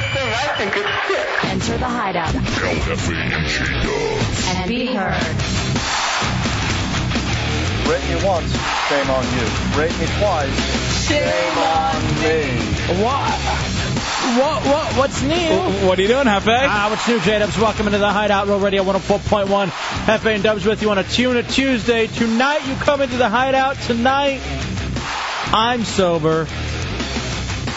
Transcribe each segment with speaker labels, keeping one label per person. Speaker 1: think it fits.
Speaker 2: Enter the hideout
Speaker 3: Tell Effie and she does.
Speaker 2: and be heard.
Speaker 4: Rate me once, shame on you. Rate me twice, shame on me.
Speaker 5: What? What, what, what's new?
Speaker 6: What are you doing, Hefe?
Speaker 5: Ah, what's new, J-Dubs? Welcome into the Hideout, Real Radio 104.1. Hefe and Dubs with you on a Tuna Tuesday. Tonight, you come into the Hideout. Tonight, I'm sober.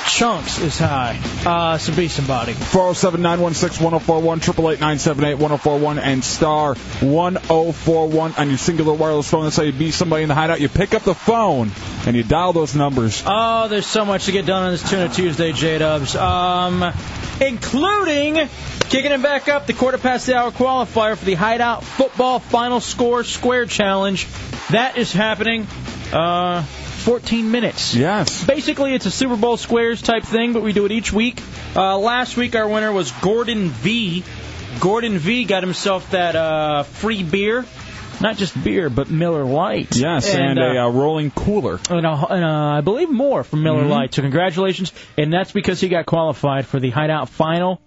Speaker 5: Chunks is high. Uh, so be somebody.
Speaker 6: 407 916 1041, 888 978 1041, and star 1041 on your singular wireless phone. That's how you be somebody in the hideout. You pick up the phone and you dial those numbers.
Speaker 5: Oh, there's so much to get done on this Tuna Tuesday, J Dubs. Um, including kicking it back up the quarter past the hour qualifier for the Hideout Football Final Score Square Challenge. That is happening. Uh, 14 minutes.
Speaker 6: Yes.
Speaker 5: Basically, it's a Super Bowl squares type thing, but we do it each week. Uh, last week, our winner was Gordon V. Gordon V got himself that uh, free beer. Not just beer, but Miller Lite.
Speaker 6: Yes, and,
Speaker 5: uh,
Speaker 6: a uh, rolling cooler.
Speaker 5: and, a, and a, I believe more from Miller Lite. So congratulations, and that's because he got qualified for the Hideout Final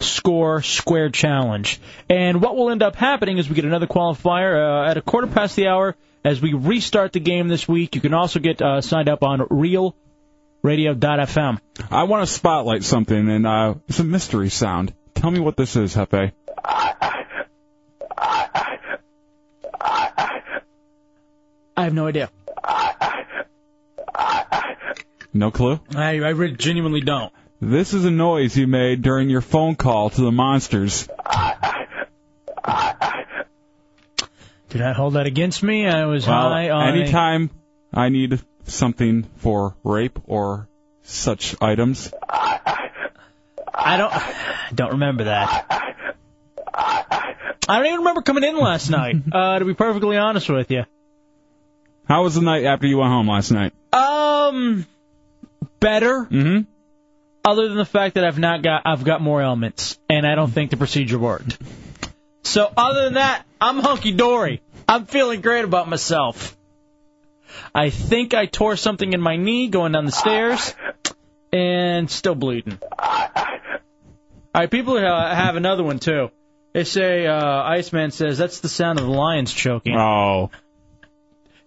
Speaker 5: Score Square Challenge. And what will end up happening is we get another qualifier uh, at a quarter past the hour as we restart the game this week. You can also get uh, signed up on RealRadio.fm.
Speaker 6: I want to spotlight something, and uh, it's a mystery sound. Tell me what this is, Hefe.
Speaker 5: I have no idea.
Speaker 6: No clue?
Speaker 5: I, I really genuinely don't.
Speaker 6: This is a noise you made during your phone call to the monsters.
Speaker 5: Do not hold that against me. I was
Speaker 6: Well,
Speaker 5: high on. a-
Speaker 6: anytime I need something for rape or such items,
Speaker 5: I don't don't remember that. I don't even remember coming in last night. Uh, to be perfectly honest with you,
Speaker 6: how was the night after you went home last night?
Speaker 5: um, better.
Speaker 6: Mm-hmm.
Speaker 5: Other than the fact that I've not got I've got more ailments, and I don't think the procedure worked. So other than that, I'm hunky dory. I'm feeling great about myself. I think I tore something in my knee going down the stairs, and still bleeding. All right, people uh, have another one too. They say uh, Iceman says that's the sound of the lions choking.
Speaker 6: Oh.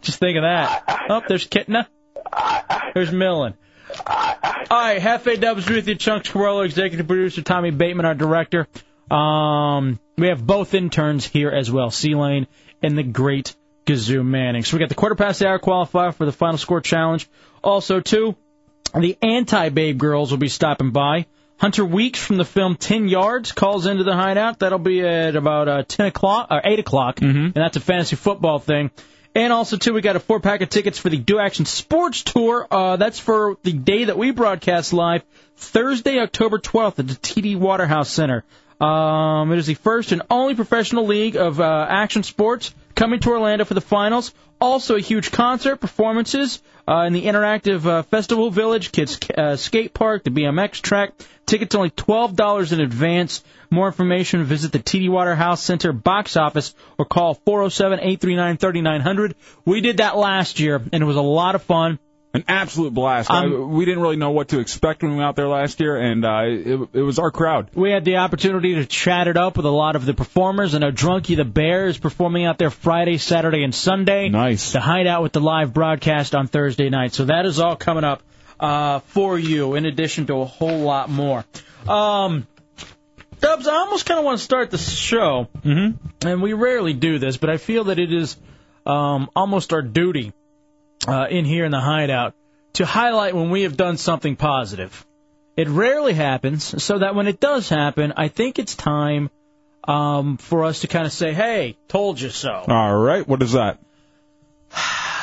Speaker 5: Just think of that. Oh, there's Kitna. There's Millen. All right, Hefe Dubs with you, Chunks Corollo, executive producer Tommy Bateman, our director. Um, we have both interns here as well, C Lane and the great Gazoo Manning. So we got the quarter past the hour qualifier for the final score challenge. Also, too, the anti Babe girls will be stopping by. Hunter Weeks from the film Ten Yards calls into the hideout. That'll be at about uh, ten o'clock or eight o'clock, and that's a fantasy football thing. And also too, we got a four pack of tickets for the Do Action Sports Tour. Uh, that's for the day that we broadcast live, Thursday, October twelfth, at the TD Waterhouse Center. Um, it is the first and only professional league of uh, action sports coming to Orlando for the finals. Also, a huge concert, performances uh, in the interactive uh, festival village, kids uh, skate park, the BMX track. Tickets only twelve dollars in advance. More information, visit the TD Waterhouse Center box office or call 407-839-3900. We did that last year, and it was a lot of fun.
Speaker 6: An absolute blast.
Speaker 5: Um,
Speaker 6: I- we didn't really know what to expect when we went out there last year, and uh, it, it was our crowd.
Speaker 5: We had the opportunity to chat it up with a lot of the performers. I know Drunky the Bear is performing out there Friday, Saturday, and Sunday.
Speaker 6: Nice.
Speaker 5: The Hideout with the live broadcast on Thursday night. So that is all coming up uh, for you, in addition to a whole lot more. Um, Dubs, I almost kind of want to start the show, mm-hmm. and we rarely do this, but I feel that it is um, almost our duty uh, in here in the Hideout to highlight when we have done something positive. It rarely happens, so that when it does happen, I think it's time um, for us to kind of say, "Hey, told you so."
Speaker 6: All right, what is that?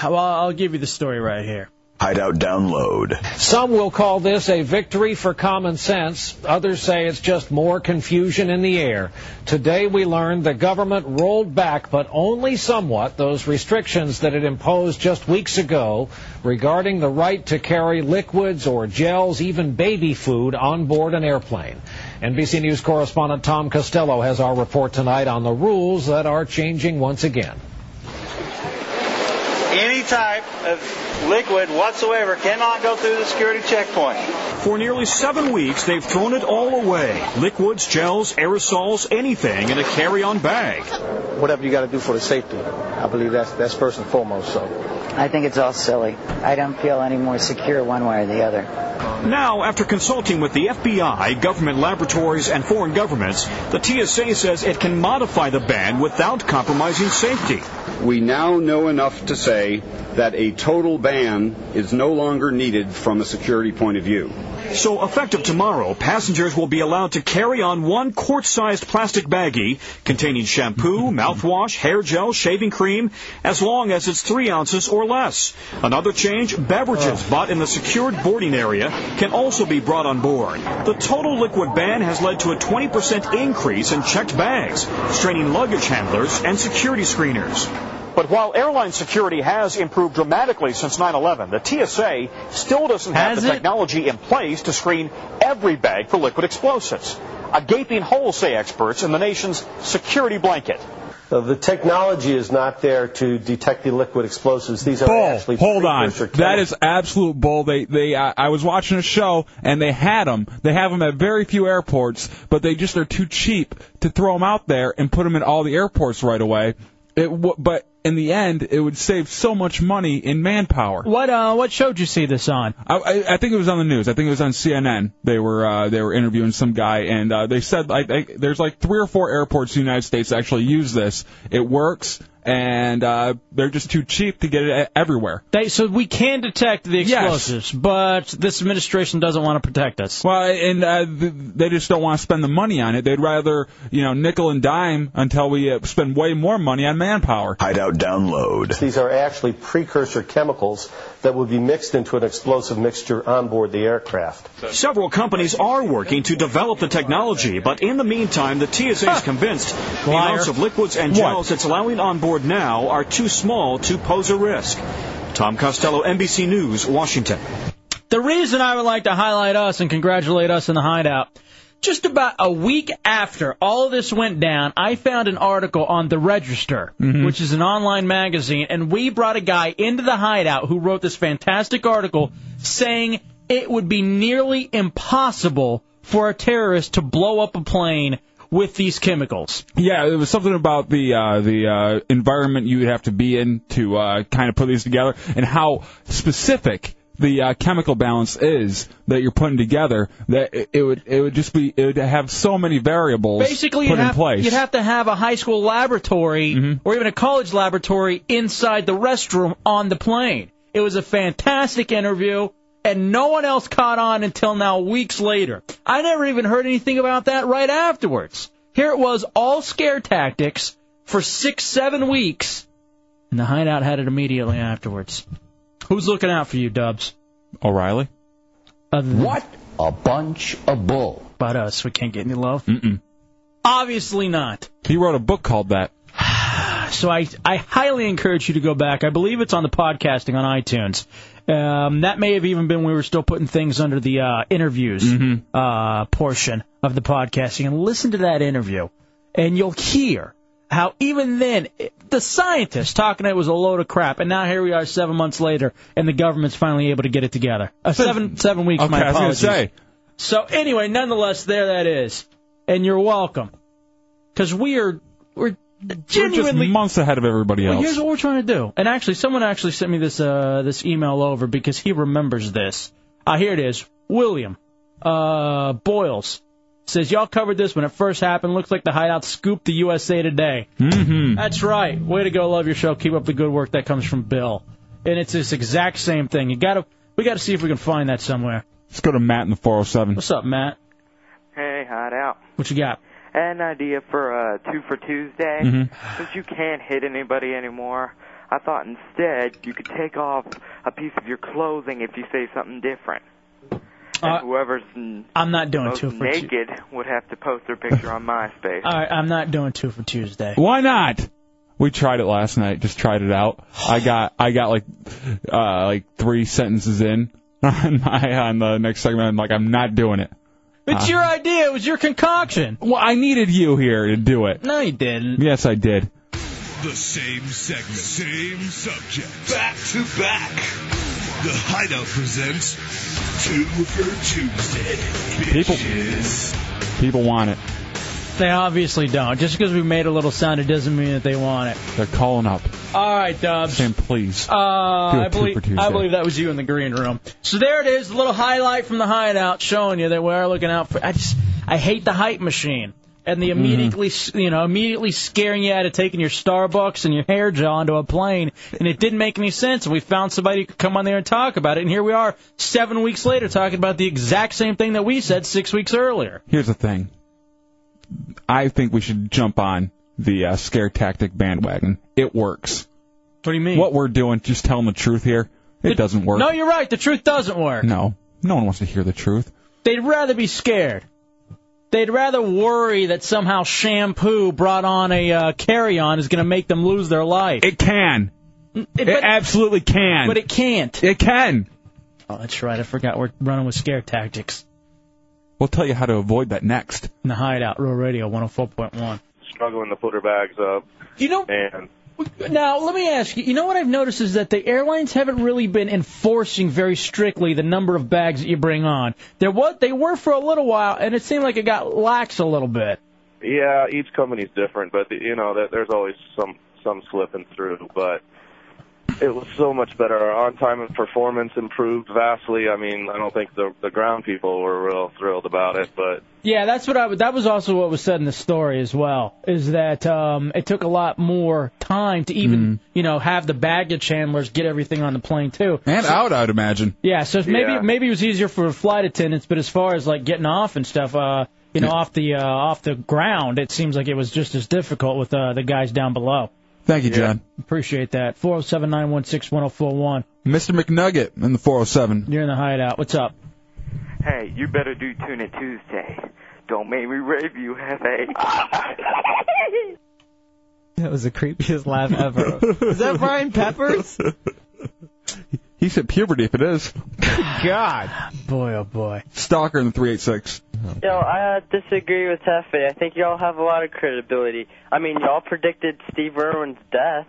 Speaker 5: Well, I'll give you the story right here.
Speaker 3: Hideout download.
Speaker 7: Some will call this a victory for common sense. Others say it's just more confusion in the air. Today we learned the government rolled back, but only somewhat, those restrictions that it imposed just weeks ago regarding the right to carry liquids or gels, even baby food, on board an airplane. NBC News correspondent Tom Costello has our report tonight on the rules that are changing once again.
Speaker 1: Any type of liquid whatsoever cannot go through the security checkpoint.
Speaker 2: For nearly seven weeks, they've thrown it all away liquids, gels, aerosols, anything in a carry on bag.
Speaker 8: Whatever you got to do for the safety, I believe that's, that's first and foremost. So.
Speaker 9: I think it's all silly. I don't feel any more secure one way or the other.
Speaker 2: Now, after consulting with the FBI, government laboratories, and foreign governments, the TSA says it can modify the ban without compromising safety.
Speaker 10: We now know enough to say that a total ban is no longer needed from a security point of view.
Speaker 2: So, effective tomorrow, passengers will be allowed to carry on one quart sized plastic baggie containing shampoo, mouthwash, hair gel, shaving cream, as long as it's three ounces or less. Another change beverages bought in the secured boarding area can also be brought on board. The total liquid ban has led to a 20% increase in checked bags, straining luggage handlers and security screeners. But while airline security has improved dramatically since 9 11, the TSA still doesn't have the technology in place to screen every bag for liquid explosives. A gaping hole, say experts, in the nation's security blanket.
Speaker 8: Uh, The technology is not there to detect the liquid explosives. These are actually
Speaker 6: Hold on,
Speaker 8: precursor
Speaker 6: that is absolute bull. They they I, I was watching a show and they had them. They have them at very few airports, but they just are too cheap to throw them out there and put them in all the airports right away. It w- but in the end, it would save so much money in manpower.
Speaker 5: What uh what show did you see this on?
Speaker 6: I, I, I think it was on the news. I think it was on CNN. They were uh, they were interviewing some guy, and uh, they said like they, there's like three or four airports in the United States that actually use this. It works, and uh, they're just too cheap to get it e- everywhere.
Speaker 5: They so we can detect the explosives, but this administration doesn't want to protect us.
Speaker 6: Well, and uh, th- they just don't want to spend the money on it. They'd rather you know nickel and dime until we uh, spend way more money on manpower.
Speaker 3: Hideout download.
Speaker 8: These are actually precursor chemicals that would be mixed into an explosive mixture on board the aircraft.
Speaker 2: Several companies are working to develop the technology, but in the meantime, the TSA is convinced the amounts of liquids and gels it's allowing on board now are too small to pose a risk. Tom Costello, NBC News, Washington.
Speaker 5: The reason I would like to highlight us and congratulate us in the hideout, just about a week after all this went down, I found an article on The Register, which is an online magazine, and we brought a guy into the hideout who wrote this fantastic article saying it would be nearly impossible for a terrorist to blow up a plane with these chemicals.
Speaker 6: Yeah, it was something about the uh, the uh, environment you would have to be in to uh, kind of put these together, and how specific the uh, chemical balance is that you're putting together. That it, it would it would just be it would have so many variables
Speaker 5: Basically,
Speaker 6: put
Speaker 5: you'd
Speaker 6: in
Speaker 5: have,
Speaker 6: place. Mm-hmm.
Speaker 5: you'd have to have a high school laboratory or even a college laboratory inside the restroom on the plane. It was a fantastic interview, and no one else caught on until now, weeks later. I never even heard anything about that right afterwards. Here it was, all scare tactics for six, seven weeks, and the hideout had it immediately afterwards. Who's looking out for you, Dubs?
Speaker 6: O'Reilly.
Speaker 5: what
Speaker 11: a bunch of bull.
Speaker 5: But us, we can't get any love. Mm-mm. Obviously not.
Speaker 6: He wrote a book called that.
Speaker 5: So I, I highly encourage you to go back. I believe it's on the podcasting on iTunes. Um, that may have even been when we were still putting things under the uh, interviews
Speaker 6: Mm-hmm.
Speaker 5: uh, portion of the podcasting. And listen to that interview, and you'll hear how even then it- the scientists talking it was a load of crap. And now here we are seven months later, and the government's finally able to get it together. Uh, seven seven weeks.
Speaker 6: Okay,
Speaker 5: my
Speaker 6: I was gonna
Speaker 5: apologies.
Speaker 6: say.
Speaker 5: So anyway, nonetheless, there that is, and you're welcome, because we are we're
Speaker 6: We're
Speaker 5: genuinely
Speaker 6: just months ahead of everybody
Speaker 5: well,
Speaker 6: else.
Speaker 5: here's what we're trying to do. And actually, someone actually sent me this uh, this email over because he remembers this. Ah, here it is. William uh, Boyles says y'all covered this when it first happened. Looks like the hideout scooped the USA Today.
Speaker 6: Mm-hmm.
Speaker 5: That's right. Way to go. Love your show. Keep up the good work. That comes from Bill. And it's this exact same thing. You gotta we gotta see if we can find that somewhere.
Speaker 6: Let's go to Matt in the 407.
Speaker 5: What's up, Matt?
Speaker 12: Hey, hot out.
Speaker 5: What you got?
Speaker 12: An idea for uh, two for Tuesday.
Speaker 6: Mm-hmm.
Speaker 5: Mhm.
Speaker 12: Since you can't hit anybody anymore, I thought instead you could take off a piece of your clothing if you say something different. And
Speaker 5: Uh,
Speaker 12: whoever's n-
Speaker 5: I'm not doing
Speaker 12: most
Speaker 5: two for Tuesday.
Speaker 12: naked would have to post their picture on MySpace.
Speaker 5: All right, I'm not doing two for Tuesday.
Speaker 6: Why not? We tried it last night. Just tried it out. I got I got like uh like three sentences in on my on the next segment. I'm like I'm not doing it. Uh,
Speaker 5: It's your idea. It was your concoction.
Speaker 6: Well, I needed you here to do it.
Speaker 5: No, you didn't.
Speaker 6: Yes, I did.
Speaker 13: The same segment, same subject, back to back. The Hideout presents Two for Tuesday.
Speaker 6: People, people want it.
Speaker 5: They obviously don't. Just because we made a little sound, it doesn't mean that they want it.
Speaker 6: They're calling up.
Speaker 5: All right, Dubs.
Speaker 6: Sam, please.
Speaker 5: Uh, I
Speaker 6: Two for
Speaker 5: believe
Speaker 6: Tuesday.
Speaker 5: I believe that was you in the green room. So there it is, a little highlight from the hideout showing you that we are looking out for. I just I hate the hype machine and the immediately s you know immediately scaring you out of taking your Starbucks and your hair gel onto a plane, and it didn't make any sense. And we found somebody who could come on there and talk about it, and here we are seven weeks later talking about the exact same thing that we said six weeks earlier.
Speaker 6: Here's the thing. I think we should jump on the uh, scare tactic bandwagon. It works.
Speaker 5: What do you mean?
Speaker 6: What we're doing, just telling the truth here, it doesn't work.
Speaker 5: No, you're right. The truth doesn't work.
Speaker 6: No. No one wants to hear the truth.
Speaker 5: They'd rather be scared. They'd rather worry that somehow shampoo brought on a uh, carry-on is going to make them lose their life. Mm,
Speaker 6: It can.
Speaker 5: It,
Speaker 6: it absolutely can.
Speaker 5: But it can't.
Speaker 6: It can.
Speaker 5: Oh, that's right. I forgot we're running with scare tactics.
Speaker 6: We'll tell you how to avoid that next.
Speaker 5: In the Hideout, Real Radio 104.1.
Speaker 14: struggling to put her bags up.
Speaker 5: You know,
Speaker 14: and
Speaker 5: Now, let me ask you. You know what I've noticed is that the airlines haven't really been enforcing very strictly the number of bags that you bring on. They're what they were for a little while, and it seemed like it got lax a little bit.
Speaker 14: yeah, each company's different, but you know that there's always some some slipping through. But it was so much better. Our on-time performance improved vastly. I mean, I don't think the the ground people were real thrilled about it, but
Speaker 5: Yeah, that's what I. would- That was also what was said in the story as well. Is that um, it took a lot more time to even you know have the baggage handlers get everything on the plane too.
Speaker 6: Hmm. And
Speaker 5: So-
Speaker 6: out, I'd imagine.
Speaker 5: Yeah, so maybe
Speaker 6: Yeah.
Speaker 5: maybe it was easier for flight attendants, but as far as like getting off and stuff, uh, you know, off the uh, off the ground, it seems like it was just as difficult with uh, the guys down below.
Speaker 6: Thank you, John.
Speaker 5: Appreciate that. Four zero seven nine one six one zero four one.
Speaker 6: Mr. McNugget in the 407.
Speaker 5: You're in the hideout. What's up?
Speaker 12: Hey, you better do Tuna Tuesday. Don't make me rave you, Hefe.
Speaker 15: That was the creepiest laugh ever. Is that Brian Peppers?
Speaker 6: He said puberty if it is.
Speaker 15: God.
Speaker 5: Boy, oh boy.
Speaker 6: Stalker in the 386.
Speaker 16: You know, I uh, disagree with Hefe. I think y'all have a lot of credibility. I mean, y'all predicted Steve Irwin's death.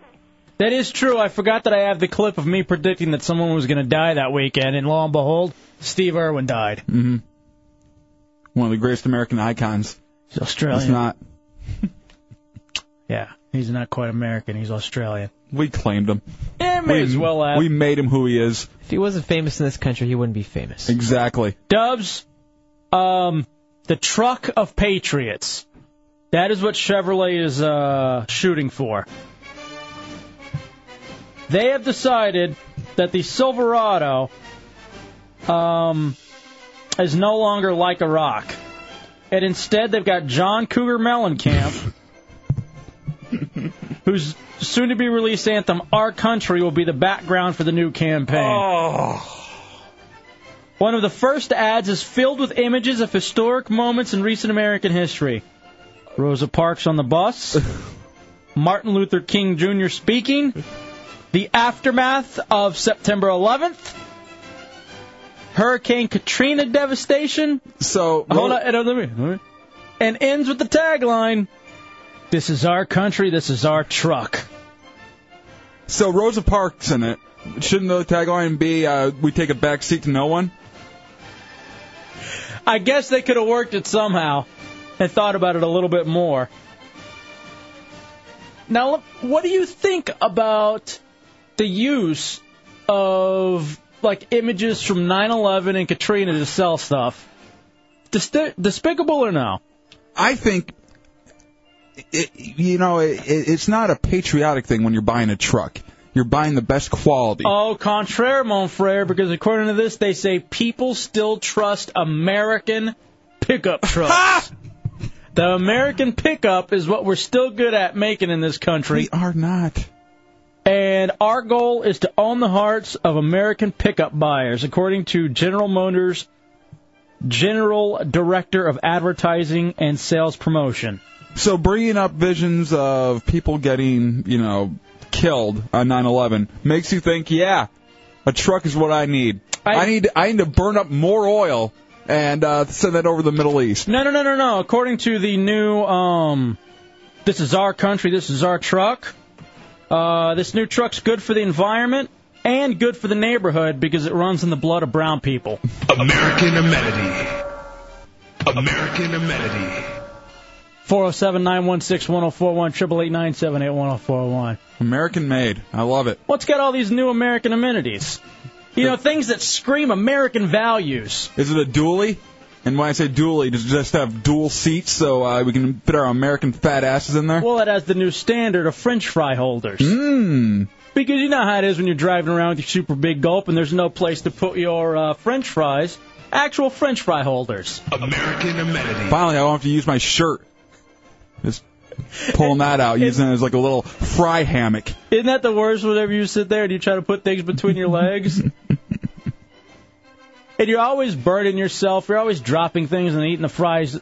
Speaker 5: That is true. I forgot that I have the clip of me predicting that someone was going to die that weekend, and lo and behold, Steve Irwin died.
Speaker 6: hmm One of the greatest American icons.
Speaker 5: He's Australian.
Speaker 6: It's not.
Speaker 5: Yeah, he's not quite American. He's Australian.
Speaker 6: We claimed him.
Speaker 5: Yeah, may
Speaker 6: we,
Speaker 5: as well have.
Speaker 6: We made him who he is.
Speaker 15: If he wasn't famous in this country, he wouldn't be famous.
Speaker 6: Exactly.
Speaker 5: Dubs, um, the truck of patriots. That is what Chevrolet is uh, shooting for. They have decided that the Silverado um, is no longer like a rock, and instead they've got John Cougar Mellencamp, whose soon-to-be released anthem "Our Country" will be the background for the new campaign. One of the first ads is filled with images of historic moments in recent American history. Rosa Parks on the bus, Martin Luther King Jr. speaking, the aftermath of September 11th, Hurricane Katrina devastation.
Speaker 6: So
Speaker 5: hold on, let me- let me- and ends with the tagline: "This is our country. This is our truck."
Speaker 6: So Rosa Parks in it. Shouldn't the tagline be uh, "We take a back seat to no one"?
Speaker 5: I guess they could have worked it somehow and thought about it a little bit more. Now, look, what do you think about the use of like images from 9/11 and Katrina to sell stuff? Dis- despicable or no?
Speaker 6: I think it, you know it, it's not a patriotic thing when you're buying a truck. You're buying the best quality.
Speaker 5: Oh, contraire, mon frere, because according to this, they say people still trust American pickup trucks. the American pickup is what we're still good at making in this country.
Speaker 6: We are not.
Speaker 5: And our goal is to own the hearts of American pickup buyers, according to General Motors General Director of Advertising and Sales Promotion.
Speaker 6: So bringing up visions of people getting you know killed on 9/11 makes you think, yeah, a truck is what I need. I, need I need to burn up more oil and uh, send that over to the Middle East.
Speaker 5: No, no, no, no, no. According to the new, um, this is our country, this is our truck. Uh, this new truck's good for the environment and good for the neighborhood because it runs in the blood of brown people.
Speaker 13: American amenity. American amenity.
Speaker 5: 407 916 1041, 888
Speaker 6: American made. I love it.
Speaker 5: What's got all these new American amenities? You know, things that scream American values.
Speaker 6: Is it a dually? And when I say dually, does it just have dual seats so uh, we can fit our American fat asses in there?
Speaker 5: Well, it has the new standard of French fry holders.
Speaker 6: Mmm.
Speaker 5: Because you know how it is when you're driving around with your super big gulp and there's no place to put your uh, French fries. Actual French fry holders.
Speaker 13: American amenity.
Speaker 6: Finally, I don't have to use my shirt. Just pulling that out, using it as like a little fry hammock.
Speaker 5: Isn't that the worst? Whenever you sit there and you try to put things between your legs, and you're always burning yourself. You're always dropping things and eating the fries.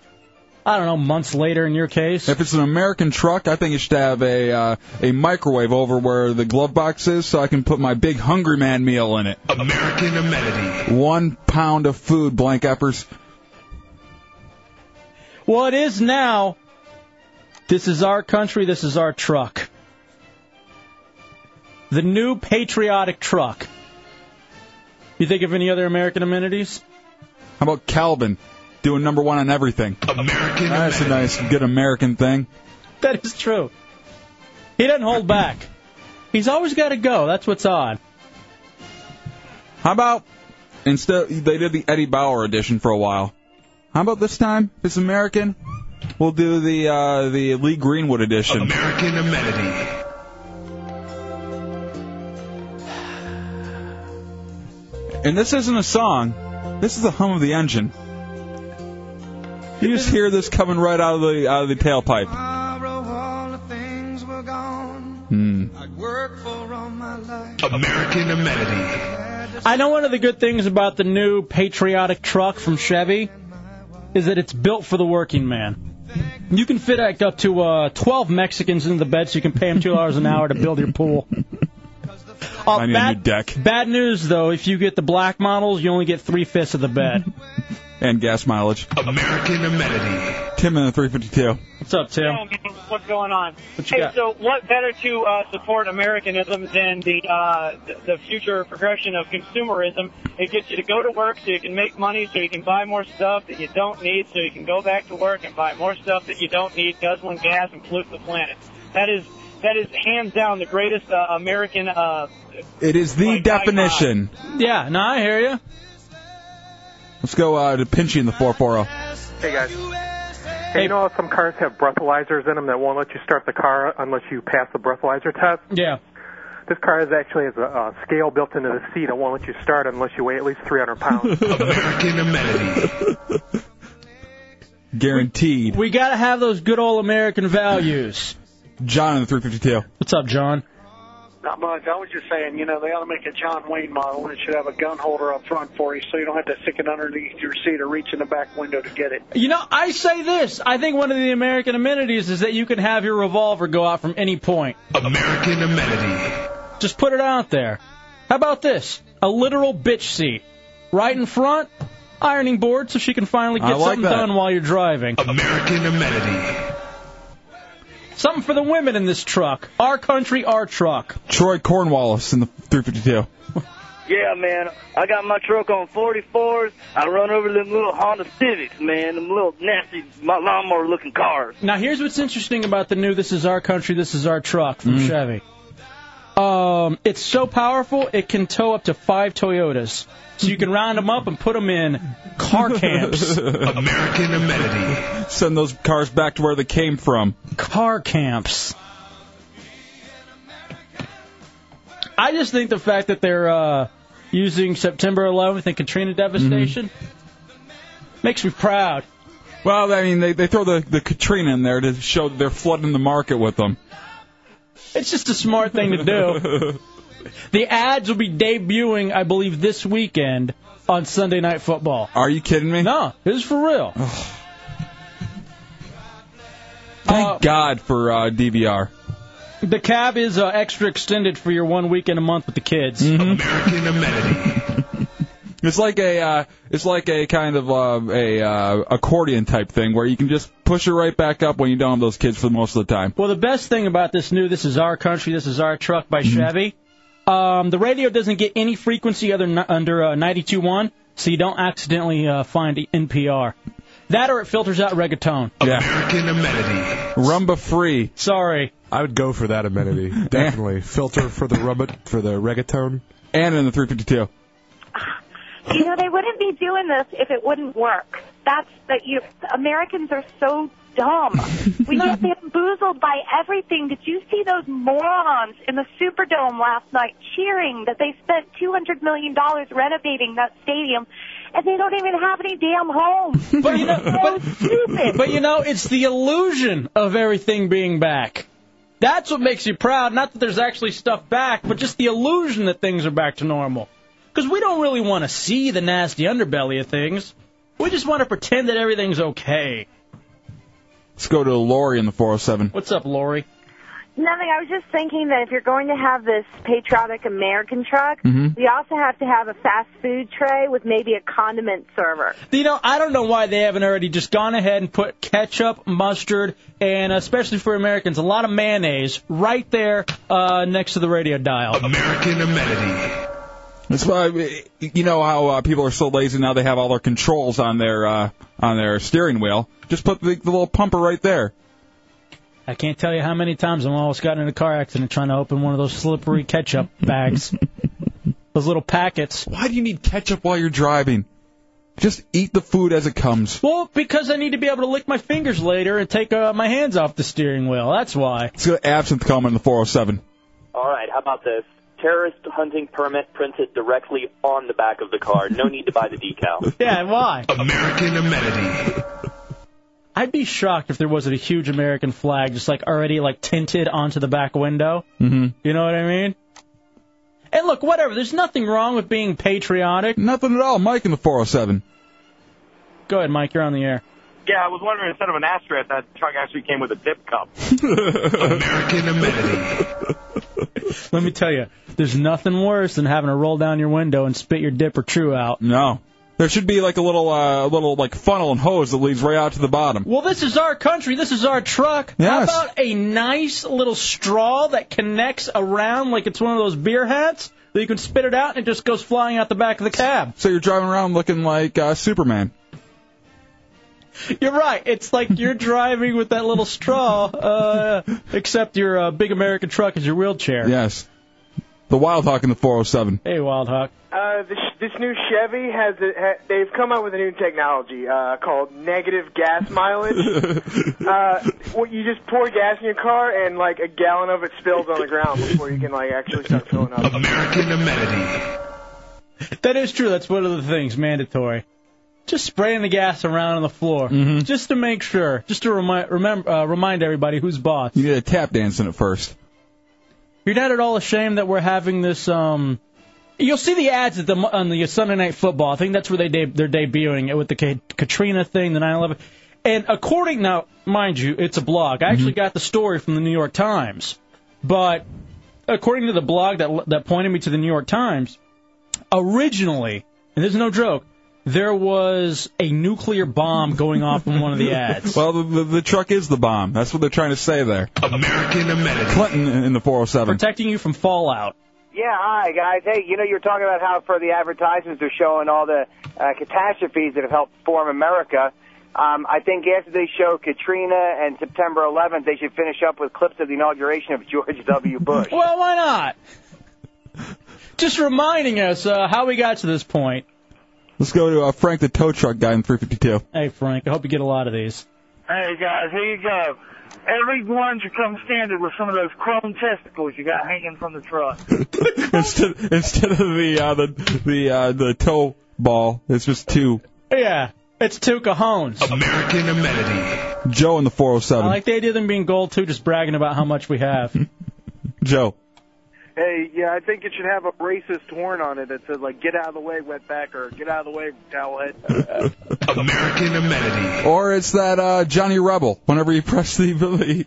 Speaker 5: I don't know, months later in your case.
Speaker 6: If it's an American truck, I think it should have a uh, a microwave over where the glove box is, so I can put my big Hungry Man meal in it.
Speaker 13: American amenity.
Speaker 6: One pound of food, blank uppers.
Speaker 5: Well, it is now. This is our country. This is our truck. The new patriotic truck. You think of any other American amenities?
Speaker 6: How about Calvin doing number one on everything?
Speaker 13: American.
Speaker 6: That's a nice, good American thing.
Speaker 5: That is true. He doesn't hold back. He's always got to go. That's what's odd.
Speaker 6: How about instead they did the Eddie Bauer edition for a while? How about this time? If it's American. We'll do the uh, the Lee Greenwood edition.
Speaker 13: American amenity.
Speaker 6: And this isn't a song. This is the hum of the engine. You just hear this coming right out of the out of the tailpipe. Hmm.
Speaker 13: American amenity.
Speaker 5: I know one of the good things about the new patriotic truck from Chevy is that it's built for the working man. You can fit like, up to uh, 12 Mexicans into the bed, so you can pay them two dollars an hour to build your pool. Oh,
Speaker 6: I need a
Speaker 5: bad,
Speaker 6: new deck
Speaker 5: bad news though, if you get the black models, you only get three fifths of the bed.
Speaker 6: and gas mileage.
Speaker 13: American amenity.
Speaker 6: Tim in the 352.
Speaker 5: What's up, Tim?
Speaker 17: What's going on?
Speaker 5: What you
Speaker 17: hey,
Speaker 5: got?
Speaker 17: so what better to uh, support Americanism than the, uh, the the future progression of consumerism? It gets you to go to work so you can make money, so you can buy more stuff that you don't need, so you can go back to work and buy more stuff that you don't need, guzzling gas and polluting the planet. That is that is hands down the greatest uh, American. Uh,
Speaker 6: It is the definition.
Speaker 5: Yeah, no, I hear you.
Speaker 6: Let's go uh, to Pinchy in the oh. 440.
Speaker 18: Hey guys. Hey, you know how some cars have breathalyzers in them that won't let you start the car unless you pass the breathalyzer test?
Speaker 5: Yeah.
Speaker 18: This car is actually has a, a scale built into the seat that won't let you start unless you weigh at least 300 pounds.
Speaker 13: American amenity.
Speaker 6: Guaranteed.
Speaker 5: We gotta have those good old American values.
Speaker 6: John in the 352.
Speaker 5: What's up, John?
Speaker 19: Not much. I was just saying, you know, they ought to make a John Wayne model and it should have a gun holder up front for you so you don't have to stick it underneath your seat or reach in the back window to get it.
Speaker 5: You know, I say this. I think one of the American amenities is that you can have your revolver go out from any point.
Speaker 13: American amenity.
Speaker 5: Just put it out there. How about this? A literal bitch seat. Right in front, ironing board so she can finally
Speaker 13: I
Speaker 5: get
Speaker 13: like
Speaker 5: something
Speaker 13: that.
Speaker 5: done while you're driving.
Speaker 13: American amenity.
Speaker 5: Something for the women in this truck. Our country, our truck.
Speaker 6: Troy Cornwallis in the 352.
Speaker 20: Yeah, man. I got my truck on 44s. I run over them little Honda Civics, man. Them little nasty, my lawnmower looking cars.
Speaker 5: Now, here's what's interesting about the new This Is Our Country, This Is Our Truck from
Speaker 20: Mm.
Speaker 5: Chevy. Um, it's so powerful, it can tow up to five Toyotas. So you can round them up and put them in car camps.
Speaker 13: American amenity.
Speaker 6: Send those cars back to where they came from.
Speaker 5: Car camps. I just think the fact that they're uh, using September 11th and Katrina devastation makes me proud.
Speaker 6: Well, I mean, they, they throw the, the Katrina in there to show that they're flooding the market with them. Mm-hmm.
Speaker 5: It's just a smart thing to do. the ads will be debuting, I believe, this weekend on Sunday Night Football.
Speaker 6: Are you kidding me?
Speaker 5: No, this is for real.
Speaker 6: Thank God for uh, DVR.
Speaker 5: The cab is uh, extra extended for your one weekend a month with the kids.
Speaker 13: American amenity.
Speaker 6: It's like a uh, it's like a kind of um, a uh, accordion type thing where you can just push it right back up when you don't have those kids for most of the time.
Speaker 5: Well, the best thing about this new "This Is Our Country, This Is Our Truck" by Chevy, um, the radio doesn't get any frequency other n- under uh, 92.1, so you don't accidentally uh, find NPR. That or it filters out reggaeton.
Speaker 6: American amenity. Rumba free.
Speaker 5: Sorry.
Speaker 21: I would go for that amenity. Definitely. Filter for the rumba for the reggaeton.
Speaker 6: And in the 352.
Speaker 22: You know, they wouldn't be doing this if it wouldn't work. That's that you Americans are so dumb. We get bamboozled by everything. Did you see those morons in the Superdome last night cheering that they spent two hundred million dollars renovating that stadium and they don't even have any damn homes?
Speaker 5: But you know, but, but you know, it's the illusion of everything being back. That's what makes you proud. Not that there's actually stuff back, but just the illusion that things are back to normal. Because we don't really want to see the nasty underbelly of things. We just want to pretend that everything's okay.
Speaker 6: Let's go to Lori in the 407.
Speaker 5: What's up, Lori?
Speaker 23: Nothing. I was just thinking that if you're going to have this patriotic American truck,
Speaker 5: Mhm.
Speaker 23: you also have to have a fast food tray with maybe a condiment server.
Speaker 5: You know, I don't know why they haven't already just gone ahead and put ketchup, mustard, and especially for Americans, a lot of mayonnaise right there uh, next to the radio dial.
Speaker 13: American amenity.
Speaker 6: That's why you know how uh, people are so lazy now. They have all their controls on their uh, on their steering wheel. Just put the, the little pumper right there.
Speaker 5: I can't tell you how many times I've almost gotten in a car accident trying to open one of those slippery ketchup bags, those little packets.
Speaker 6: Why do you need ketchup while you're driving? Just eat the food as it comes.
Speaker 5: Well, because I need to be able to lick my fingers later and take uh, my hands off the steering wheel. That's why.
Speaker 6: Let's go to absinthe comment in the 407.
Speaker 24: All right, how about this? Terrorist hunting permit printed directly on the back of the car. No need to buy the decal.
Speaker 5: Yeah, why?
Speaker 13: American amenity.
Speaker 5: I'd be shocked if there wasn't a huge American flag just like already like tinted onto the back window.
Speaker 6: Mm-hmm.
Speaker 5: You know what I mean? And look, whatever. There's nothing wrong with being patriotic.
Speaker 6: Nothing at all. Mike in the 407.
Speaker 5: Go ahead, Mike. You're on the air.
Speaker 25: Yeah, I was wondering instead of an asterisk, that truck actually came with a dip cup.
Speaker 13: American amenity.
Speaker 5: Let me tell you, there's nothing worse than having to roll down your window and spit your dip or chew out.
Speaker 6: No. There should be like a little uh, a little like funnel and hose that leads right out to the bottom.
Speaker 5: Well, this is our country. This is our truck.
Speaker 6: Yes.
Speaker 5: How about a nice little straw that connects around like it's one of those beer hats that you can spit it out and it just goes flying out the back of the cab?
Speaker 6: So you're driving around looking like uh, Superman.
Speaker 5: You're right. It's like you're driving with that little straw, uh, except your uh, big American truck is your wheelchair.
Speaker 6: Yes. The Wild Hawk in the 407.
Speaker 5: Hey, Wild Hawk.
Speaker 26: Uh, this, this new Chevy has a, ha, they've come out with a new technology uh, called negative gas mileage. uh, well, you just pour gas in your car and like a gallon of it spills on the ground before you can like actually start filling up.
Speaker 13: American amenity.
Speaker 5: That is true. That's one of the things mandatory. Just spraying the gas around on the floor,
Speaker 6: Mm-hmm.
Speaker 5: just to make sure, just to remind remember, uh, remind everybody who's boss.
Speaker 6: You did a tap dance in it first.
Speaker 5: You're not at all ashamed that we're having this. Um, you'll see the ads at the on the Sunday Night Football. I think that's where they de- they're debuting it with the Ka- Katrina thing, the 9/11. And according now, mind you, it's a blog. I actually got the story from the New York Times, but according to the blog that that pointed me to the New York Times, originally, and this is no joke, there was a nuclear bomb going off in one of the ads.
Speaker 6: well, the, the, the truck is the bomb. That's what they're trying to say there.
Speaker 13: American amenity.
Speaker 6: Clinton in the 407.
Speaker 5: Protecting you from fallout.
Speaker 27: Yeah, hi guys. Hey, you know you're talking about how for the advertisements they're showing all the uh, catastrophes that have helped form America. Um, I think after they show Katrina and September 11th, they should finish up with clips of the inauguration of George W. Bush.
Speaker 5: Well, why not? Just reminding us uh, how we got to this point.
Speaker 6: Let's go to uh, Frank the tow truck guy in 352.
Speaker 5: Hey, Frank, I hope you get a lot of these.
Speaker 28: Hey guys, here you go. Everyone should come standard with some of those chrome testicles you got hanging from the truck.
Speaker 6: instead, instead of the uh, the the uh, the tow ball, it's just two.
Speaker 5: Yeah, it's two cajones.
Speaker 13: American amenity.
Speaker 6: Joe in the 407.
Speaker 5: I like the idea of them being gold too, just bragging about how much we have.
Speaker 6: Joe.
Speaker 26: Hey, yeah, I think it should have a racist horn on it that says like "Get out of the way, wetback," or "Get out of the way, towelhead."
Speaker 13: American amenity.
Speaker 6: Or it's that uh, Johnny Rebel. Whenever you press the, the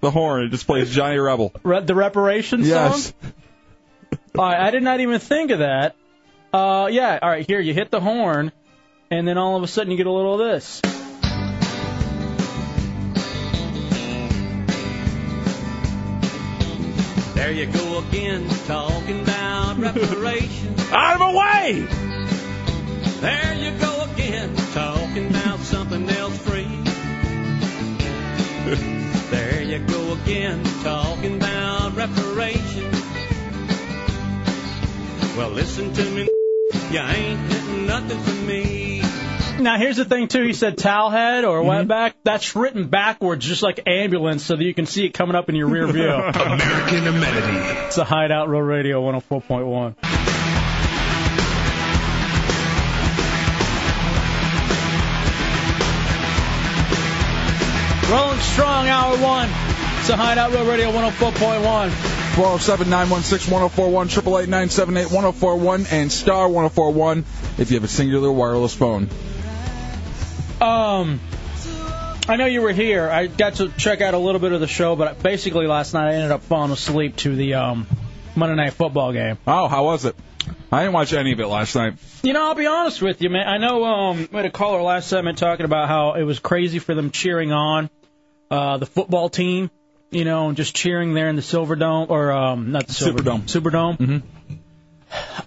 Speaker 6: the horn, it just plays Johnny Rebel.
Speaker 5: Re- the reparation
Speaker 6: Yes.
Speaker 5: song? All right, I did not even think of that. Uh, yeah. All right, here you hit the horn, and then all of a sudden you get a little of this.
Speaker 1: There you go again, talking about reparations.
Speaker 6: Out of the way!
Speaker 1: There you go again, talking about something else free. There you go again, talking about reparations. Well, listen to me, you ain't getting nothing from me.
Speaker 5: Now here's the thing too. He said towel head or
Speaker 13: Mm-hmm.
Speaker 5: wetback. That's written backwards, just like ambulance, so that you can see it coming up in your rear view.
Speaker 13: American amenity.
Speaker 5: It's a hideout, Real Radio 104.1. Rolling strong, hour one. It's a hideout, Real Radio 104.1.
Speaker 6: 407 916 1041, 888 978 1041, and star 1041 if you have a singular wireless phone.
Speaker 5: Um, I know you were here. I got to check out a little bit of the show, but basically last night I ended up falling asleep to the um, Monday Night Football game.
Speaker 6: Oh, how was it? I didn't watch any of it last night.
Speaker 5: You know, I'll be honest with you, man. I know um, we had a caller last segment talking about how it was crazy for them cheering on uh, the football team. You know, and just cheering there in the Silverdome or um, not the Silverdome, Superdome. Mm-hmm.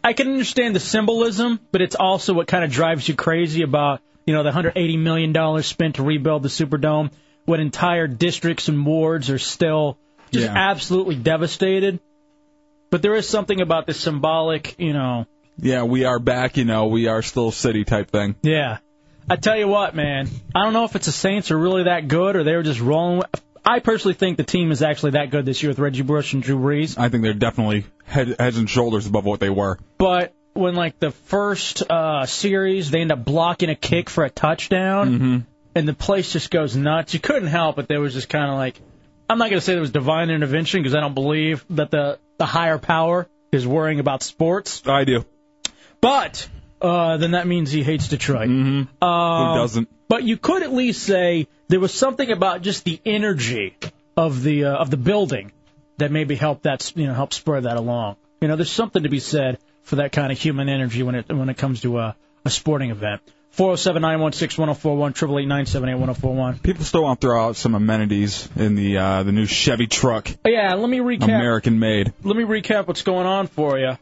Speaker 5: I can understand the symbolism, but it's also what kind of drives you crazy about you know the 180 million dollars spent to rebuild the Superdome when entire districts and wards are still just
Speaker 6: Yeah.
Speaker 5: absolutely devastated. But there is something about the symbolic, you know.
Speaker 6: Yeah, we are back, you know, we are still city type thing.
Speaker 5: Yeah. I tell you what, man. I don't know if it's the Saints are really that good or they were just rolling. With... I personally think the team is actually that good this year with Reggie Bush and Drew Brees.
Speaker 6: I think they're definitely head, heads and shoulders above what they were.
Speaker 5: But when like the first uh series, they end up blocking a kick for a touchdown,
Speaker 6: Mm-hmm.
Speaker 5: and the place just goes nuts. You couldn't help it. There was just kind of like, I'm not gonna say there was divine intervention because I don't believe that the the higher power is worrying about sports.
Speaker 6: I do.
Speaker 5: But uh, then that means he hates Detroit. Mm-hmm. Um,
Speaker 6: Who doesn't?
Speaker 5: But you could at least say there was something about just the energy of the uh, of the building that maybe helped that you know help spur that along. You know, there's something to be said for that kind of human energy when it when it comes to a, a sporting event. Four zero seven nine one six one zero four one triple eight nine seven eight one zero four one.
Speaker 6: People still want to throw out some amenities in the uh, the new Chevy truck,
Speaker 5: Oh, Yeah, let me recap.
Speaker 6: American made.
Speaker 5: let me recap what's going on for you.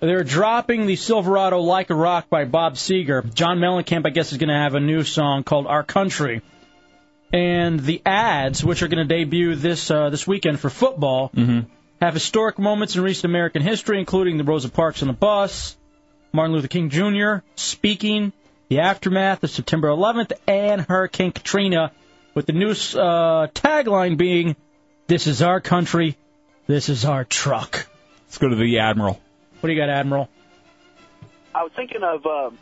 Speaker 5: They're dropping the Silverado Like a Rock by Bob Seger. John Mellencamp, I guess, is going to have a new song called Our Country. And the ads, which are going to debut this uh, this weekend for football,
Speaker 6: Mm-hmm.
Speaker 5: have historic moments in recent American history, including the Rosa Parks on the bus, Martin Luther King Jr. speaking, the aftermath of September 11th, and Hurricane Katrina, with the new uh, tagline being, "This is our country, this is our truck."
Speaker 6: Let's go to the Admiral.
Speaker 5: What do you got, Admiral?
Speaker 2: I was thinking of um,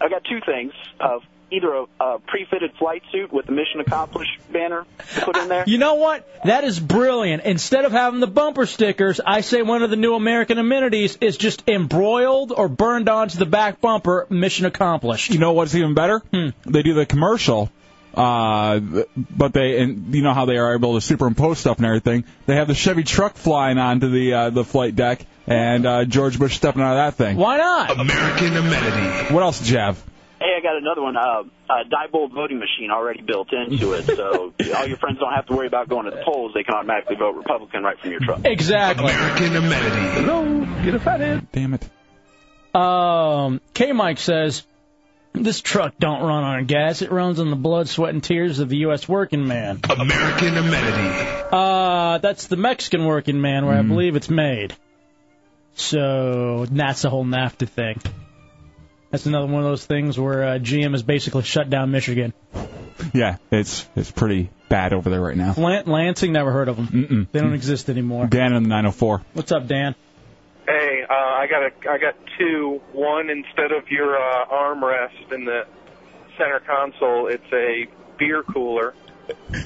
Speaker 2: I got two things of either a, a pre-fitted flight suit with the mission accomplished banner put in there.
Speaker 5: You know what? That is brilliant. Instead of having the bumper stickers, I say one of the new American amenities is just embroiled or burned onto the back bumper. Mission accomplished.
Speaker 6: You know what's even better?
Speaker 5: Hmm.
Speaker 6: They do the commercial, uh, but they and you know how they are able to superimpose stuff and everything. They have the Chevy truck flying onto the uh, the flight deck, and uh, George Bush stepping out of that thing.
Speaker 5: Why not?
Speaker 6: American amenity. What else did you have?
Speaker 2: Hey, I got another one. Uh, a diebold voting machine already built into it, so all your friends don't have to worry about going to the polls. They can automatically vote Republican right from your truck.
Speaker 5: Exactly.
Speaker 13: American amenity.
Speaker 5: Hello, get a fathead.
Speaker 6: Damn it.
Speaker 5: Um, K Mike says this truck don't run on gas; it runs on the blood, sweat, and tears of the U.S. working man.
Speaker 13: American amenity.
Speaker 5: Uh, that's the Mexican working man where I
Speaker 6: Mm-hmm.
Speaker 5: believe it's made. So that's the whole NAFTA thing. That's another one of those things where uh, GM has basically shut down Michigan.
Speaker 6: Yeah, it's it's pretty bad over there right now.
Speaker 5: Lan- Lansing, never heard of them. Mm-mm. They don't exist anymore.
Speaker 6: Dan in the 904.
Speaker 5: What's up, Dan?
Speaker 3: Hey, uh, I got a, I got two. One instead of your uh, armrest in the center console, it's a beer cooler,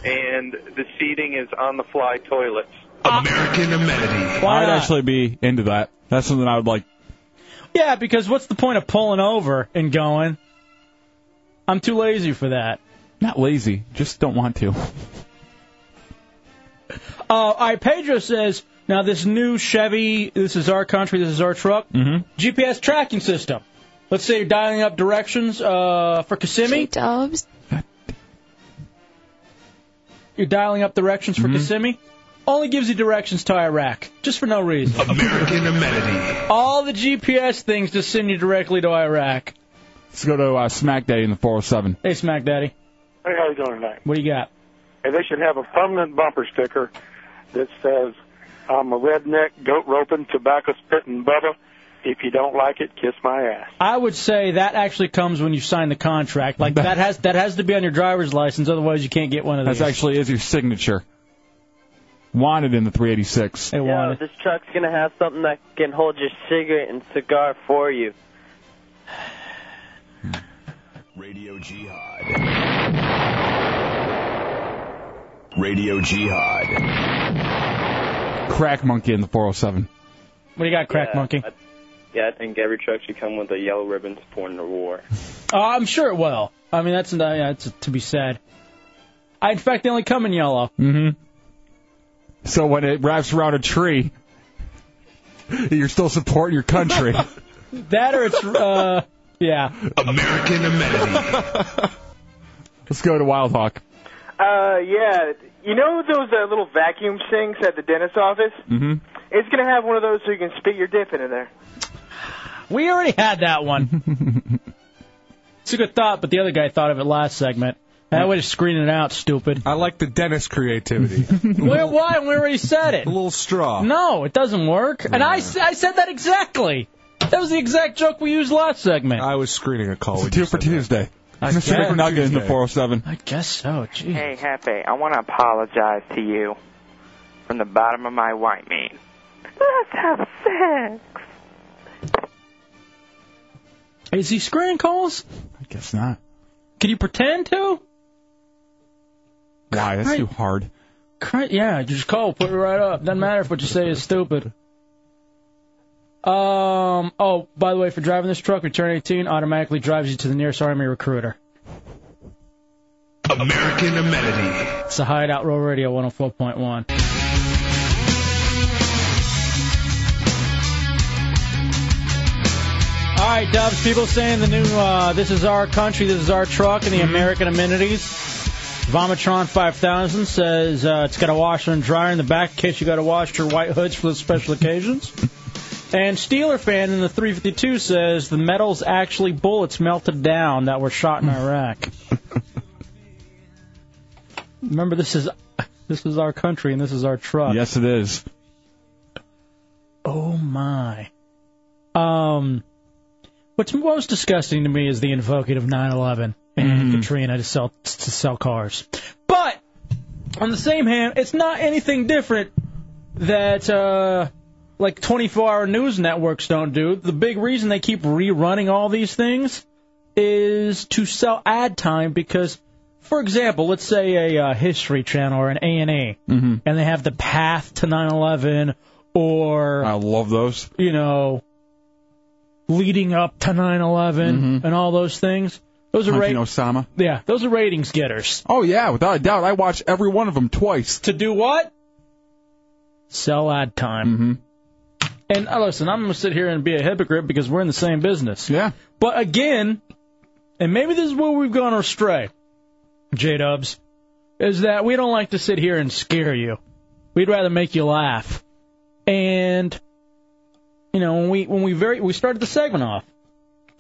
Speaker 3: and the seating is on the fly toilets.
Speaker 13: American amenity.
Speaker 6: I'd actually be into that. That's something I would like.
Speaker 5: Yeah, because what's the point of pulling over and going? I'm too lazy for that.
Speaker 6: Not lazy, just don't want to.
Speaker 5: Uh, all right, Pedro says, Now this new Chevy, this is our country, this is our truck. Mm-hmm. GPS tracking system. Let's say you're dialing up directions uh, for Kissimmee. Dubs. You're dialing up directions for Kissimmee. Only gives you directions to Iraq, just for no reason.
Speaker 13: American amenity.
Speaker 5: All the GPS things just send you directly to Iraq.
Speaker 6: Let's go to uh, Smack Daddy in the 407.
Speaker 5: Hey, Smack Daddy,
Speaker 4: Hey, how you doing tonight?
Speaker 5: what do you got?
Speaker 4: Hey, they should have a permanent bumper sticker that says, "I'm a redneck, goat roping, tobacco spitting bubba. If you don't like it, kiss my ass."
Speaker 5: I would say that actually comes when you sign the contract. Like that has that has to be on your driver's license, otherwise you can't get one of these.
Speaker 6: That's actually is your signature. Wanted in the 386.
Speaker 5: They
Speaker 16: Yeah, this truck's gonna have something that can hold your cigarette and cigar for you.
Speaker 13: Radio Jihad. Radio Jihad.
Speaker 6: Crack monkey in the 407.
Speaker 5: What do you got, Crack
Speaker 7: Yeah,
Speaker 5: Uh, Monkey?
Speaker 7: I- yeah, I think every truck should come with a yellow ribbon supporting the war.
Speaker 5: Oh, I'm sure it will. I mean, that's not, yeah, it's to be said. I, in fact, they only come in yellow.
Speaker 6: Mm-hmm. So when it wraps around a tree, you're still supporting your country.
Speaker 5: That or it's, uh, yeah.
Speaker 13: American amenity.
Speaker 6: Let's go to Wild Hawk.
Speaker 28: Uh, yeah. You know those uh, little vacuum sinks at the dentist's office?
Speaker 6: Mm-hmm.
Speaker 28: It's gonna have one of those so you can spit your dip into there.
Speaker 5: We already had that one. it's a good thought, but the other guy thought of it last segment. That would have screened it out, stupid.
Speaker 21: I like the dentist creativity.
Speaker 5: Where, why? We already said it. A
Speaker 21: little straw.
Speaker 5: No, it doesn't work. And I, s- I said that exactly. That was the exact joke we used last segment.
Speaker 21: I was screening a call.
Speaker 6: Two for Tuesday.
Speaker 21: I
Speaker 6: Mr.
Speaker 21: guess.
Speaker 6: McNugget in the
Speaker 21: Tuesday.
Speaker 6: 407.
Speaker 5: I guess so. Gee.
Speaker 16: Hey, Hefe, I want to apologize to you from the bottom of my white meat.
Speaker 23: Let's have sex.
Speaker 5: Is he screening calls?
Speaker 6: I guess not.
Speaker 5: Can you pretend to?
Speaker 6: Why? That's
Speaker 5: Right.
Speaker 6: too hard.
Speaker 5: Cri- Yeah, just call, put it right up. Doesn't matter if what you say is stupid. Um. Oh, by the way, for driving this truck, return 18 automatically drives you to the nearest Army recruiter.
Speaker 13: American amenity.
Speaker 5: It's the Hideout Roll Radio 104.1. All right, Dubs. People saying the new uh, "This is our country, this is our truck" and the American amenities. Vomitron 5000 says uh, it's got a washer and dryer in the back in case you got to wash your white hoods for those special occasions. And Steeler fan in the 352 says the metal's actually bullets melted down that were shot in Iraq. Remember, this is this is our country and this is our truck.
Speaker 6: Yes, it is.
Speaker 5: Oh my. Um, what's most disgusting to me is the invoking of 9/11 and Katrina to sell to sell cars. But on the same hand, it's not anything different that uh, like 24-hour news networks don't do. The big reason they keep rerunning all these things is to sell ad time because, for example, let's say a uh, History Channel or an A and A,
Speaker 6: Mm-hmm.
Speaker 5: and they have the path to 9/11 or
Speaker 6: I love those.
Speaker 5: you know, leading up to 9/11 and all those things. Those are
Speaker 6: Hunting
Speaker 5: ra-
Speaker 6: Osama.
Speaker 5: yeah, those are ratings getters.
Speaker 6: Oh yeah, without a doubt. I watch every one of them twice.
Speaker 5: To do what? Sell ad time. And uh, listen, I'm gonna sit here and be a hypocrite because we're in the same business.
Speaker 6: Yeah.
Speaker 5: But again, and maybe this is where we've gone astray, J Dubs, is that we don't like to sit here and scare you. We'd rather make you laugh. And you know, when we when we very we started the segment off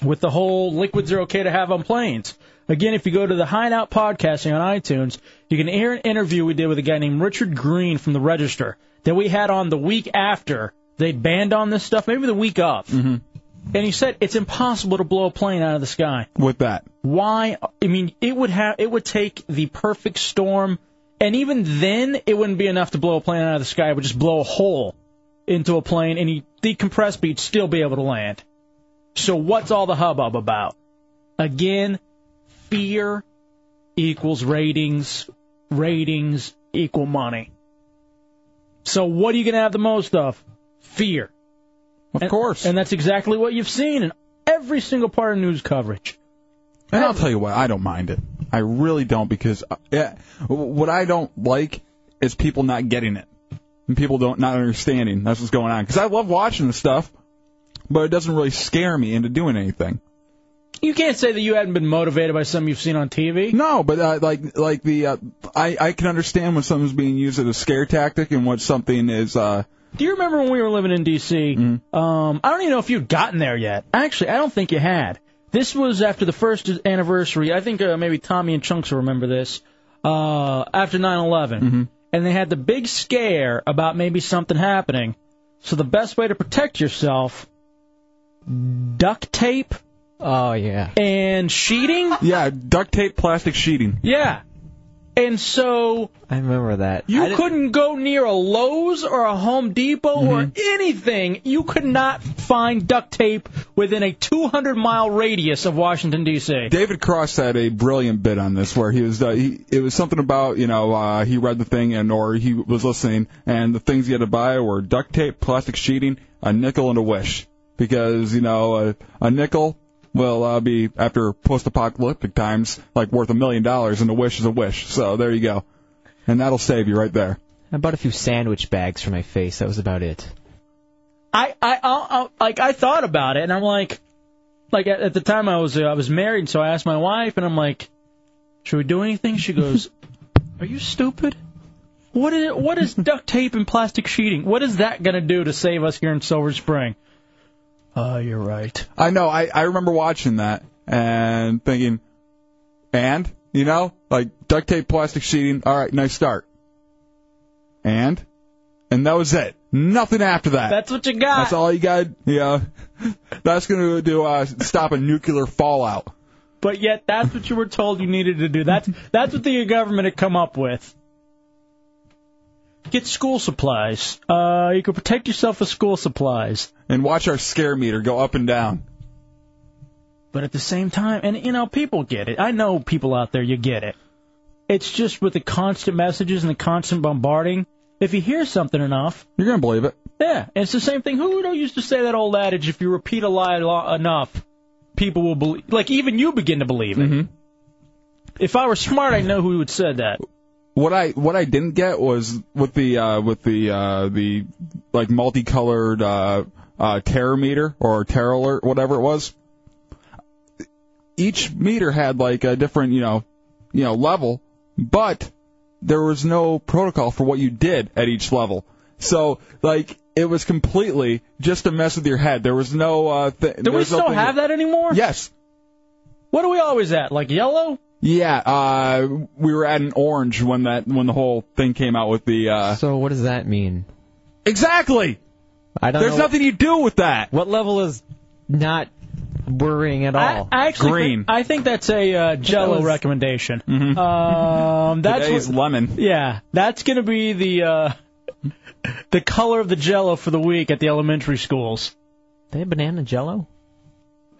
Speaker 5: with the whole liquids are okay to have on planes. Again, if you go to the Hideout podcasting on iTunes, you can hear an interview we did with a guy named Richard Green from the Register that we had on the week after they banned on this stuff, maybe the week of. And he said it's impossible to blow a plane out of the sky.
Speaker 6: With that.
Speaker 5: Why? I mean, it would have it would take the perfect storm, and even then, it wouldn't be enough to blow a plane out of the sky. It would just blow a hole into a plane, and you decompress, but you'd still be able to land. So what's all the hubbub about? Again, fear equals ratings. Ratings equal money. So what are you going to have the most of? Fear. Of
Speaker 6: course.
Speaker 5: And that's exactly what you've seen in every single part of news coverage.
Speaker 6: And I'll tell you what, I don't mind it. I really don't because uh, yeah, what I don't like is people not getting it. and people don't not understanding. That's what's going on. Because I love watching the stuff, but it doesn't really scare me into doing anything.
Speaker 5: You can't say that you hadn't been motivated by something you've seen on TV.
Speaker 6: No, but uh, like like the uh, I I can understand when something's being used as a scare tactic and what something is. uh
Speaker 5: Do you remember when we were living in D.C.?
Speaker 6: Mm-hmm.
Speaker 5: Um, I don't even know if you'd gotten there yet. Actually, I don't think you had. This was after the first anniversary. I think uh, maybe Tommy and Chunks will remember this. Uh, after 9/11,
Speaker 6: Mm-hmm.
Speaker 5: and they had the big scare about maybe something happening. So the best way to protect yourself, duct tape. Oh yeah. And sheeting.
Speaker 6: Yeah, duct tape, plastic sheeting.
Speaker 5: Yeah. And so
Speaker 8: I remember that. I
Speaker 5: you
Speaker 8: didn't-
Speaker 5: couldn't go near a Lowe's or a Home Depot or
Speaker 6: Mm-hmm.
Speaker 5: anything. You could not find duct tape within a 200 mile radius of Washington D.C.
Speaker 6: David Cross had a brilliant bit on this where he was uh, he, it was something about you know uh, he read the thing and or he was listening and the things he had to buy were duct tape, plastic sheeting, a nickel and a wish because you know a, a nickel will uh, be after post-apocalyptic times like worth a million dollars and a wish is a wish. So there you go, and that'll save you right there.
Speaker 8: I bought a few sandwich bags for my face. That was about it.
Speaker 5: I, I, I, I like I thought about it, and I'm like, like at, at the time I was uh, I was married, so I asked my wife, and I'm like, should we do anything? She goes, are you stupid? What is what is duct tape and plastic sheeting? What is that gonna do to save us here in Silver Spring? Oh, you're right.
Speaker 6: I know. I I remember watching that and thinking, and you know, like duct tape, plastic sheeting. All right, nice start. And, and that was it. Nothing after that.
Speaker 5: That's what you got.
Speaker 6: That's all you got. Yeah, that's gonna do uh, stop a nuclear fallout.
Speaker 5: But yet, that's what you were told you needed to do. That's that's what the government had come up with. Get school supplies. Uh, you can protect yourself with school supplies.
Speaker 6: And watch our scare meter go up and down.
Speaker 5: But at the same time, and you know, people get it. I know people out there, you get it. It's just with the constant messages and the constant bombarding. If you hear something enough,
Speaker 6: you're gonna believe it.
Speaker 5: Yeah, and it's the same thing. Who used to say that old adage? If you repeat a lie lo- enough, people will believe. Like even you begin to believe it.
Speaker 6: Mm-hmm.
Speaker 5: If I were smart, I know who would said that.
Speaker 6: What I what I didn't get was with the uh, with the uh, the like multicolored uh, uh, terror meter or terror alert, whatever it was. Each meter had like a different you know you know level, but there was no protocol for what you did at each level. So like it was completely just a mess with your head. There was no uh, th-
Speaker 5: Do we still have that anymore?
Speaker 6: Yes.
Speaker 5: What are we always at? Like yellow?
Speaker 6: Yeah, uh, we were at an orange when that when the whole thing came out with the. Uh...
Speaker 8: So what does that mean?
Speaker 6: Exactly.
Speaker 8: I don't.
Speaker 6: There's
Speaker 8: know
Speaker 6: nothing you do with that.
Speaker 8: What level is not worrying at all?
Speaker 5: I actually think- I think that's a uh, Jello
Speaker 8: That was-
Speaker 5: recommendation. Um, that's
Speaker 6: Today's
Speaker 5: what,
Speaker 6: Mm-hmm. lemon.
Speaker 5: Yeah, that's going to be the uh, the color of the Jello for the week at the elementary schools.
Speaker 8: They have banana Jello.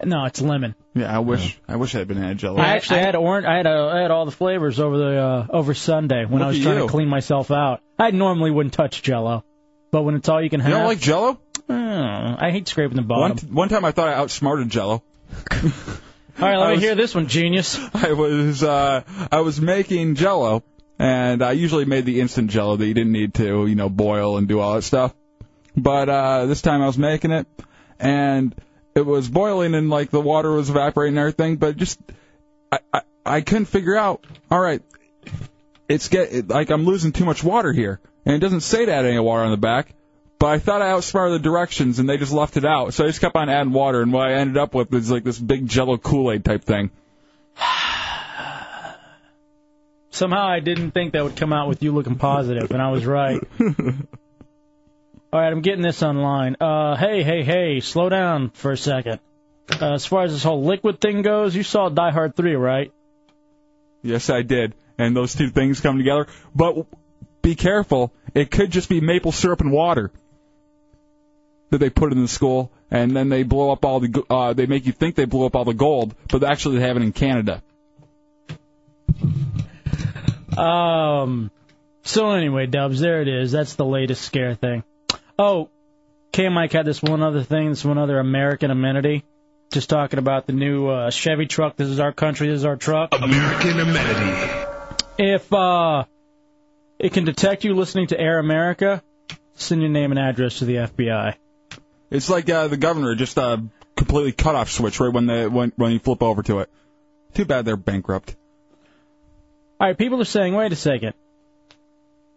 Speaker 5: No, it's lemon.
Speaker 6: Yeah, I wish
Speaker 8: Oh.
Speaker 6: I wish I had banana jello.
Speaker 5: I actually had orange. I had a, I had all the flavors over the uh, over Sunday when
Speaker 6: Look
Speaker 5: I was
Speaker 6: at
Speaker 5: trying
Speaker 6: you.
Speaker 5: to clean myself out. I normally wouldn't touch Jello, but when it's all you can
Speaker 6: You
Speaker 5: have, Mm,
Speaker 6: don't like Jello?
Speaker 5: I hate scraping the
Speaker 6: One
Speaker 5: bottom.
Speaker 6: one time I thought I outsmarted Jello.
Speaker 5: all right,
Speaker 6: I
Speaker 5: let me
Speaker 6: was-
Speaker 5: hear this one, genius.
Speaker 6: I was uh, I was making Jello, and I usually made the instant Jello that you didn't need to, you know, boil and do all that stuff. But uh, this time I was making it, and it was boiling, and like the water was evaporating and everything. But just I I, I couldn't figure out. All right, it's get it, like I'm losing too much water here, and it doesn't say to add any water on the back. But I thought I outsmarted the directions, and they just left it out. So I just kept on adding water, and what I ended up with is like this big Jello Kool-Aid type thing.
Speaker 5: Somehow I didn't think that would come out with you looking positive, and I was right. All right, I'm getting this online. Uh, hey, hey, hey, slow down for a second. Uh, as far as this whole liquid thing goes, you saw Die Hard 3, right?
Speaker 6: Yes, I did. And those two things come together. But be careful. It could just be maple syrup and water that they put in the school, and then they blow up all the. go- Uh, they make you think they blew up all the gold, but actually they have it in Canada.
Speaker 5: Um. So anyway, Dubs, there it is. That's the latest scare thing. Oh, K Mike had this one other thing. This one other American amenity. Just talking about the new uh, Chevy truck. This is our country. This is our truck.
Speaker 13: American amenity.
Speaker 5: If uh, it can detect you listening to Air America, Send your name and address to the FBI.
Speaker 6: It's like uh, the governor just uh, completely cut off switch right when the when when you flip over to it. Too bad they're bankrupt.
Speaker 5: All right, people are saying, wait a second.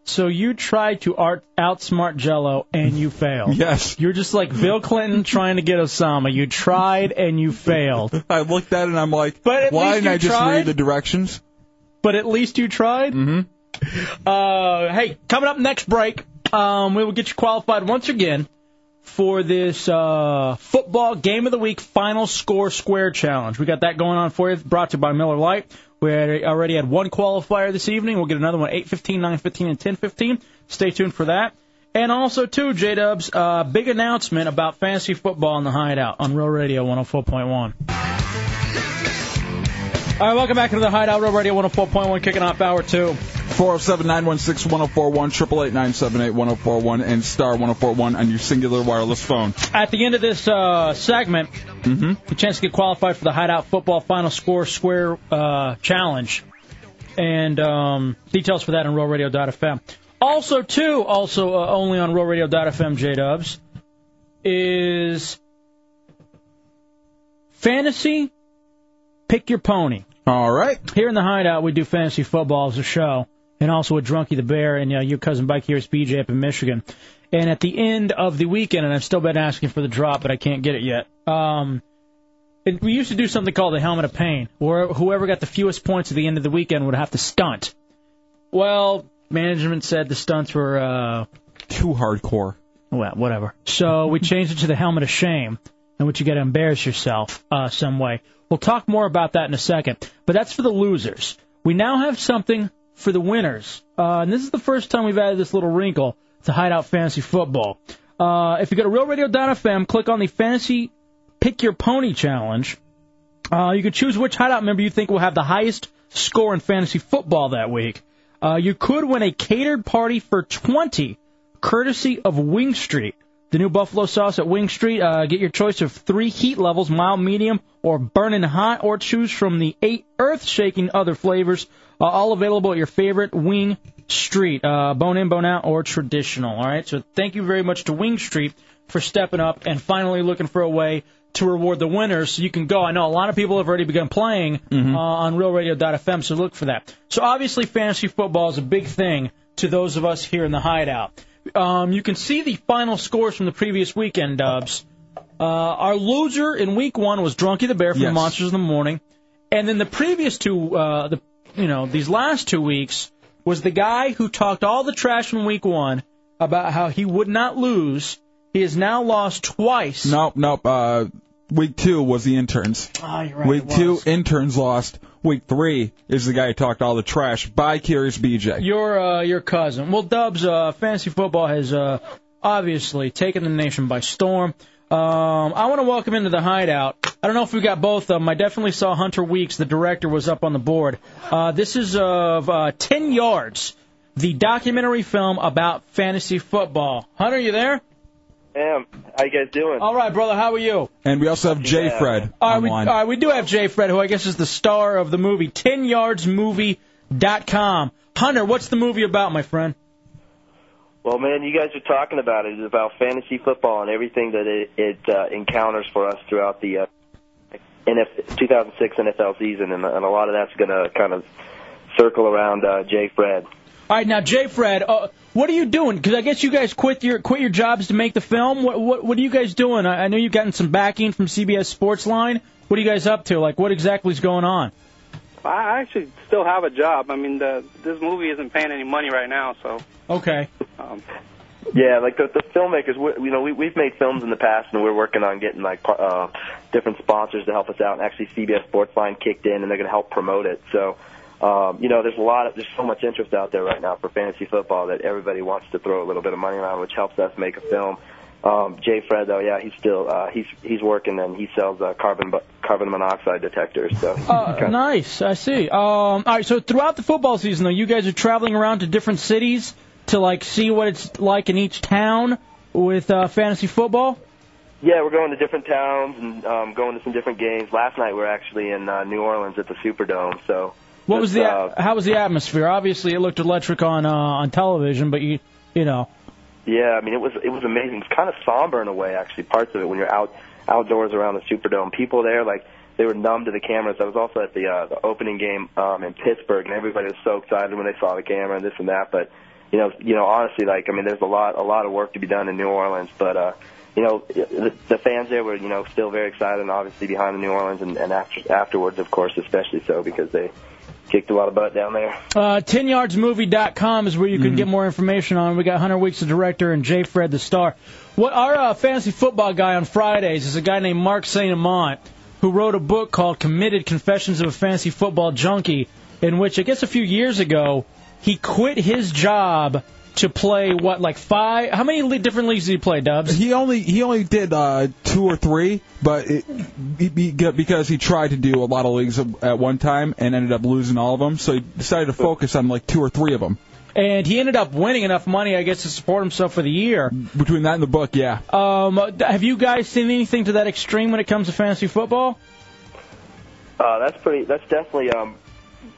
Speaker 5: So you tried to art, outsmart Jello and you failed.
Speaker 6: Yes.
Speaker 5: Oh. You're just like Bill Clinton trying to get Osama. You tried and you failed.
Speaker 6: I looked at it and I'm like,
Speaker 5: But at
Speaker 6: why didn't
Speaker 5: least you
Speaker 6: I just
Speaker 5: tried.
Speaker 6: read the directions?
Speaker 5: But at least you tried. Mm-hmm. Uh, hey, coming up next break, um, we will get you qualified once again for this uh, football game of the week final score square challenge. We got that going on for you. Brought to you by Miller Lite. We had- already had one qualifier this evening. We'll get another one 8:15, 9:15, and 10:15. Stay tuned for that. And also, too, J Dub's uh, big announcement about fantasy football in the Hideout on Real Radio 104.1. All right, welcome back to the Hideout Real Radio 104.1, kicking off hour two.
Speaker 6: 407 916 1041, 888 978 1041, and star 1041 on your singular wireless phone.
Speaker 5: At the end of this uh, segment, a chance to get qualified for the Hideout Football Final Score Square uh, Challenge. And um, details for that on RealRadio.fm. Also, too, also uh, only on RealRadio.fm, J Dubs, is Fantasy Pick Your Pony.
Speaker 6: All right.
Speaker 5: Here in the Hideout, we do fantasy football as a show, and also with Drunky the Bear and uh, your cousin Bike here is BJ up in Michigan. And at the end of the weekend, and I've still been asking for the drop, but I can't get it yet. Um, it, we used to do something called the Helmet of Pain, where whoever got the fewest points at the end of the weekend would have to stunt. Well, management said the stunts were uh,
Speaker 6: too hardcore.
Speaker 5: Well, whatever. So we changed it to the helmet of shame, in which you got to embarrass yourself uh, some way. We'll talk more about that in a second, but that's for the losers. We now have something for the winners, uh, and this is the first time we've added this little wrinkle to Hideout Fantasy Football. Uh, if you go to RealRadio.fm, click on the Fantasy Pick Your Pony Challenge. Uh, you can choose which hideout member you think will have the highest score in fantasy football that week. Uh, you could win a catered party for 20, courtesy of Wing Street. The new buffalo sauce at Wing Street. Uh, get your choice of three heat levels, mild, medium, or burning hot, or choose from the eight earth-shaking other flavors, uh, all available at your favorite Wing Street, uh, bone in, bone out, or traditional. All right. So thank you very much to Wing Street for stepping up and finally looking for a way to reward the winners. So you can go. I know a lot of people have already begun playing uh, on RealRadio.fm, so look for that. So obviously, fantasy football is a big thing to those of us here in the hideout. Um, you can see the final scores from the previous weekend, Dubs. Uh, our loser in week one was Drunky the Bear from
Speaker 6: Yes.
Speaker 5: Monsters in the Morning, and then the previous two, uh, the you know these last two weeks was the guy who talked all the trash in week one about how he would not lose. He has now lost twice.
Speaker 6: Nope, nope. Uh, week two was the interns.
Speaker 5: Ah, you're right,
Speaker 6: week
Speaker 5: it
Speaker 6: two, interns lost. Week three is the guy who talked all the trash. Bye, Curious BJ.
Speaker 5: Your uh, your cousin. Well, Dubs, uh, fantasy football has uh, obviously taken the nation by storm. Um, I want to welcome into the hideout. I don't know if we got both of them. I definitely saw Hunter Weeks, the director, was up on the board. Uh, this is of uh, 10 Yards, the documentary film about fantasy football. Hunter, you there?
Speaker 7: Damn, how you guys doing?
Speaker 5: All right, brother, how are you?
Speaker 6: And we also have J.
Speaker 7: Yeah.
Speaker 6: Fred
Speaker 5: All right, we, all
Speaker 6: online.
Speaker 5: right, we do have Jay Fred, who I guess is the star of the movie, 10yardsmovie.com. Hunter, what's the movie about, my friend?
Speaker 7: Well, man, you guys are talking about it. It's about fantasy football and everything that it, it uh, encounters for us throughout the uh, NF- 2006 NFL season, and, and a lot of that's going to kind of circle around uh, Jay Fred.
Speaker 5: All right, now Jay Fred, uh, what are you doing? Because I guess you guys quit your quit your jobs to make the film. What what, what are you guys doing? I, I know you've gotten some backing from CBS Sports Line. What are you guys up to? Like, what exactly is going on?
Speaker 9: I actually still have a job. I mean, the, this movie isn't paying any money right now, so.
Speaker 5: Okay.
Speaker 9: Um,
Speaker 7: Yeah, like the, the filmmakers, we, you know, we, we've made films in the past, and we're working on getting like par- uh, different sponsors to help us out. And actually, CBS Sportsline kicked in, and they're going to help promote it. So, um, you know, there's a lot of there's so much interest out there right now for fantasy football that everybody wants to throw a little bit of money around, which helps us make a film. Um, Jay Fred, though, yeah, he's still uh, he's he's working, and he sells uh, carbon bu- carbon monoxide detectors. So,
Speaker 5: Uh, nice, I see. Um, all right, so throughout the football season, though, you guys are traveling around to different cities to like see what it's like in each town with uh, fantasy football.
Speaker 7: Yeah, we're going to different towns and um, going to some different games. Last night we we're actually in uh, New Orleans at the Superdome. So
Speaker 5: What was the
Speaker 7: uh,
Speaker 5: how was the atmosphere? Obviously, it looked electric on uh, on television, but you you know
Speaker 7: Yeah, I mean it was it was amazing. It's kind of somber in a way, actually. Parts of it when you're out outdoors around the Superdome, people there like they were numb to the cameras. I was also at the uh, the opening game um, in Pittsburgh, and everybody was so excited when they saw the camera and this and that. But you know, you know, honestly, like I mean, there's a lot a lot of work to be done in New Orleans, but. uh you know, the, the fans there were, you know, still very excited and obviously behind the New Orleans and, and after, afterwards, of course, especially so because they kicked a lot of butt down there.
Speaker 5: Uh, 10yardsmovie.com is where you can get more information on. it. We got Hunter Weeks, the director, and Jay Fred, the star. What our uh, fantasy football guy on Fridays is a guy named Mark St. Amant who wrote a book called Committed Confessions of a Fantasy Football Junkie, in which I guess a few years ago he quit his job to play what like five how many le- different leagues did he play dubs
Speaker 6: He only he only did uh, two or three, but it, be- be- because he tried to do a lot of leagues at one time and ended up losing all of them, so he decided to focus on like two or three of them.
Speaker 5: and he ended up winning enough money i guess to support himself for the year
Speaker 6: between that and the book yeah
Speaker 5: um uh, have you guys seen anything to that extreme when it comes to fantasy football
Speaker 7: Uh, that's pretty. That's definitely um,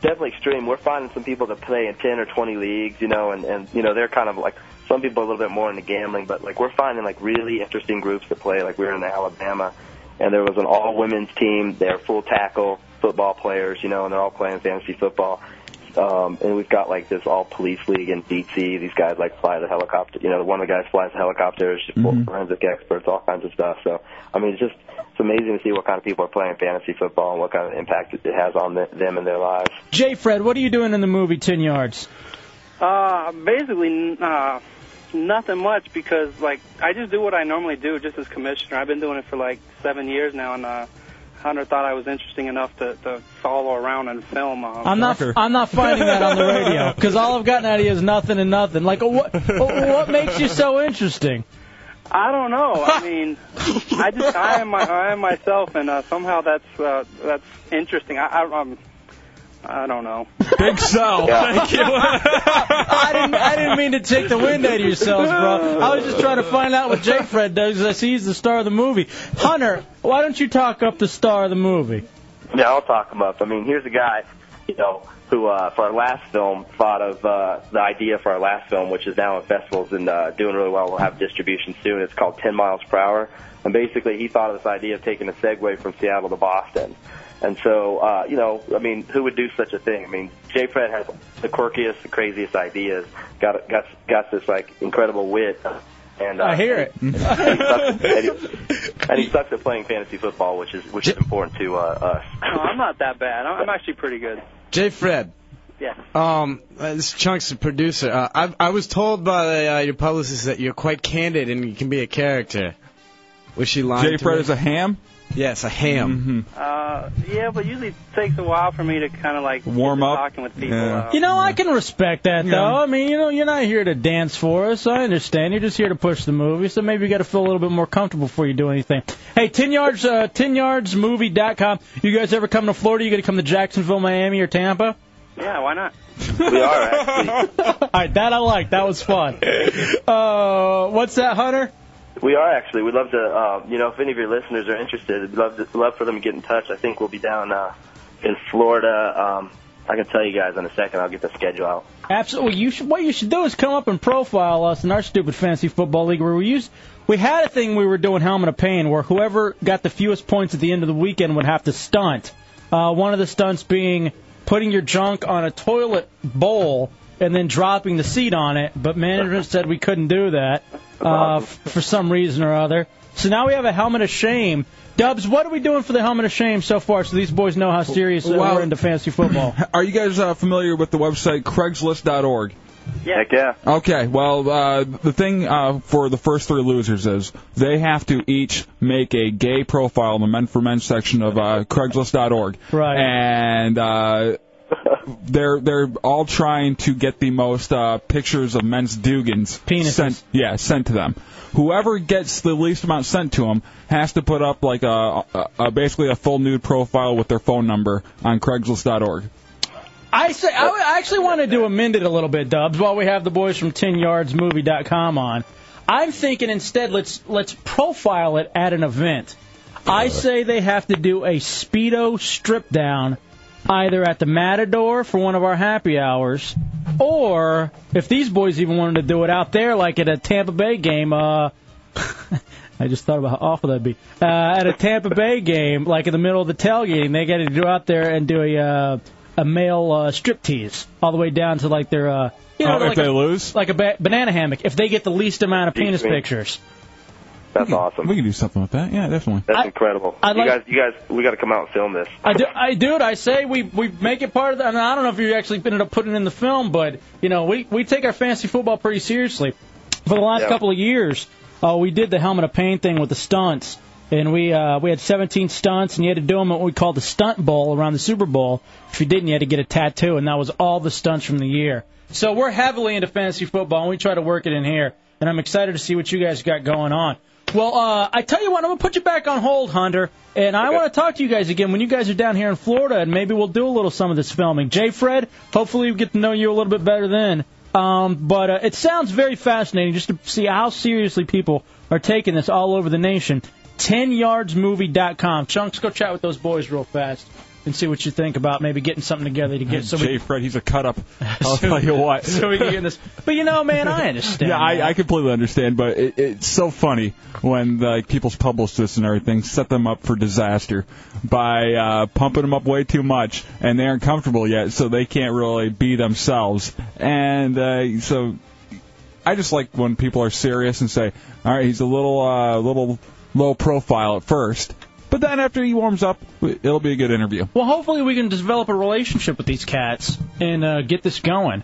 Speaker 7: definitely extreme. We're finding some people that play in ten or twenty leagues, you know, and and you know they're kind of like some people are a little bit more into gambling, but like we're finding like really interesting groups that play. Like we were in Alabama, and there was an all women's team. They're full tackle football players, you know, and they're all playing fantasy football. Um, and we've got like this all police league in DC. These guys like fly the helicopter. You know, one of the guys flies the helicopters, forensic experts, all kinds of stuff. So, I mean, it's just it's amazing to see what kind of people are playing fantasy football and what kind of impact it has on the, them and their lives.
Speaker 5: jay fred what are you doing in the movie ten yards
Speaker 9: Uh, basically, uh, nothing much because like I just do what I normally do, just as commissioner. I've been doing it for like seven years now, and uh, Hunter thought I was interesting enough to, to follow around and film. Uh,
Speaker 5: I'm not. I'm not finding that on the radio because all I've gotten out of you is nothing and nothing. Like, what? What makes you so interesting?
Speaker 9: I don't know. I mean, I just I am my I am myself, and uh, somehow that's uh, that's interesting. I, I um, I don't know.
Speaker 6: Big so.
Speaker 5: Thank you. I didn't. I didn't mean to take the wind out of yourselves, bro. I was just trying to find out what Jay Fred does. 'cause I see he's the star of the movie. Hunter, why don't you talk up the star of the movie?
Speaker 7: Yeah, I'll talk him up. I mean, here's a guy, you know, who uh, for our last film thought of uh, the idea for our last film, which is now in festivals and uh, doing really well. We'll have distribution soon. It's called 10 Miles Per Hour, and basically he thought of this idea of taking a Segway from Seattle to Boston. And so, uh, you know, I mean, who would do such a thing? I mean, Jay Fred has the quirkiest, the craziest ideas. Got got got this like incredible wit. And uh,
Speaker 5: I hear it.
Speaker 7: and, he sucks, and, he, and he sucks at playing fantasy football, which is which is important to uh, us.
Speaker 9: No, I'm not that bad. I'm, I'm actually pretty good.
Speaker 10: Jay Fred.
Speaker 9: Yeah.
Speaker 10: Um, uh, this Chunks, the producer. Uh, I, I was told by uh, your publicist that you're quite candid and you can be a character. Was she lying?
Speaker 6: Jay
Speaker 10: to
Speaker 6: Fred
Speaker 10: me?
Speaker 6: is a ham?
Speaker 10: Yes, a ham.
Speaker 9: Uh, yeah, but usually it takes a while for me to kind of like warm up talking with people. Uh,
Speaker 5: You know, I can respect that though.
Speaker 9: Yeah.
Speaker 5: I mean, you know, you're not here to dance for us. I understand. You're just here to push the movie,
Speaker 6: Mm-hmm.
Speaker 5: so maybe you got to feel a little bit more comfortable before you do anything. Hey, ten yards, uh, ten yardsmovie.com. You guys ever come to Florida? You going to come to Jacksonville, Miami, or Tampa?
Speaker 9: yeah, why not?
Speaker 7: We are. Actually.
Speaker 5: All right, that I like. That was fun. Uh, what's that, Hunter?
Speaker 7: We are actually. We'd love to. Uh, you know, if any of your listeners are interested, we'd love to, love for them to get in touch. I think we'll be down uh, in Florida. Um, I can tell you guys in a second. I'll get the schedule out.
Speaker 5: Absolutely. You should, what you should do is come up and profile us in our stupid fantasy football league where we used we had a thing we were doing helmet of pain where whoever got the fewest points at the end of the weekend would have to stunt. Uh, one of the stunts being putting your junk on a toilet bowl and then dropping the seat on it, but management said we couldn't do that uh, f- for some reason or other. So now we have a helmet of shame. Dubs, what are we doing for the helmet of shame so far? So these boys know how serious uh,
Speaker 6: Well-
Speaker 5: we're into fantasy football.
Speaker 6: Are you guys uh, familiar with the website Craigslist.org?
Speaker 9: Yeah.
Speaker 7: Heck yeah.
Speaker 6: Okay, well, uh, the thing uh, for the first three losers is they have to each make a gay profile in the Men for Men section of uh, Craigslist.org. Right. And uh, they're they're all trying to get the most uh, pictures of men's dugans sent. Yeah, sent to them. Whoever gets the least amount sent to them has to put up like a, a, a basically a full nude profile with their phone number on Craigslist.org.
Speaker 5: I say I would- I actually want to do amend it a little bit, Dubs. While we have the boys from 10yardsmovie.com on, I'm thinking instead let's let's profile it at an event. I say they have to do a speedo strip down either at the Matador for one of our happy hours, or if these boys even wanted to do it out there, like at a Tampa Bay game, uh, I just thought about how awful that'd be. Uh, at a Tampa Bay game, like in the middle of the tailgating, they got to go out there and do a uh, a male uh, strip tease all the way down to like their uh, you know,
Speaker 6: Oh, if
Speaker 5: like
Speaker 6: they
Speaker 5: a,
Speaker 6: lose,
Speaker 5: like a ba- banana hammock. If they get the least amount of penis
Speaker 7: me.
Speaker 5: pictures,
Speaker 7: That's awesome.
Speaker 6: we can do something with that. Yeah, definitely.
Speaker 7: That's incredible.
Speaker 5: I'd
Speaker 7: you
Speaker 5: like-
Speaker 7: guys, you guys, we got to come out and film this.
Speaker 5: I do, I dude, I say we we make it part of the. I, mean, I don't know if you actually ended up putting it in the film, but you know we we take our fantasy football pretty seriously. For the last
Speaker 11: Yeah.
Speaker 5: couple of years, uh, we did the helmet of pain thing with the stunts, and we uh, we had 17 stunts, and you had to do them at what we called the stunt bowl around the Super Bowl. If you didn't, you had to get a tattoo, and that was all the stunts from the year. So we're heavily into fantasy football, and we try to work it in here. And I'm excited to see what you guys got going on. Well, uh, I tell you what, I'm gonna put you back on hold, Hunter, and I want to talk to you guys again when you guys are down here in Florida, and maybe we'll do a little some of this filming. Jay, Fred, hopefully we get to know you a little bit better then. Um, but uh, it sounds very fascinating just to see how seriously people are taking this all over the nation. 10yardsmovie.com. Chunks, go chat with those boys real fast and see what you think about maybe getting something together to get so
Speaker 6: Jay
Speaker 5: we,
Speaker 6: Fred, he's a cut up. I'll tell you what.
Speaker 5: so we can get this. But you know, man, I understand.
Speaker 6: Yeah, I, I completely understand, but it, it's so funny when like people's publish this and everything set them up for disaster by uh, pumping them up way too much, and they aren't comfortable yet, so they can't really be themselves. And uh, so, I just like when people are serious and say, "All right, he's a little, uh, little low profile at first, but then after he warms up, it'll be a good interview."
Speaker 5: Well, hopefully we can develop a relationship with these cats and uh, get this going.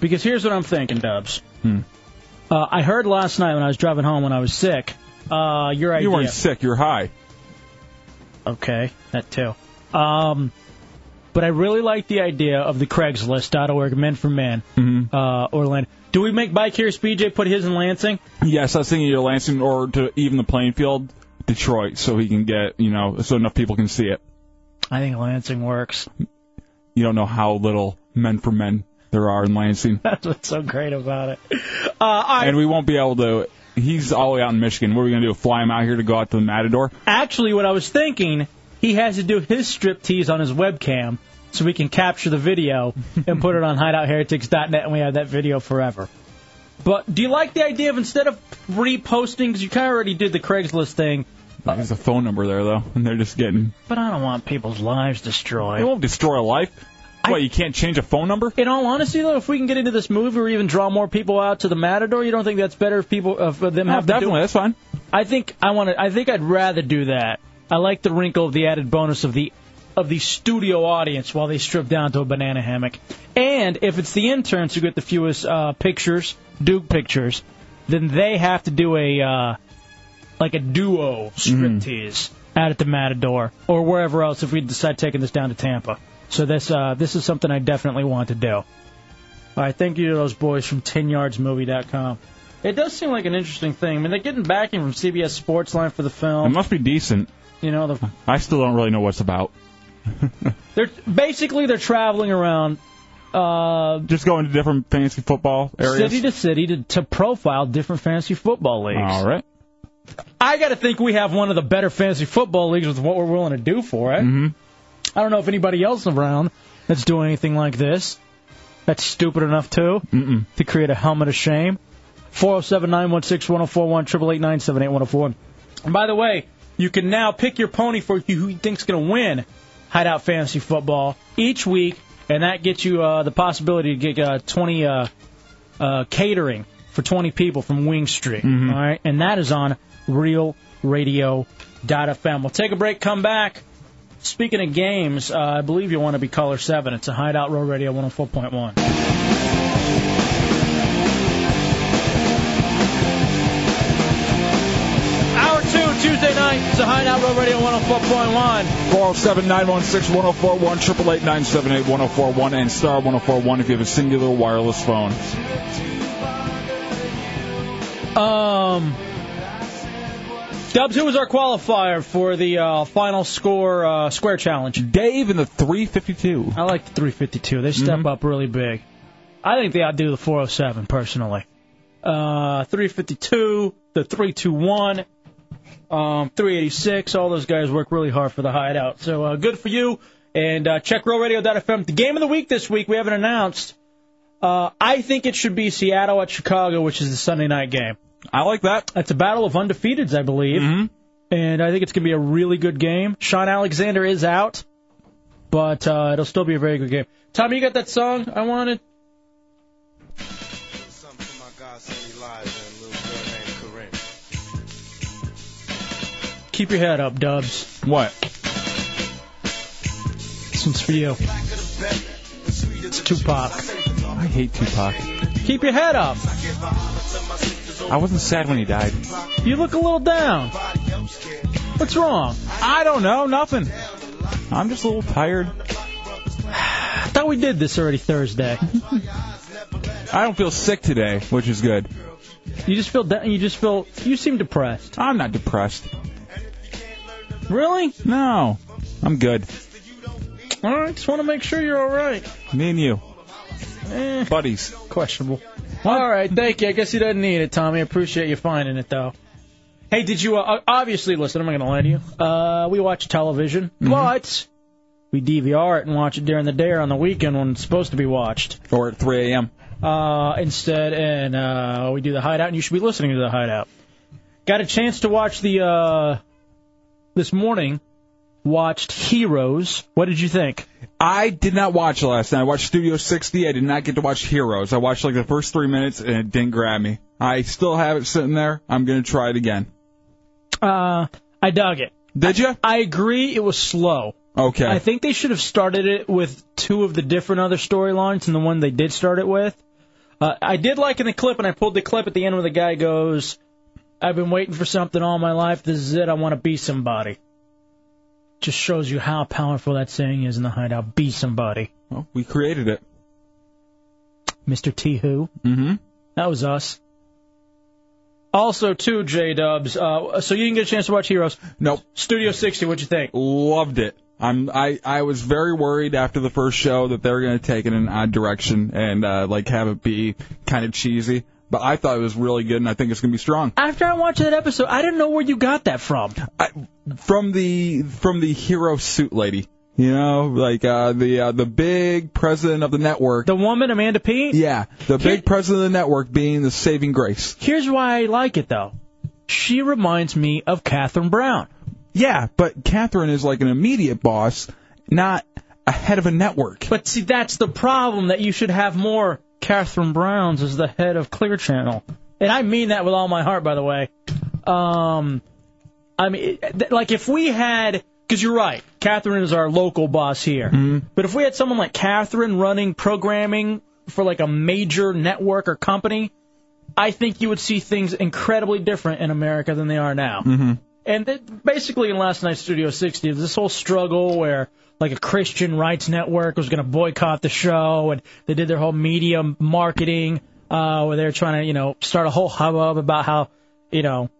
Speaker 5: Because here's what I'm thinking, Dubs.
Speaker 6: Hmm.
Speaker 5: Uh, I heard last night when I was driving home when I was sick. Uh, your idea.
Speaker 6: You weren't sick; you're high.
Speaker 5: Okay, that too. Um, but I really like the idea of the Craigslist.org Men for Men.
Speaker 6: Mm-hmm.
Speaker 5: Uh, or Lan- Do we make Bike Here BJ put his in Lansing?
Speaker 6: Yes, I was thinking either Lansing or to even the playing field, Detroit, so he can get you know so enough people can see it.
Speaker 5: I think Lansing works.
Speaker 6: You don't know how little men for men there are in Lansing,
Speaker 5: That's what's so great about it. Uh, all right.
Speaker 6: and we won't be able to. He's all the way out in Michigan. What are we gonna do? Fly him out here to go out to the Matador?
Speaker 5: Actually, what I was thinking, he has to do his strip tease on his webcam so we can capture the video and put it on hideoutheretics.net and we have that video forever. But do you like the idea of instead of reposting, because you kind of already did the Craigslist thing,
Speaker 6: There's a phone number there though, and they're just getting.
Speaker 5: but I don't want people's lives destroyed.
Speaker 6: It won't destroy a life. What? You can't change a phone number?
Speaker 5: In all honesty, though, if we can get into this movie or even draw more people out to the Matador, you don't think that's better if people if them
Speaker 6: No,
Speaker 5: have to do-
Speaker 6: Oh, definitely, that's fine.
Speaker 5: I think I want to. I think I'd rather do that. I like the wrinkle of the added bonus of the of the studio audience while they strip down to a banana hammock. And if it's the interns who get the fewest uh, pictures, Duke pictures, then they have to do a uh, like a duo striptease
Speaker 6: Mm-hmm.
Speaker 5: out at the Matador or wherever else if we decide taking this down to Tampa. So this uh, this is something I definitely want to do. All right, thank you to those boys from 10yardsmovie.com. It does seem like an interesting thing. I mean, they're getting backing from CBS Sportsline for the
Speaker 6: It
Speaker 5: film.
Speaker 6: must be decent.
Speaker 5: You know, the,
Speaker 6: I still don't really know what's about.
Speaker 5: they're basically they're traveling around uh,
Speaker 6: Just going to different fantasy football areas.
Speaker 5: city to city to, to profile different fantasy football leagues.
Speaker 6: All right.
Speaker 5: I got to think we have one of the better fantasy football leagues with what we're willing to do for it.
Speaker 6: Mm-hmm.
Speaker 5: I don't know if anybody else around that's doing anything like this. That's stupid enough too to create a helmet of shame. 407-916-1041, 888 oh And by the way, you can now pick your pony for who you think's going to win Hideout Fantasy Football each week, and that gets you uh, the possibility to get uh, 20 uh, uh, catering for 20 people from Wing Street. All right, and that is on RealRadio.fm. We'll take a break, come back. Speaking of games, uh, I believe you want to be caller seven. It's a Hideout Row Radio 104.1. Hour two, Tuesday night. It's a Hideout Row Radio 104.1.
Speaker 6: 407 916 1041, 888 978 1041, and star 1041 if you have a singular wireless phone.
Speaker 5: Um, Dubs, who was our qualifier for the uh, final score uh, square challenge?
Speaker 6: Dave in the Mm-hmm. 352.
Speaker 5: I like the 352. They step up really big. I think they outdo the 407 personally. Uh, 352, the 321, um, 386. All those guys work really hard for the hideout. So uh, good for you. And uh, check RealRadio.fm. The game of the week this week we haven't announced. Uh, I think it should be Seattle at Chicago, which is the Sunday night game.
Speaker 6: I like that. Mm-hmm.
Speaker 5: That's a battle of undefeateds, I believe. And I think it's going to be a really good game. Sean Alexander is out, but uh, it'll still be a very good game. Tommy, you got that song I wanted? Keep your head up, Dubs.
Speaker 6: What?
Speaker 5: This one's for you. It's Tupac.
Speaker 6: I hate Tupac.
Speaker 5: Keep your head up.
Speaker 6: I wasn't sad when he died.
Speaker 5: You look a little down. What's wrong?
Speaker 6: I don't know, nothing. I'm just a little tired.
Speaker 5: I thought we did this already Thursday.
Speaker 6: I don't feel sick today, which is good.
Speaker 5: You just feel down. You just feel. You seem depressed.
Speaker 6: I'm not depressed.
Speaker 5: Really?
Speaker 6: No, I'm good.
Speaker 5: All right, just want to make sure you're all right.
Speaker 6: Me and you,
Speaker 5: Eh,
Speaker 6: buddies.
Speaker 5: questionable. All right, thank you. I guess he doesn't need it, Tommy. Appreciate you finding it though. Hey, did you uh, obviously listen? I'm not going to lie to you. Uh, we watch television,
Speaker 6: Mm-hmm.
Speaker 5: but we DVR it and watch it during the day or on the weekend when it's supposed to be watched.
Speaker 6: Or at 3 a.m.
Speaker 5: Uh, instead, and uh, we do the hideout, and you should be listening to the hideout. Got a chance to watch the uh, this morning. Watched Heroes. What did you think?
Speaker 6: I did not watch it last night. I watched Studio 60. I did not get to watch Heroes. I watched like the first three minutes and it didn't grab me. I still have it sitting there. I'm gonna try it again.
Speaker 5: Uh, I dug it.
Speaker 6: Did you?
Speaker 5: I agree. It was slow.
Speaker 6: Okay.
Speaker 5: I think they should have started it with two of the different other storylines than the one they did start it with. Uh, I did like in the clip, and I pulled the clip at the end where the guy goes, "I've been waiting for something all my life. This is it. I want to be somebody." Just shows you how powerful that saying is in the hideout. Be somebody,
Speaker 6: Well, we created it.
Speaker 5: Mr. T. Who?
Speaker 6: Mm-hmm.
Speaker 5: That was us. Also, too, J Dubs. Uh, so you didn't get a chance to watch Heroes.
Speaker 6: Nope.
Speaker 5: Studio 60. What'd you think?
Speaker 6: Loved it. I'm I I was very worried after the first show that they were gonna take it in an odd direction and uh, like have it be kind of cheesy. But I thought it was really good and I think it's gonna be strong.
Speaker 5: After I watched that episode, I didn't know where you got that from.
Speaker 6: from the from the hero suit lady. You know, like uh, the uh, the big president of the network,
Speaker 5: the woman Amanda Pete.
Speaker 6: Yeah, the big president of the network being the saving grace.
Speaker 5: Here's why I like it though. She reminds me of Catherine Brown.
Speaker 6: Yeah, but Catherine is like an immediate boss, not a head of a network.
Speaker 5: But see, that's the problem that you should have more Catherine Browns as the head of Clear Channel, and I mean that with all my heart, by the way. Um, I mean, it- th- like if we had, because you're right, Catherine is our local boss here. But if we had someone like Catherine running programming for like a major network or company, I think you would see things incredibly different in America than they are now.
Speaker 6: Mm-hmm.
Speaker 5: And that basically in last night's Studio 60, this whole struggle where like a Christian rights network was going to boycott the show, and they did their whole media marketing uh, where they were trying to you know start a whole hubbub about how you know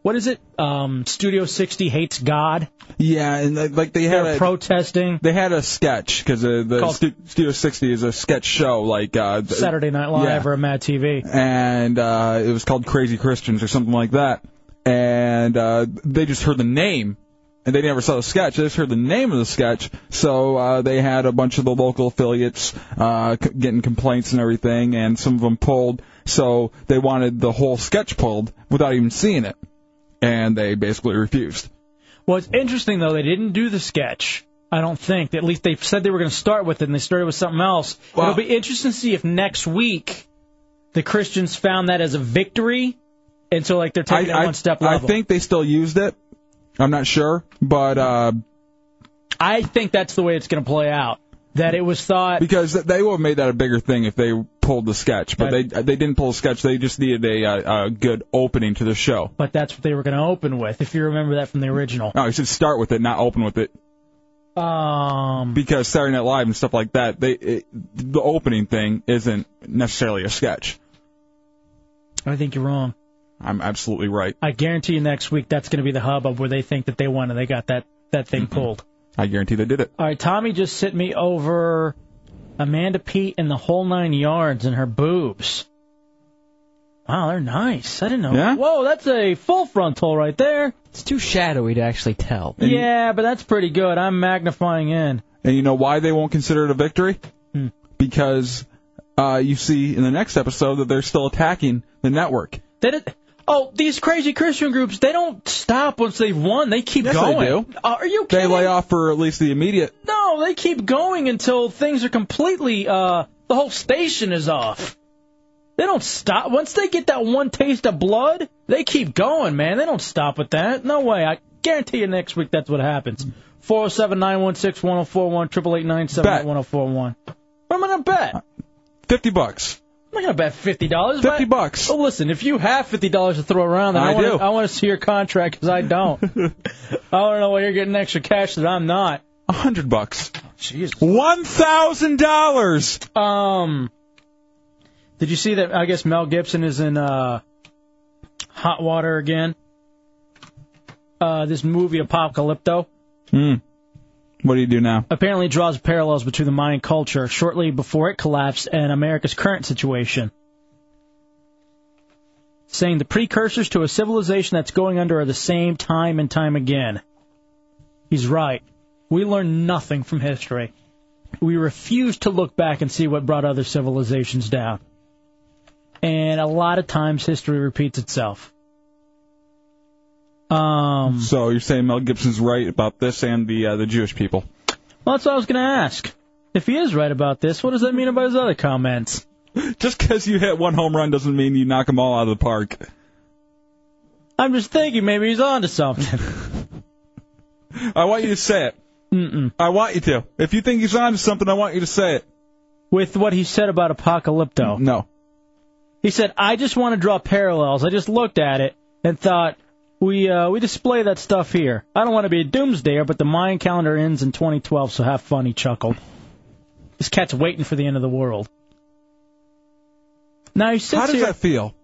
Speaker 5: what is it? Um, Studio 60 hates God.
Speaker 6: Yeah, and like like they had
Speaker 5: They're
Speaker 6: a,
Speaker 5: protesting.
Speaker 6: They had a sketch because uh, the
Speaker 5: Called-
Speaker 6: Stu- Studio 60 is a sketch show like uh, th-
Speaker 5: Saturday Night Live
Speaker 6: Yeah.
Speaker 5: or Mad TV.
Speaker 6: and uh, it was called Crazy Christians or something like that. And uh, they just heard the name, and they never saw the sketch. They just heard the name of the sketch, so uh, they had a bunch of the local affiliates uh, c- getting complaints and everything, and some of them pulled. So they wanted the whole sketch pulled without even seeing it, and they basically refused.
Speaker 5: Well, it's interesting though they didn't do the sketch. I don't think. At least they said they were going to start with it, and they started with something else. It'll be interesting to see if next week the Christians found that as a victory, and so like they're taking
Speaker 6: I,
Speaker 5: it
Speaker 6: I-
Speaker 5: one step
Speaker 6: I
Speaker 5: level.
Speaker 6: think they still used it. I'm not sure, but uh,
Speaker 5: I think that's the way it's going to play out. That it was thought
Speaker 6: because they would have made that a bigger thing if they pulled the sketch, but they they didn't pull a sketch. They just needed a, uh a good opening to the show.
Speaker 5: but that's what they were going to open with. If you remember that from the original.
Speaker 6: No, you should start with it, not open with it,
Speaker 5: Um.
Speaker 6: because Saturday Night Live and stuff like that, they it, the opening thing isn't necessarily a sketch.
Speaker 5: I think you're wrong.
Speaker 6: I'm absolutely right.
Speaker 5: I guarantee you next week that's going to be the hubbub where they think that they won and they got that that thing
Speaker 6: Mm-hmm.
Speaker 5: pulled.
Speaker 6: I guarantee they did it.
Speaker 5: All right, Tommy just sent me over Amanda Pete and the whole nine yards and her boobs. Wow, they're nice. I didn't know.
Speaker 6: Yeah?
Speaker 5: Whoa, that's a full frontal right there.
Speaker 8: It's too shadowy to actually tell.
Speaker 5: Yeah, but that's pretty good. I'm magnifying in.
Speaker 6: And you know why they won't consider it a victory?
Speaker 5: Hmm.
Speaker 6: Because uh, you see in the next episode that they're still attacking the network.
Speaker 5: They did, oh, these crazy Christian groups, they don't stop once they've won. They keep
Speaker 6: Yes,
Speaker 5: going. Uh,
Speaker 6: they do.
Speaker 5: are you
Speaker 6: They lay off for at least the immediate.
Speaker 5: No, they keep going until things are completely, uh, the whole station is off. They don't stop. Once they get that one taste of blood, they keep going, man. They don't stop with that. No way. I guarantee you next week that's what happens. 407 916 1041, 888 978 1041. What am I going to bet?
Speaker 6: 50 bucks.
Speaker 5: I'm not going to bet $50. 50
Speaker 6: bucks.
Speaker 5: Oh, listen, if you have $50 to throw around, then I,
Speaker 6: I
Speaker 5: wanna,
Speaker 6: do.
Speaker 5: I want to see your contract because I don't. I want to know why you're getting extra cash that I'm not.
Speaker 6: A hundred bucks.
Speaker 5: Jesus.
Speaker 6: One thousand dollars.
Speaker 5: Um, did you see that? I guess Mel Gibson is in uh, hot water again. Uh, this movie Apocalypto
Speaker 6: Hmm. What do you do now?
Speaker 5: apparently draws parallels between the Mayan culture shortly before it collapsed and America's current situation. Saying the precursors to a civilization that's going under are the same time and time again. He's right. We learn nothing from history. We refuse to look back and see what brought other civilizations down. And a lot of times history repeats itself. Um.
Speaker 6: So you're saying Mel Gibson's right about this and the uh, the Jewish people?
Speaker 5: Well, that's what I was going to ask. If he is right about this, what does that mean about his other comments?
Speaker 6: Just because you hit one home run doesn't mean you knock them all out of the park.
Speaker 5: I'm just thinking maybe he's onto something.
Speaker 6: I want you to say it.
Speaker 5: Mm-mm.
Speaker 6: I want you to. If you think he's onto something, I want you to say it.
Speaker 5: With what he said about Apocalypto.
Speaker 6: No.
Speaker 5: He said, "I just want to draw parallels. I just looked at it and thought we uh, we display that stuff here. I don't want to be a doomsdayer, but the Mayan calendar ends in 2012, so have fun." He chuckled. This cat's waiting for the end of the world. Now he sits
Speaker 6: How does
Speaker 5: here. Hmm.
Speaker 6: that feel?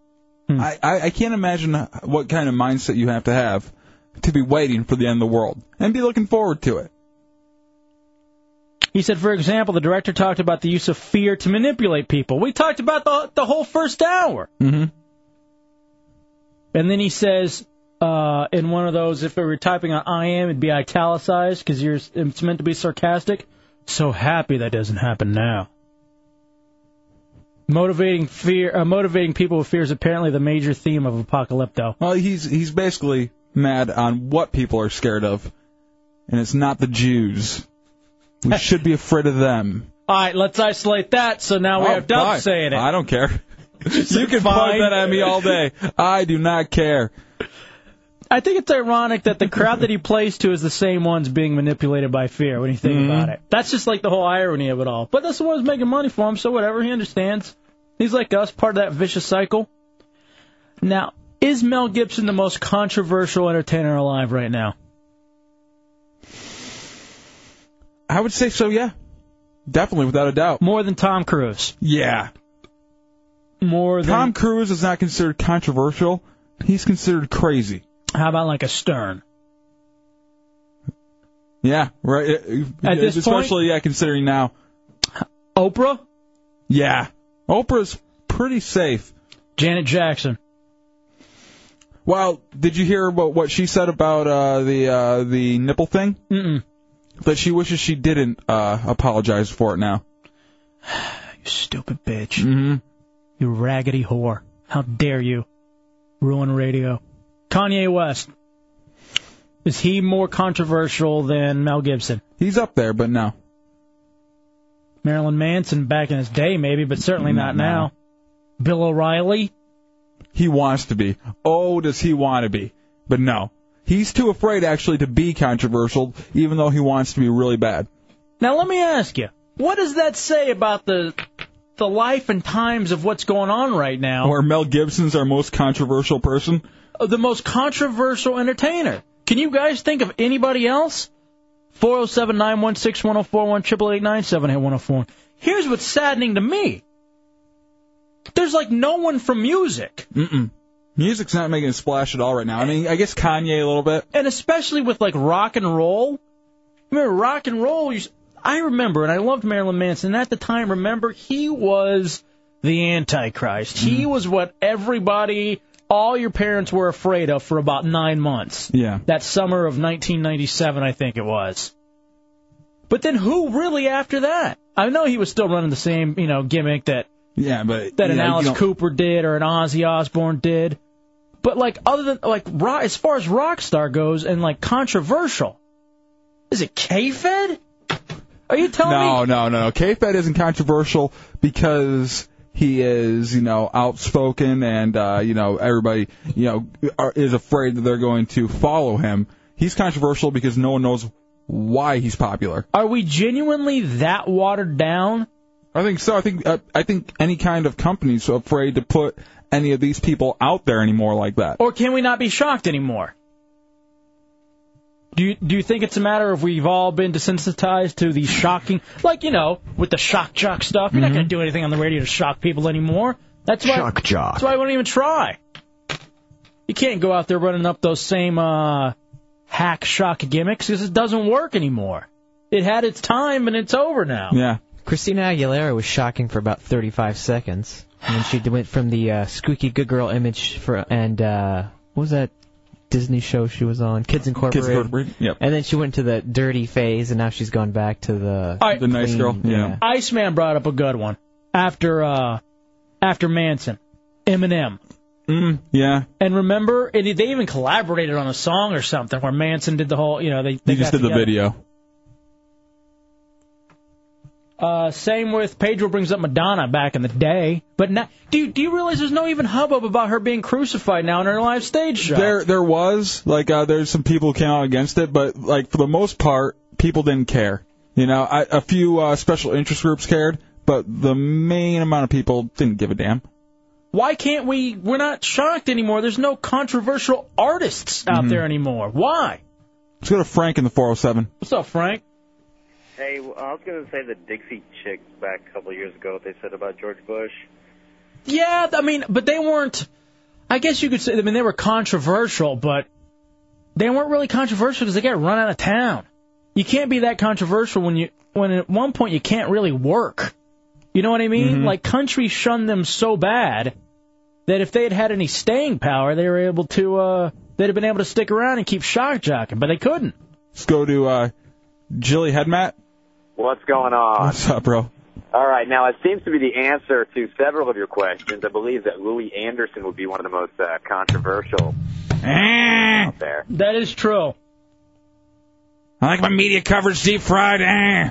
Speaker 6: I, I I can't imagine what kind of mindset you have to have to be waiting for the end of the world and be looking forward to it.
Speaker 5: He said, for example, the director talked about the use of fear to manipulate people. We talked about the the whole first hour.
Speaker 6: Mm-hmm.
Speaker 5: And then he says, uh, in one of those, if we were typing on I am, it'd be italicized because you're it's meant to be sarcastic. So happy that doesn't happen now. Motivating fear, uh, motivating people with fear is apparently the major theme of Apocalypto.
Speaker 6: Well, he's he's basically mad on what people are scared of, and it's not the Jews. We should be afraid of them.
Speaker 5: All right, let's isolate that. So now we
Speaker 6: Oh,
Speaker 5: have Dub
Speaker 6: fine.
Speaker 5: saying it.
Speaker 6: I don't care. you can
Speaker 5: Fine.
Speaker 6: point that at me all day. I do not care.
Speaker 5: I think it's ironic that the crowd that he plays to is the same ones being manipulated by fear when you think
Speaker 6: Mm-hmm.
Speaker 5: about it. That's just like the whole irony of it all. But that's the one who's making money for him, so whatever, he understands. He's like us, part of that vicious cycle. Now, is Mel Gibson the most controversial entertainer alive right now?
Speaker 6: I would say so, yeah. Definitely, without a doubt.
Speaker 5: More than Tom Cruise.
Speaker 6: Yeah.
Speaker 5: More than
Speaker 6: Tom Cruise is not considered controversial. He's considered crazy.
Speaker 5: How about like a Stern?
Speaker 6: Yeah, right. uh,
Speaker 5: At this
Speaker 6: Especially, yeah, considering now.
Speaker 5: Oprah?
Speaker 6: Yeah. Oprah's pretty safe.
Speaker 5: Janet Jackson.
Speaker 6: Wow, did you hear about what she said about uh, the uh, the nipple thing?
Speaker 5: Mm-mm.
Speaker 6: That she wishes she didn't uh, apologize for it now.
Speaker 5: You stupid bitch.
Speaker 6: Mm-hmm.
Speaker 5: You raggedy whore. How dare you ruin radio. Kanye West. Is he more controversial than Mel Gibson?
Speaker 6: He's up there, but no.
Speaker 5: Marilyn Manson back in his day, maybe, but certainly not now. Bill O'Reilly.
Speaker 6: He wants to be. Oh, does he want to be? But no. He's too afraid, actually, to be controversial, even though he wants to be really bad.
Speaker 5: Now let me ask you, what does that say about the the life and times of what's going on right now?
Speaker 6: Where Mel Gibson's our most controversial person?
Speaker 5: Uh, the most controversial entertainer. Can you guys think of anybody else? 407 916 1041 1041 Here's what's saddening to me. There's like no one from music,
Speaker 6: Mm-mm. Music's not making a splash at all right now. I mean, I guess Kanye a little bit.
Speaker 5: and especially with like rock and roll. Remember rock and roll? used- I remember, and I loved Marilyn Manson. And at the time,
Speaker 6: Mm-hmm.
Speaker 5: remember he was the Antichrist. He was what everybody all your parents were afraid of for about nine months.
Speaker 6: Yeah.
Speaker 5: That summer of 1997, I think it was. But then who really after that? I know he was still running the same, you know, gimmick that
Speaker 6: yeah, but
Speaker 5: that an
Speaker 6: yeah, you
Speaker 5: Alice
Speaker 6: don't-
Speaker 5: Cooper did or an Ozzy Osbourne did. But like other than like rock, as far as Rockstar goes and like controversial, is it K-Fed? Are you telling me?
Speaker 6: no, no, no, no. K-Fed isn't controversial because he is, you know, outspoken and, uh, you know, everybody, you know, are, is afraid that they're going to follow him. He's controversial because no one knows why he's popular.
Speaker 5: Are we genuinely that watered down?
Speaker 6: I think so. I think uh, I think any kind of company's afraid to put any of these people out there anymore like that.
Speaker 5: Or can we not be shocked anymore? Do you, do you think it's a matter of we've all been desensitized to the shocking, like you know, with the shock jock stuff? You're not
Speaker 6: Mm-hmm.
Speaker 5: going to do anything on the radio to shock people anymore. That's why
Speaker 11: Shock jock.
Speaker 5: That's why I wouldn't even try. You can't go out there running up those same uh, hack shock gimmicks because it doesn't work anymore. It had its time and it's over now.
Speaker 6: Yeah.
Speaker 8: Christina Aguilera was shocking for about 35 seconds. And then she d- went from the uh, squeaky good girl image for and uh, what was that Disney show she was on? Kids Incorporated.
Speaker 6: Incorporated, yep.
Speaker 8: And then she went to the dirty phase, and now she's gone back to the
Speaker 5: All right.
Speaker 8: clean,
Speaker 5: Iceman brought up a good one after uh, after Manson, Eminem.
Speaker 6: Mm, yeah.
Speaker 5: And remember, and they even collaborated on a song or something where Manson did the whole, you know, they, they
Speaker 6: He just
Speaker 5: got
Speaker 6: did the
Speaker 5: together.
Speaker 6: video.
Speaker 5: Uh, same with Pedro brings up Madonna back in the day, but now, do you, do you realize there's no even hubbub about her being crucified now in her live stage show?
Speaker 6: There, there was like uh, there's some people who came out against it, but like for the most part, people didn't care. You know, I, a few uh, special interest groups cared, but the main amount of people didn't give a damn.
Speaker 5: Why can't we? We're not shocked anymore. There's no controversial artists
Speaker 6: Mm-hmm.
Speaker 5: out there anymore. Why?
Speaker 6: Let's go to Frank in the 407.
Speaker 5: What's up, Frank?
Speaker 12: Hey, well, I was going to say the Dixie Chicks back a couple of years ago, what they said about George Bush.
Speaker 5: Yeah, I mean, but they weren't. I guess you could say. I mean, they were controversial, but they weren't really controversial because they got run out of town. You can't be that controversial when you when at one point you can't really work. You know what I mean?
Speaker 6: Mm-hmm.
Speaker 5: Like country shunned them so bad that if they had had any staying power, they were able to. uh They'd have been able to stick around and keep shock jocking, but they couldn't.
Speaker 6: Let's go to uh, Jilly Headmat.
Speaker 14: What's going on?
Speaker 6: What's up, bro?
Speaker 14: All right, now it seems to be the answer to several of your questions. I believe that Louis Anderson would be one of the most uh, controversial out there.
Speaker 5: That is true.
Speaker 6: Eh. I like my media coverage deep fried. eh.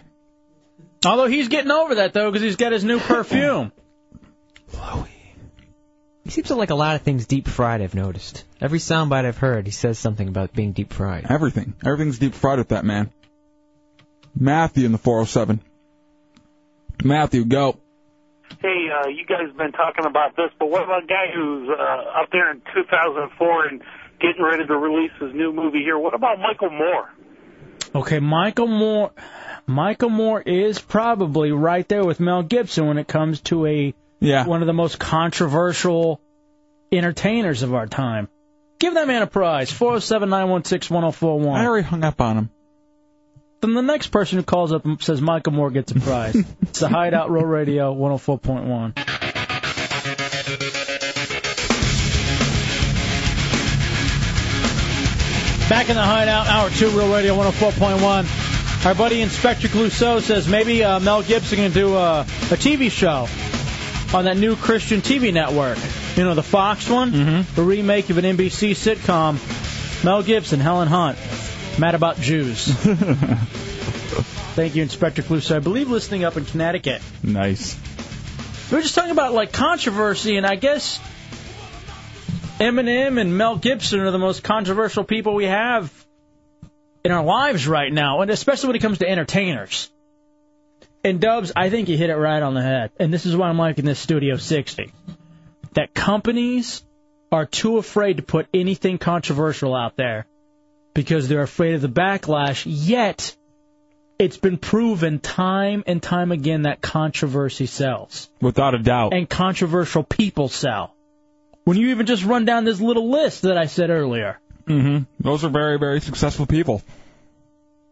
Speaker 5: Although he's getting over that though, because he's got his new perfume.
Speaker 8: He seems to like a lot of things deep fried. I've noticed every soundbite I've heard, he says something about being deep fried.
Speaker 6: Everything, everything's deep fried with that man. Matthew in the 407. Matthew, go.
Speaker 15: Hey, uh, you guys have been talking about this, but what about a guy who's uh, up there in 2004 and getting ready to release his new movie here? What about Michael Moore?
Speaker 5: Okay, Michael Moore. Michael Moore is probably right there with Mel Gibson when it comes to a one of the most controversial entertainers of our time. Give that man a prize. Four zero seven nine one six one zero four one. I
Speaker 6: already hung up on him.
Speaker 5: Then the next person who calls up and says Michael Moore gets a prize. it's the Hideout Row Radio 104.1. Back in the hideout, hour two, Real Radio 104.1. Our buddy Inspector Clouseau says maybe uh, Mel Gibson can do uh, a TV show on that new Christian TV network. You know, the Fox one? Mm-hmm. The remake of an NBC sitcom. Mel Gibson, Helen Hunt, mad about Jews. Thank you, Inspector Clouseau. I believe listening up in Connecticut.
Speaker 6: Nice.
Speaker 5: We were just talking about like controversy, and I guess Eminem and Mel Gibson are the most controversial people we have in our lives right now, and especially when it comes to entertainers. And Dubs, I think you hit it right on the head, and this is why I'm liking this Studio 60. That companies are too afraid to put anything controversial out there because they're afraid of the backlash, yet it's been proven time and time again that controversy sells
Speaker 6: Without a doubt.
Speaker 5: and controversial people sell. When you even just run down this little list that I said earlier.
Speaker 6: hmm Those are very, very successful people.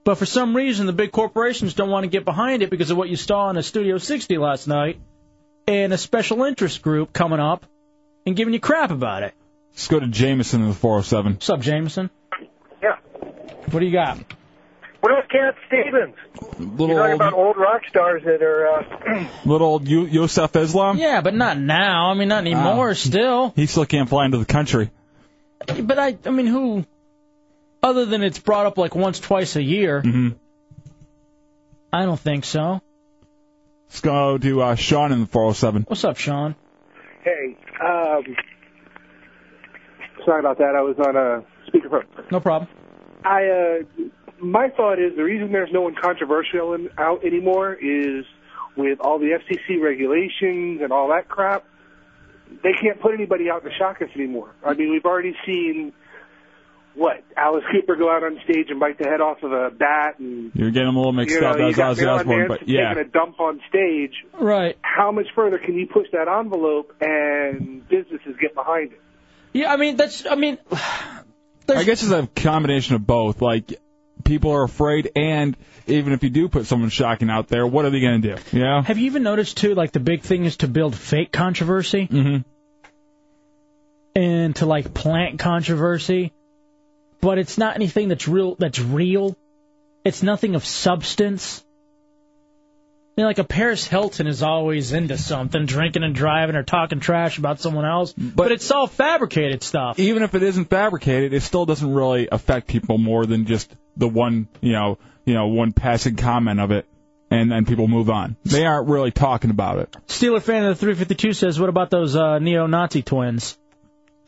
Speaker 5: But for some reason, the big corporations don't want to get behind it because of what you saw in a Studio 60 last night and a special interest group coming up and giving you crap about it.
Speaker 6: Let's go to Jameson in the 407.
Speaker 5: What's up, Jameson?
Speaker 11: Yeah.
Speaker 5: What do you got?
Speaker 11: What about Cat Stevens?
Speaker 6: Little
Speaker 11: You're talking
Speaker 6: old,
Speaker 11: about old rock stars that are. Uh,
Speaker 6: little old Yo- Yosef Islam.
Speaker 5: Yeah, but not now. I mean, not anymore. Still,
Speaker 6: he still can't fly into the country.
Speaker 5: But I, I mean, who, other than it's brought up like once, twice a year?
Speaker 6: Mm-hmm.
Speaker 5: I don't think so.
Speaker 6: Let's go to uh, Sean in the 407.
Speaker 5: What's up, Sean?
Speaker 11: hey, um, sorry about that. I was on a speakerphone.
Speaker 5: No problem.
Speaker 11: I uh, my thought is the reason there's no one controversial in, out anymore is with all the FCC regulations and all that crap. They can't put anybody out to shock us anymore. I mean, we've already seen what Alice Cooper go out on stage and bite the head off of a bat, and
Speaker 6: You're getting a little mixed
Speaker 11: you know,
Speaker 6: up
Speaker 11: you
Speaker 6: as
Speaker 11: got
Speaker 6: Ozzy
Speaker 11: Marilyn
Speaker 6: Osbourne,
Speaker 11: Manson
Speaker 6: but yeah.
Speaker 11: taking a dump on stage.
Speaker 5: Right.
Speaker 11: How much further can you push that envelope and businesses get behind it?
Speaker 5: Yeah, I mean that's. I mean,
Speaker 6: I guess it's a combination of both. Like people are afraid, and even if you do put someone shocking out there, what are they going to do? Yeah.
Speaker 5: Have you even noticed too? Like the big thing is to build fake controversy, mm-hmm. and to like plant controversy, but it's not anything that's real. That's real. It's nothing of substance. You know, like a Paris Hilton is always into something, drinking and driving or talking trash about someone else, but, it's all fabricated stuff.
Speaker 6: Even if it isn't fabricated, it still doesn't really affect people more than just the one, you know, you know, one passing comment of it, and then people move on. They aren't really talking about it.
Speaker 5: Steeler fan of the 352 says, "What about those uh, neo-Nazi twins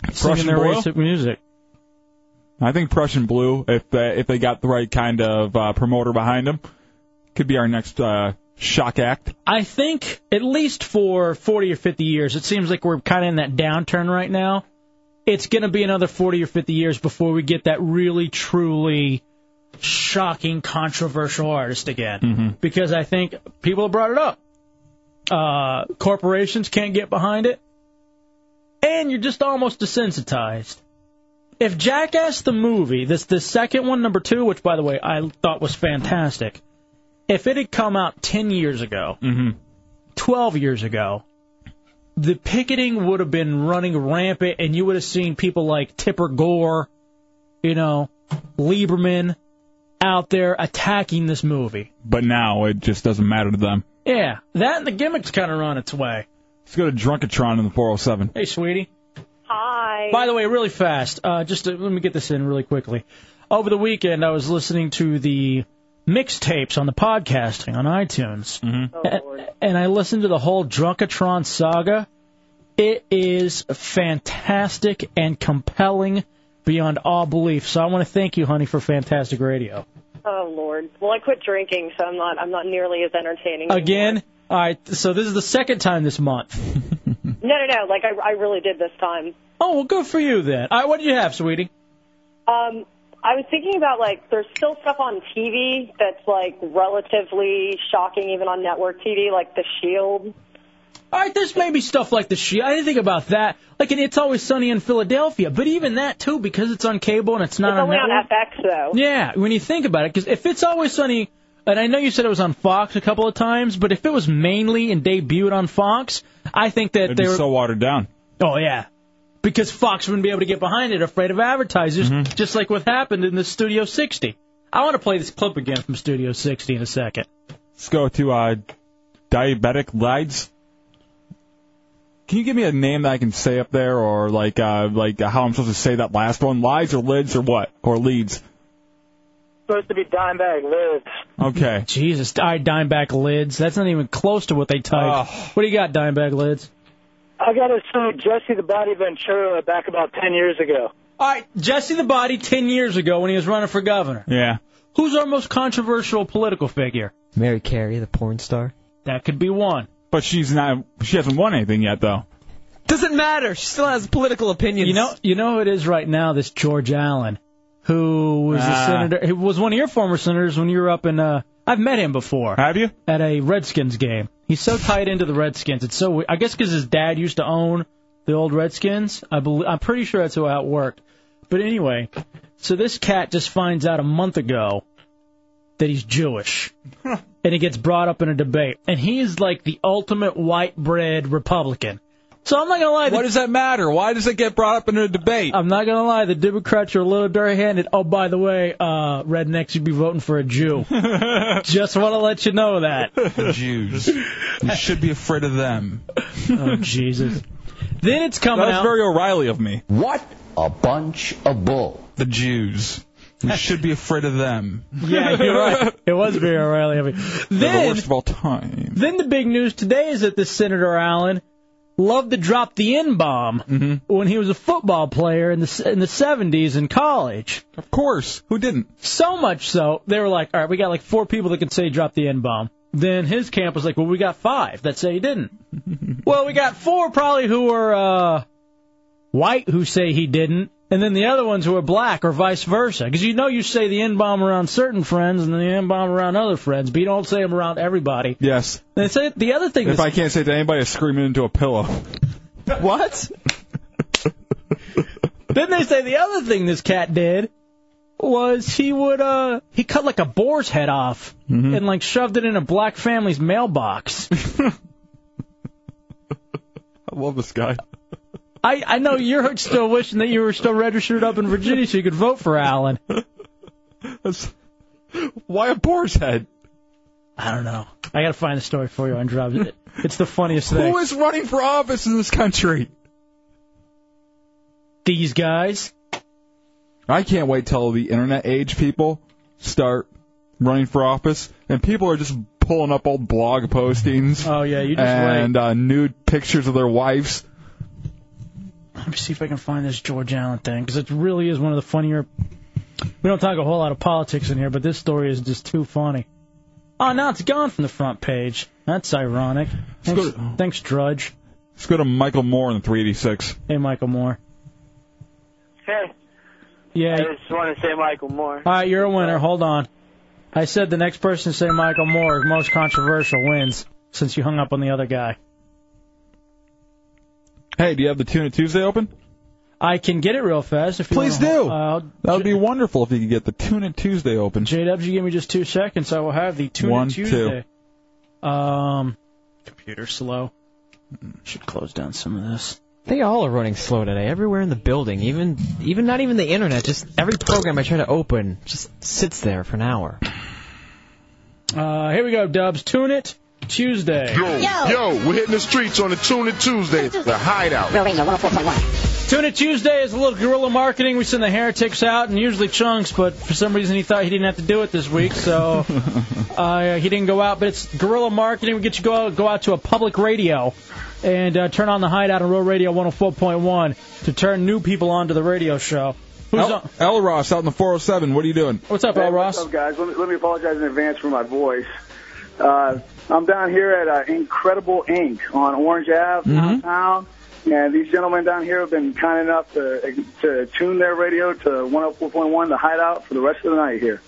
Speaker 6: Prussian
Speaker 5: singing their
Speaker 6: Blue?
Speaker 5: racist music?"
Speaker 6: I think Prussian Blue, if they, if they got the right kind of uh, promoter behind them, could be our next uh, shock act.
Speaker 5: I think at least for 40 or 50 years, it seems like we're kind of in that downturn right now. It's going to be another 40 or 50 years before we get that really, truly shocking, controversial artist again. Because I think people have brought it up. Uh, corporations can't get behind it. And you're just almost desensitized. If Jackass the movie, this the second one, number two, which by the way I thought was fantastic, if it had come out 10 years ago, 12 years ago, the picketing would have been running rampant, and you would have seen people like Tipper Gore, you know, Lieberman out there attacking this movie.
Speaker 6: But now it just doesn't matter to them.
Speaker 5: Yeah, that and the gimmicks kind of run its way.
Speaker 6: Let's go to Drunkatron in the 407.
Speaker 5: Hey, sweetie. Hi. By the way, really fast, uh, just to, let me get this in really quickly. Over the weekend, I was listening to the mixtapes on the podcasting on iTunes, and, and I listened to the whole Drunkatron saga. It is fantastic and compelling beyond all belief. So I want to thank you, honey, for fantastic radio.
Speaker 17: Oh Lord. Well, I quit drinking, so I'm not. I'm not nearly as entertaining.
Speaker 5: Again, all right. So this is the second time this month.
Speaker 17: No, no, no. Like I, I really did this time.
Speaker 5: Oh well, good for you then. All right, what do you have, sweetie?
Speaker 17: Um, I was thinking about like there's still stuff on TV that's like relatively shocking, even on network TV, like The Shield.
Speaker 5: All right, there's maybe stuff like the Shield. I didn't think about that. Like, and it's always sunny in Philadelphia, but even that too, because it's on cable and it's not
Speaker 17: it's
Speaker 5: on
Speaker 17: only on
Speaker 5: network.
Speaker 17: FX though.
Speaker 5: Yeah, when you think about it, because if it's always sunny, and I know you said it was on Fox a couple of times, but if it was mainly and debuted on Fox, I think that
Speaker 6: It'd
Speaker 5: they
Speaker 6: be
Speaker 5: were.
Speaker 6: so watered down.
Speaker 5: oh yeah, because Fox wouldn't be able to get behind it, afraid of advertisers,
Speaker 6: Mm-hmm.
Speaker 5: just like what happened in the Studio 60. I want to play this clip again from Studio 60 in a second.
Speaker 6: Let's go to uh, Diabetic Lides. Can you give me a name that I can say up there, or like uh, like how I'm supposed to say that last one? Lides or lids or what? Or leads?
Speaker 11: Supposed to be Dimebag Liz.
Speaker 6: Okay.
Speaker 5: Jesus, all right, Dimebag Lids. That's not even close to what they typed. What do you got, Dimebag Lids?
Speaker 11: I got to sue Jesse the Body Ventura back about 10 years ago.
Speaker 5: All right, Jesse the Body 10 years ago when he was running for governor.
Speaker 6: Yeah.
Speaker 5: Who's our most controversial political figure?
Speaker 8: Mary Carey, the porn star.
Speaker 5: That could be one.
Speaker 6: But she's not. She hasn't won anything yet, though.
Speaker 5: Doesn't matter. She still has political opinions. You know, you know who it is right now. This George Allen, who was a
Speaker 6: Ah.
Speaker 5: senator, who was one of your former senators when you were up in. Uh, I've met him before.
Speaker 6: Have you?
Speaker 5: At a Redskins game. He's so tied into the Redskins. It's so. we- I guess because his dad used to own the old Redskins. I believe. I'm pretty sure that's how it worked. But anyway, so this cat just finds out a month ago that he's Jewish. and it gets brought up in a debate. And he is like the ultimate white bread Republican. So I'm not gonna lie.
Speaker 6: What does that matter? Why does it get brought up in a debate?
Speaker 5: I'm not gonna lie. The Democrats are a little dirty-handed. Oh, by the way, uh, rednecks, you'd be voting for a Jew. Just want to let you know that.
Speaker 6: The Jews. You should be afraid of them.
Speaker 5: Oh Jesus. Then it's coming
Speaker 6: That's
Speaker 5: out-
Speaker 6: very O'Reilly of me.
Speaker 5: What?
Speaker 6: A bunch of bull. The Jews. You should be afraid of them.
Speaker 5: Yeah, you're right. It was very O'Reilly of me.
Speaker 6: They're the
Speaker 5: Then
Speaker 6: worst of all time.
Speaker 5: Then the big news today is that this Senator Allen loved to drop the N bomb
Speaker 6: Mm-hmm.
Speaker 5: when he was a football player in the in the 70s in college.
Speaker 6: Of course, who didn't?
Speaker 5: So much so they were like, "All right, we got like four people that can say drop the N bomb." Then his camp was like, "Well, we got five that say he didn't." well, we got four probably who are uh, white who say he didn't. And then the other ones who are black, or vice versa, because you know you say the N bomb around certain friends and the N bomb around other friends, but you don't say them around everybody.
Speaker 6: Yes.
Speaker 5: They say the other thing.
Speaker 6: If
Speaker 5: that's-
Speaker 6: I can't say it to anybody, I scream it into a pillow.
Speaker 5: What? then they say the other thing this cat did was he would uh he cut like a boar's head off
Speaker 6: Mm-hmm.
Speaker 5: and like shoved it in a black family's mailbox.
Speaker 6: I love this guy.
Speaker 5: I I know you're still wishing that you were still registered up in Virginia so you could vote for Allen.
Speaker 6: Why a boar's head?
Speaker 5: I don't know. I gotta find a story for you on Drop. It- It's the funniest thing.
Speaker 6: Who is running for office in this country?
Speaker 5: These guys.
Speaker 6: I can't wait till the internet age people start running for office, and people are just pulling up old blog postings.
Speaker 5: Oh yeah, you just
Speaker 6: and uh, nude pictures of their wives.
Speaker 5: Let me see if I can find this George Allen thing because it really is one of the funnier. We don't talk a whole lot of politics in here, but this story is just too funny. Oh, now it's gone from the front page. That's ironic. Thanks, thanks Drudge.
Speaker 6: Let's go to Michael Moore in 386.
Speaker 5: Hey, Michael Moore.
Speaker 18: Hey,
Speaker 5: Yeah. Uh,
Speaker 18: I just want to say Michael Moore.
Speaker 5: All right, you're a winner. Hold on. I said the next person to say Michael Moore, most controversial, wins since you hung up on the other guy.
Speaker 6: Hey, do you have the Tuna Tuesday open?
Speaker 5: I can get it real fast if you
Speaker 6: Please
Speaker 5: wanna-
Speaker 6: do.
Speaker 5: Uh,
Speaker 6: that would be wonderful if you could get the Tuna Tuesday open.
Speaker 5: JW, you give me just two seconds. I will have the Tune
Speaker 6: One,
Speaker 5: in Tuesday. Um, computer slow. Should close down some of this.
Speaker 8: They all are running slow today, everywhere in the building, even even not even the internet. Just every program I try to open just sits there for an hour.
Speaker 5: Uh, here we go, Dubs. Tune it Tuesday.
Speaker 19: Yo, yo, we're hitting the streets on a Tune It Tuesday, the hideout.
Speaker 5: Tune it Tuesday is a little guerrilla marketing. We send the heretics out and usually chunks, but for some reason he thought he didn't have to do it this week, so uh, he didn't go out. But it's guerrilla marketing. We get you go out, go out to a public radio and uh, turn on the hideout on Real Radio 104.1 to turn new people onto the radio show. Who's on?
Speaker 6: El, El Ross out in the 407. What are you doing?
Speaker 5: What's up,
Speaker 20: hey,
Speaker 5: El Ross?
Speaker 20: What's up, guys? Let me, let me apologize in advance for my voice. Uh, I'm down here at uh, Incredible Inc. on Orange Ave
Speaker 5: Mm-hmm.
Speaker 6: Mhm.
Speaker 20: downtown, and these gentlemen down here have been kind enough to to tune their radio to 104.1 The Hideout for the rest of the night here.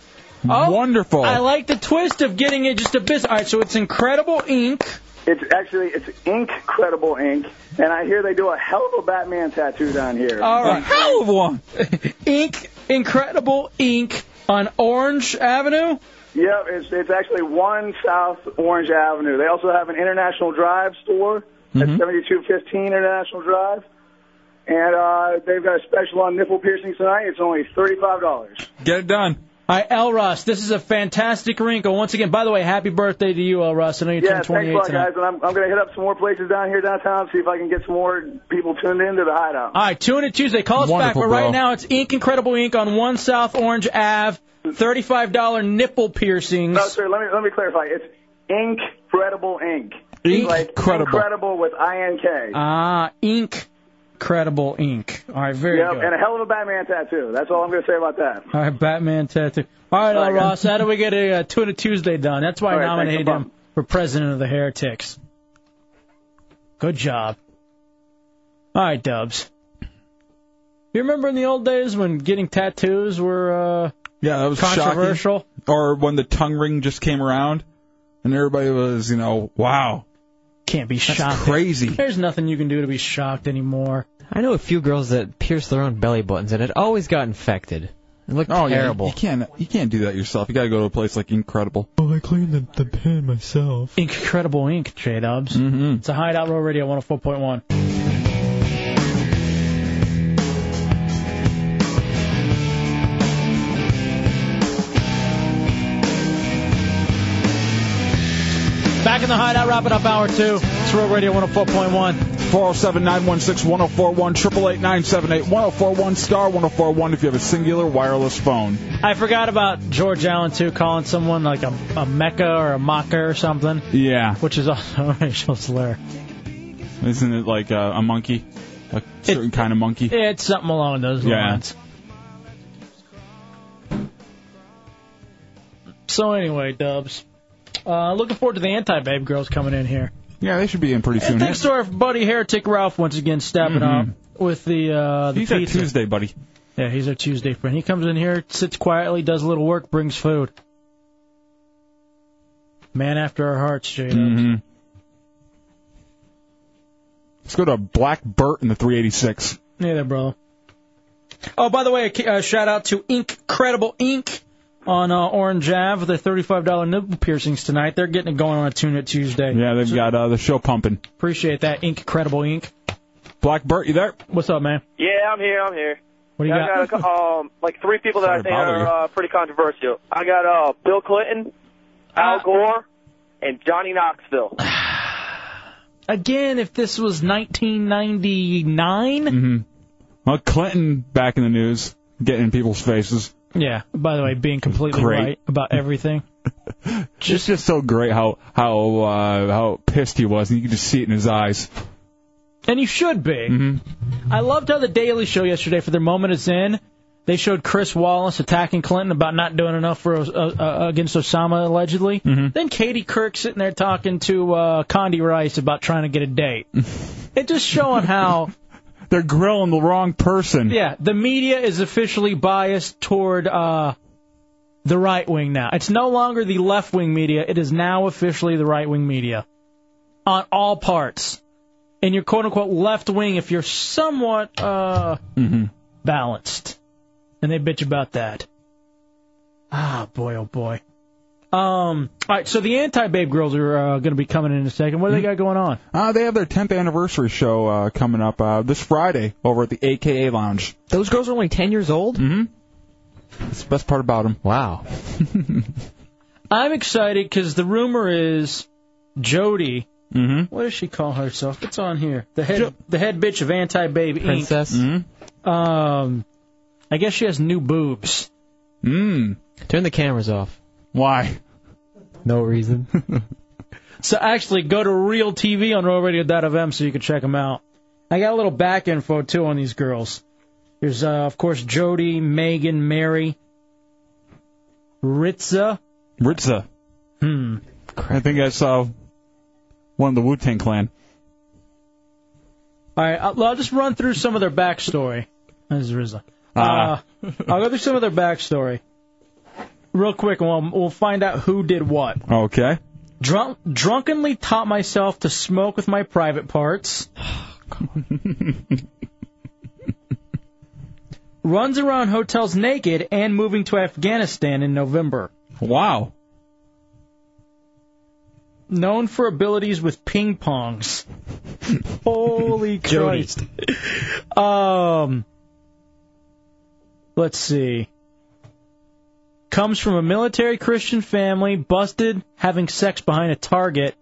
Speaker 6: Wonderful.
Speaker 5: Oh, I like the twist of getting it just a bit. All right, so it's Incredible Inc.
Speaker 20: It's actually it's Incredible Inc. And I hear they do a hell of a Batman tattoo down here.
Speaker 5: All right.
Speaker 6: Hell of one.
Speaker 5: Inc. Incredible Inc. on Orange Avenue.
Speaker 20: Yep, it's it's actually one South Orange Avenue. They also have an International Drive store
Speaker 5: Mm-hmm. Hmm?
Speaker 20: at 7215 International Drive, and uh, they've got a special on nipple piercings tonight. It's only thirty-five dollars.
Speaker 6: Get it done.
Speaker 5: All right, El Ross, this is a fantastic wrinkle. Once again, by the way, happy birthday to you, El Ross. I know you
Speaker 20: Yeah,
Speaker 5: turned
Speaker 20: thanks a
Speaker 5: 28
Speaker 20: lot,
Speaker 5: tonight.
Speaker 20: guys. And I'm I'm gonna hit up some more places down here downtown, see if I can get some more people tuned into the hideout.
Speaker 5: All right, tune in Tuesday. Call us
Speaker 20: Wonderful,
Speaker 5: back, but right
Speaker 20: bro.
Speaker 5: now it's Inc. Incredible Inc. on One South Orange Ave. Thirty-five dollar nipple piercings.
Speaker 20: No, sir. Let me let me clarify. It's Incredible Inc. Like
Speaker 5: Incredible.
Speaker 20: incredible with I N K.
Speaker 5: Ah, Inc. Incredible Inc. All right, very
Speaker 20: yep,
Speaker 5: good.
Speaker 20: and a hell of a Batman tattoo. That's all I'm gonna say about that.
Speaker 5: All right, Batman tattoo. All right, El
Speaker 20: Okay.
Speaker 5: Ross, how do we get a uh, Tuna Tuesday done? That's why
Speaker 20: All
Speaker 5: I
Speaker 20: right,
Speaker 5: nominated
Speaker 20: thanks, no
Speaker 5: him for president of the Heretics. Good job. All right, Dubs. You remember in the old days when getting tattoos were uh,
Speaker 6: Yeah, that was
Speaker 5: controversial?
Speaker 6: Shocking. Or when the tongue ring just came around, and everybody was, you know, wow.
Speaker 5: Can't be
Speaker 6: That's
Speaker 5: shocked.
Speaker 6: Crazy.
Speaker 5: There's nothing you can do to be shocked anymore.
Speaker 8: I know a few girls that pierce their own belly buttons, and it always got infected. It looked
Speaker 6: Oh, yeah, you-
Speaker 8: terrible.
Speaker 6: you can't you can't do that yourself. You got to go to a place like Incredible.
Speaker 8: Oh, I cleaned the, the pen myself.
Speaker 5: oh Incredible ink, J Dubs. It's a Hideout Row Radio 104.1. Back in the hideout, wrapping up hour two. It's Real Radio 104.1.
Speaker 6: 407 916 1041, 888 978 1041, star 1041 if you have a singular wireless phone.
Speaker 5: I forgot about George Allen, too, calling someone like a, a Mecca or a Maka or something,
Speaker 6: Yeah.
Speaker 5: which is also a racial slur.
Speaker 6: Isn't it like a, a monkey? A certain kind of monkey?
Speaker 5: It's something along those
Speaker 6: Yeah.
Speaker 5: lines. So anyway, Dubs, uh, looking forward to the anti-babe girls coming in here.
Speaker 6: Yeah, they should be in pretty soon.
Speaker 5: And thanks to our buddy Heretic Ralph once again stepping
Speaker 6: Mhm.
Speaker 5: up with the uh, the
Speaker 6: He's our
Speaker 5: pizza.
Speaker 6: Tuesday buddy.
Speaker 5: Yeah, he's our Tuesday friend. He comes in here, sits quietly, does a little work, brings food. Man after our hearts, Jada.
Speaker 6: hmm Let's go to Black Bert in the 386.
Speaker 5: Yeah, there, bro. Oh, by the way, a ki- uh, shout out to Incredible Ink on uh, Orange Ave with their $35 nipple piercings tonight. They're getting it going on a Tune It Tuesday.
Speaker 6: Yeah, they've got uh, the show pumping.
Speaker 5: Appreciate that, Incredible Ink.
Speaker 6: Black Bert, you there?
Speaker 5: What's up, man?
Speaker 18: Yeah, I'm here. I'm here.
Speaker 5: What do you
Speaker 18: I
Speaker 5: got?
Speaker 18: got a, cou- um, like three people that I think
Speaker 5: bother
Speaker 18: are uh, pretty controversial. I got uh, Bill Clinton,
Speaker 5: Uh,
Speaker 18: Al Gore, and Johnny Knoxville.
Speaker 5: Again, if this was 1999.
Speaker 6: Mm-hmm. Well, Clinton back in the news, getting in people's faces.
Speaker 5: Yeah, by the way, being completely
Speaker 6: Mm-hmm. Great.
Speaker 5: right about everything.
Speaker 6: It's just so great how how uh, how pissed he was, and you could just see it in his eyes. Mm-hmm.
Speaker 5: And you should be. I loved how the Daily Show yesterday, for their moment is in, they showed Chris Wallace attacking Clinton about not doing enough for uh, uh, against Osama allegedly. Then Katie Kirk sitting there talking to uh, Condi Rice about trying to get a date. it just showing how
Speaker 6: they're grilling the wrong person.
Speaker 5: Yeah, the media is officially biased toward uh, the right wing now. It's no longer the left wing media. It is now officially the right wing media on all parts. And you're quote unquote left wing if you're somewhat uh, balanced. And they bitch about that. Ah, boy, oh boy. Um, all right, so the anti babe girls are uh, going to be coming in a second. What do they got going on?
Speaker 6: Uh, they have their 10th anniversary show uh, coming up uh, this Friday over at the AKA Lounge.
Speaker 8: Those girls are only 10 years old?
Speaker 6: Mm-hmm. That's the best part about them.
Speaker 8: Wow.
Speaker 5: I'm excited because the rumor is Jody. Mm-hmm. What does she call herself? It's on here. The head, the head bitch of anti babe
Speaker 8: Princess.
Speaker 5: Mm-hmm. Um, I guess she has new boobs.
Speaker 6: Mm.
Speaker 8: Turn the cameras off.
Speaker 6: Why?
Speaker 8: No reason.
Speaker 5: So actually, go to Real TV on RealRadio.fm so you can check them out. I got a little back info too on these girls. There's uh, of course Jody, Megan, Mary, Ritza.
Speaker 6: Ritza.
Speaker 5: Hmm.
Speaker 6: I think I saw one of the Wu Tang Clan.
Speaker 5: All right, I'll, I'll just run through some of their backstory. This is RZA.
Speaker 6: Ah.
Speaker 5: Uh, I'll go through some of their backstory real quick, and we'll, we'll find out who did what.
Speaker 6: Okay.
Speaker 5: Drunk, drunkenly taught myself to smoke with my private parts. Runs around hotels naked and moving to Afghanistan in November.
Speaker 6: Wow.
Speaker 5: Known for abilities with ping pongs. Holy
Speaker 8: Jody.
Speaker 5: Christ. Um, let's see. Comes from a military Christian family, busted having sex behind a target.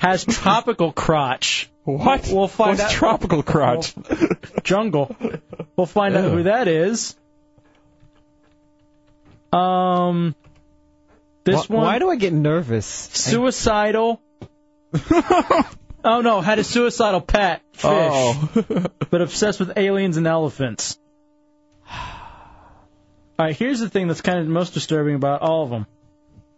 Speaker 5: has tropical crotch.
Speaker 6: What?
Speaker 5: We'll find
Speaker 6: What's
Speaker 5: out.
Speaker 6: tropical crotch?
Speaker 5: Well, jungle. We'll find out
Speaker 6: Ew.
Speaker 5: who that is. Um, this
Speaker 8: why,
Speaker 5: one.
Speaker 8: Why do I get nervous?
Speaker 5: Suicidal. oh no, had a suicidal pet fish,
Speaker 8: Oh.
Speaker 5: but obsessed with aliens and elephants. All right, here's the thing that's kind of most disturbing about all of them.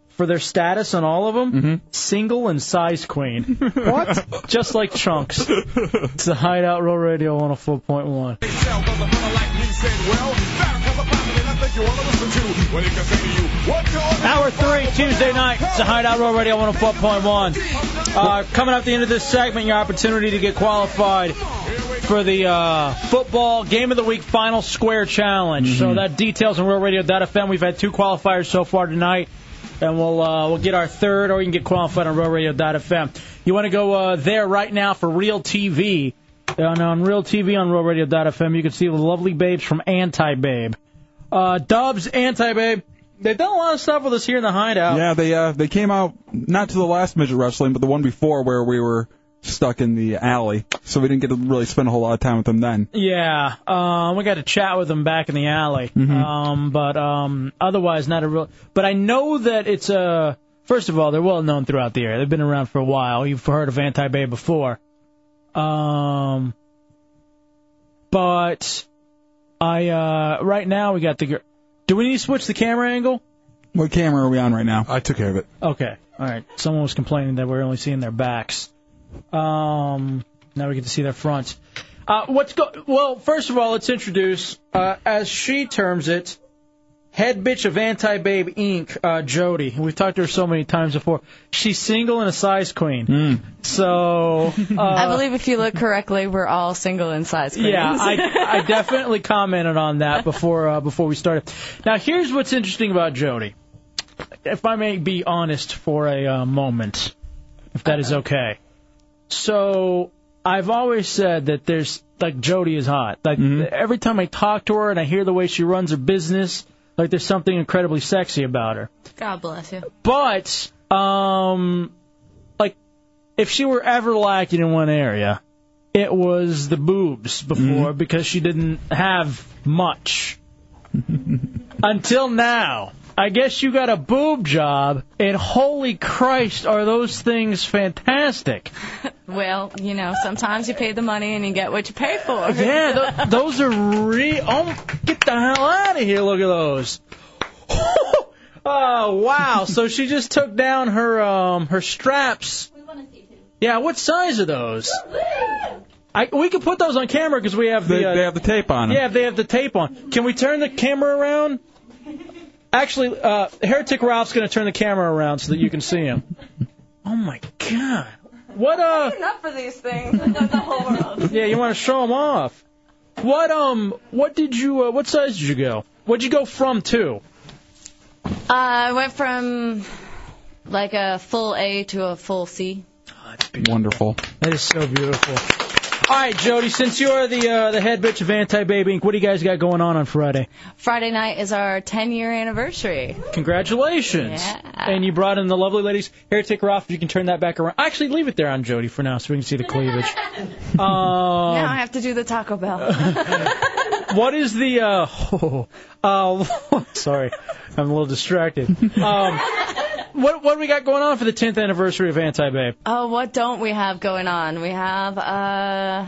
Speaker 5: For their status on all of them, single and size queen. what? Just like Trunks. It's the Hideout Roll Radio 104.1. Hour three, Tuesday night. It's a Hideout Roll Radio 104.1. Uh, coming up at the end of this segment, your opportunity to get qualified for the uh, football game of the week final square challenge. So that details on RealRadio.fm. We've had two qualifiers so far tonight. And we'll uh, we'll get our third, or you can get qualified on RealRadio.fm. You want to go uh, there right now for Real TV. And on Real TV on RealRadio.fm, you can see the lovely babes from Anti Babe. Uh, Dubs, Anti Babe. They've done a lot of stuff with us here in the hideout.
Speaker 6: Yeah, they uh, they came out not to the last midget wrestling, but the one before where we were stuck in the alley, so we didn't get to really spend a whole lot of time with them then.
Speaker 5: Yeah, um, we got to chat with them back in the alley. Um, but um, otherwise, not a real. But I know that it's a. First of all, they're well known throughout the area. They've been around for a while. You've heard of Anti Bay before. Um, but I uh, right now we got the. gir- Do we need to switch the camera angle?
Speaker 6: What camera are we on right now? I took care of it.
Speaker 5: Okay. All right. Someone was complaining that we're only seeing their backs. Um, now we get to see their fronts. Uh, what's go? Well, first of all, let's introduce, uh, as she terms it, head bitch of Anti Babe Inc. Uh, Jody. We've talked to her so many times before. She's single and a size queen. So uh,
Speaker 1: Hmm. I believe if you look correctly, we're all single in size. Queens.
Speaker 5: yeah, I, I definitely commented on that before uh, before we started. Now, here's what's interesting about Jody. If I may be honest for a uh, moment, if that is okay. So I've always said that there's like Jody is hot. Like every time I talk to her and I hear the way she runs her business, like there's something incredibly sexy about her.
Speaker 1: God bless you.
Speaker 5: But um, like if she were ever lacking in one area, it was the boobs before because she didn't have much until now. I guess you got a boob job, and holy Christ, are those things fantastic!
Speaker 1: Well, you know, sometimes you pay the money and you get what you pay for.
Speaker 5: Yeah, th- those are real. Oh, get the hell out of here! Look at those. oh wow! So she just took down her um her straps. Yeah, what size are those? I, we could put those on camera because we have the
Speaker 6: They,
Speaker 5: uh,
Speaker 6: they have the tape on them.
Speaker 5: yeah, if they have the tape on. Can we turn the camera around? Actually, uh, Heretic Ralph's going to turn the camera around so that you can see him. Oh my God! What uh?
Speaker 1: Enough for these things. Enough the whole world.
Speaker 5: Yeah, you want to show them off. What um? What did you? Uh, what size did you go? What'd you go from to?
Speaker 1: Uh, I went from like a full A to a full C.
Speaker 6: Wonderful.
Speaker 5: That is so beautiful. All right, Jody. Since you're the uh, the head bitch of Anti Baby Inc., what do you guys got going on on Friday?
Speaker 1: Friday night is our 10 year anniversary.
Speaker 5: Congratulations! And you brought in the lovely ladies. Heretic Ralph, you can turn that back around. Actually, leave it there on Jody for now, so we can see the cleavage. Um,
Speaker 1: now I have to do the Taco Bell.
Speaker 5: what is the uh, oh, uh sorry i'm a little distracted um what what do we got going on for the 10th anniversary of anti babe
Speaker 1: oh, what don't we have going on? We have uh,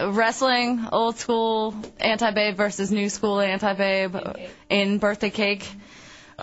Speaker 1: wrestling, old school anti babe versus new school anti babe in birthday cake.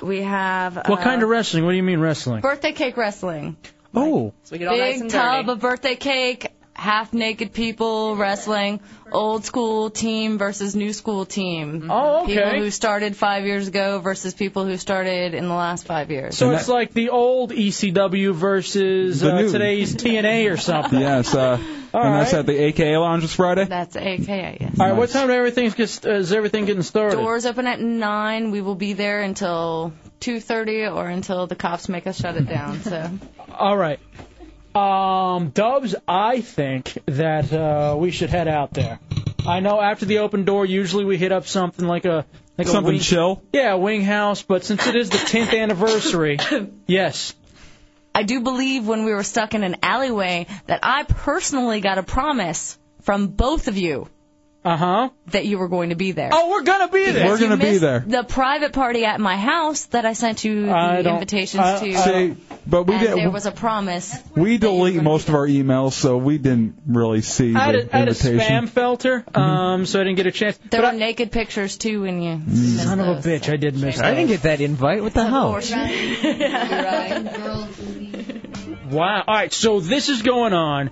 Speaker 1: We have
Speaker 5: what
Speaker 1: uh,
Speaker 5: kind of wrestling what do you mean wrestling
Speaker 1: birthday cake wrestling?
Speaker 5: oh
Speaker 1: Big tub of birthday cake, half naked people wrestling, old school team versus new school team.
Speaker 5: Oh, okay.
Speaker 1: People who started five years ago versus people who started in the last five years.
Speaker 5: so it's like the old ECW versus
Speaker 6: The
Speaker 5: uh,
Speaker 6: new-
Speaker 5: today's TNA or something.
Speaker 6: Yes, uh, and that's at the AKA Lounge this Friday.
Speaker 1: That's AKA, yes.
Speaker 5: All right, what time do everything get, uh, is everything getting started?
Speaker 1: Doors open at nine. We will be there until two thirty or until the cops make us shut it down. So
Speaker 5: All right. Um, Dubs, I think that uh, we should head out there. I know after the open door, usually we hit up something like a like
Speaker 6: Something
Speaker 5: a wing,
Speaker 6: chill?
Speaker 5: Yeah, a wing house. But since it is the 10th anniversary, yes,
Speaker 1: I do believe when we were stuck in an alleyway that I personally got a promise from both of you.
Speaker 5: Uh huh.
Speaker 1: That you were going to be there.
Speaker 5: Oh, we're gonna be there. We're
Speaker 1: You
Speaker 5: gonna be
Speaker 1: missed
Speaker 5: there.
Speaker 1: The private party at my house that I sent you the
Speaker 6: I don't-
Speaker 1: invitations
Speaker 6: I-
Speaker 1: to.
Speaker 6: I don't- but we
Speaker 1: and
Speaker 6: did-
Speaker 1: There was a promise.
Speaker 6: We delete most of our emails, so we didn't really see
Speaker 1: I had a-
Speaker 6: the
Speaker 1: I had a
Speaker 6: invitation.
Speaker 5: spam filter.
Speaker 6: Mm-hmm.
Speaker 5: Um, so I didn't get a chance.
Speaker 1: There were naked pictures too when you.
Speaker 5: Son of a bitch, Mm. I did miss.
Speaker 8: I didn't
Speaker 5: get that invite. What the Wow. All right, so this is going on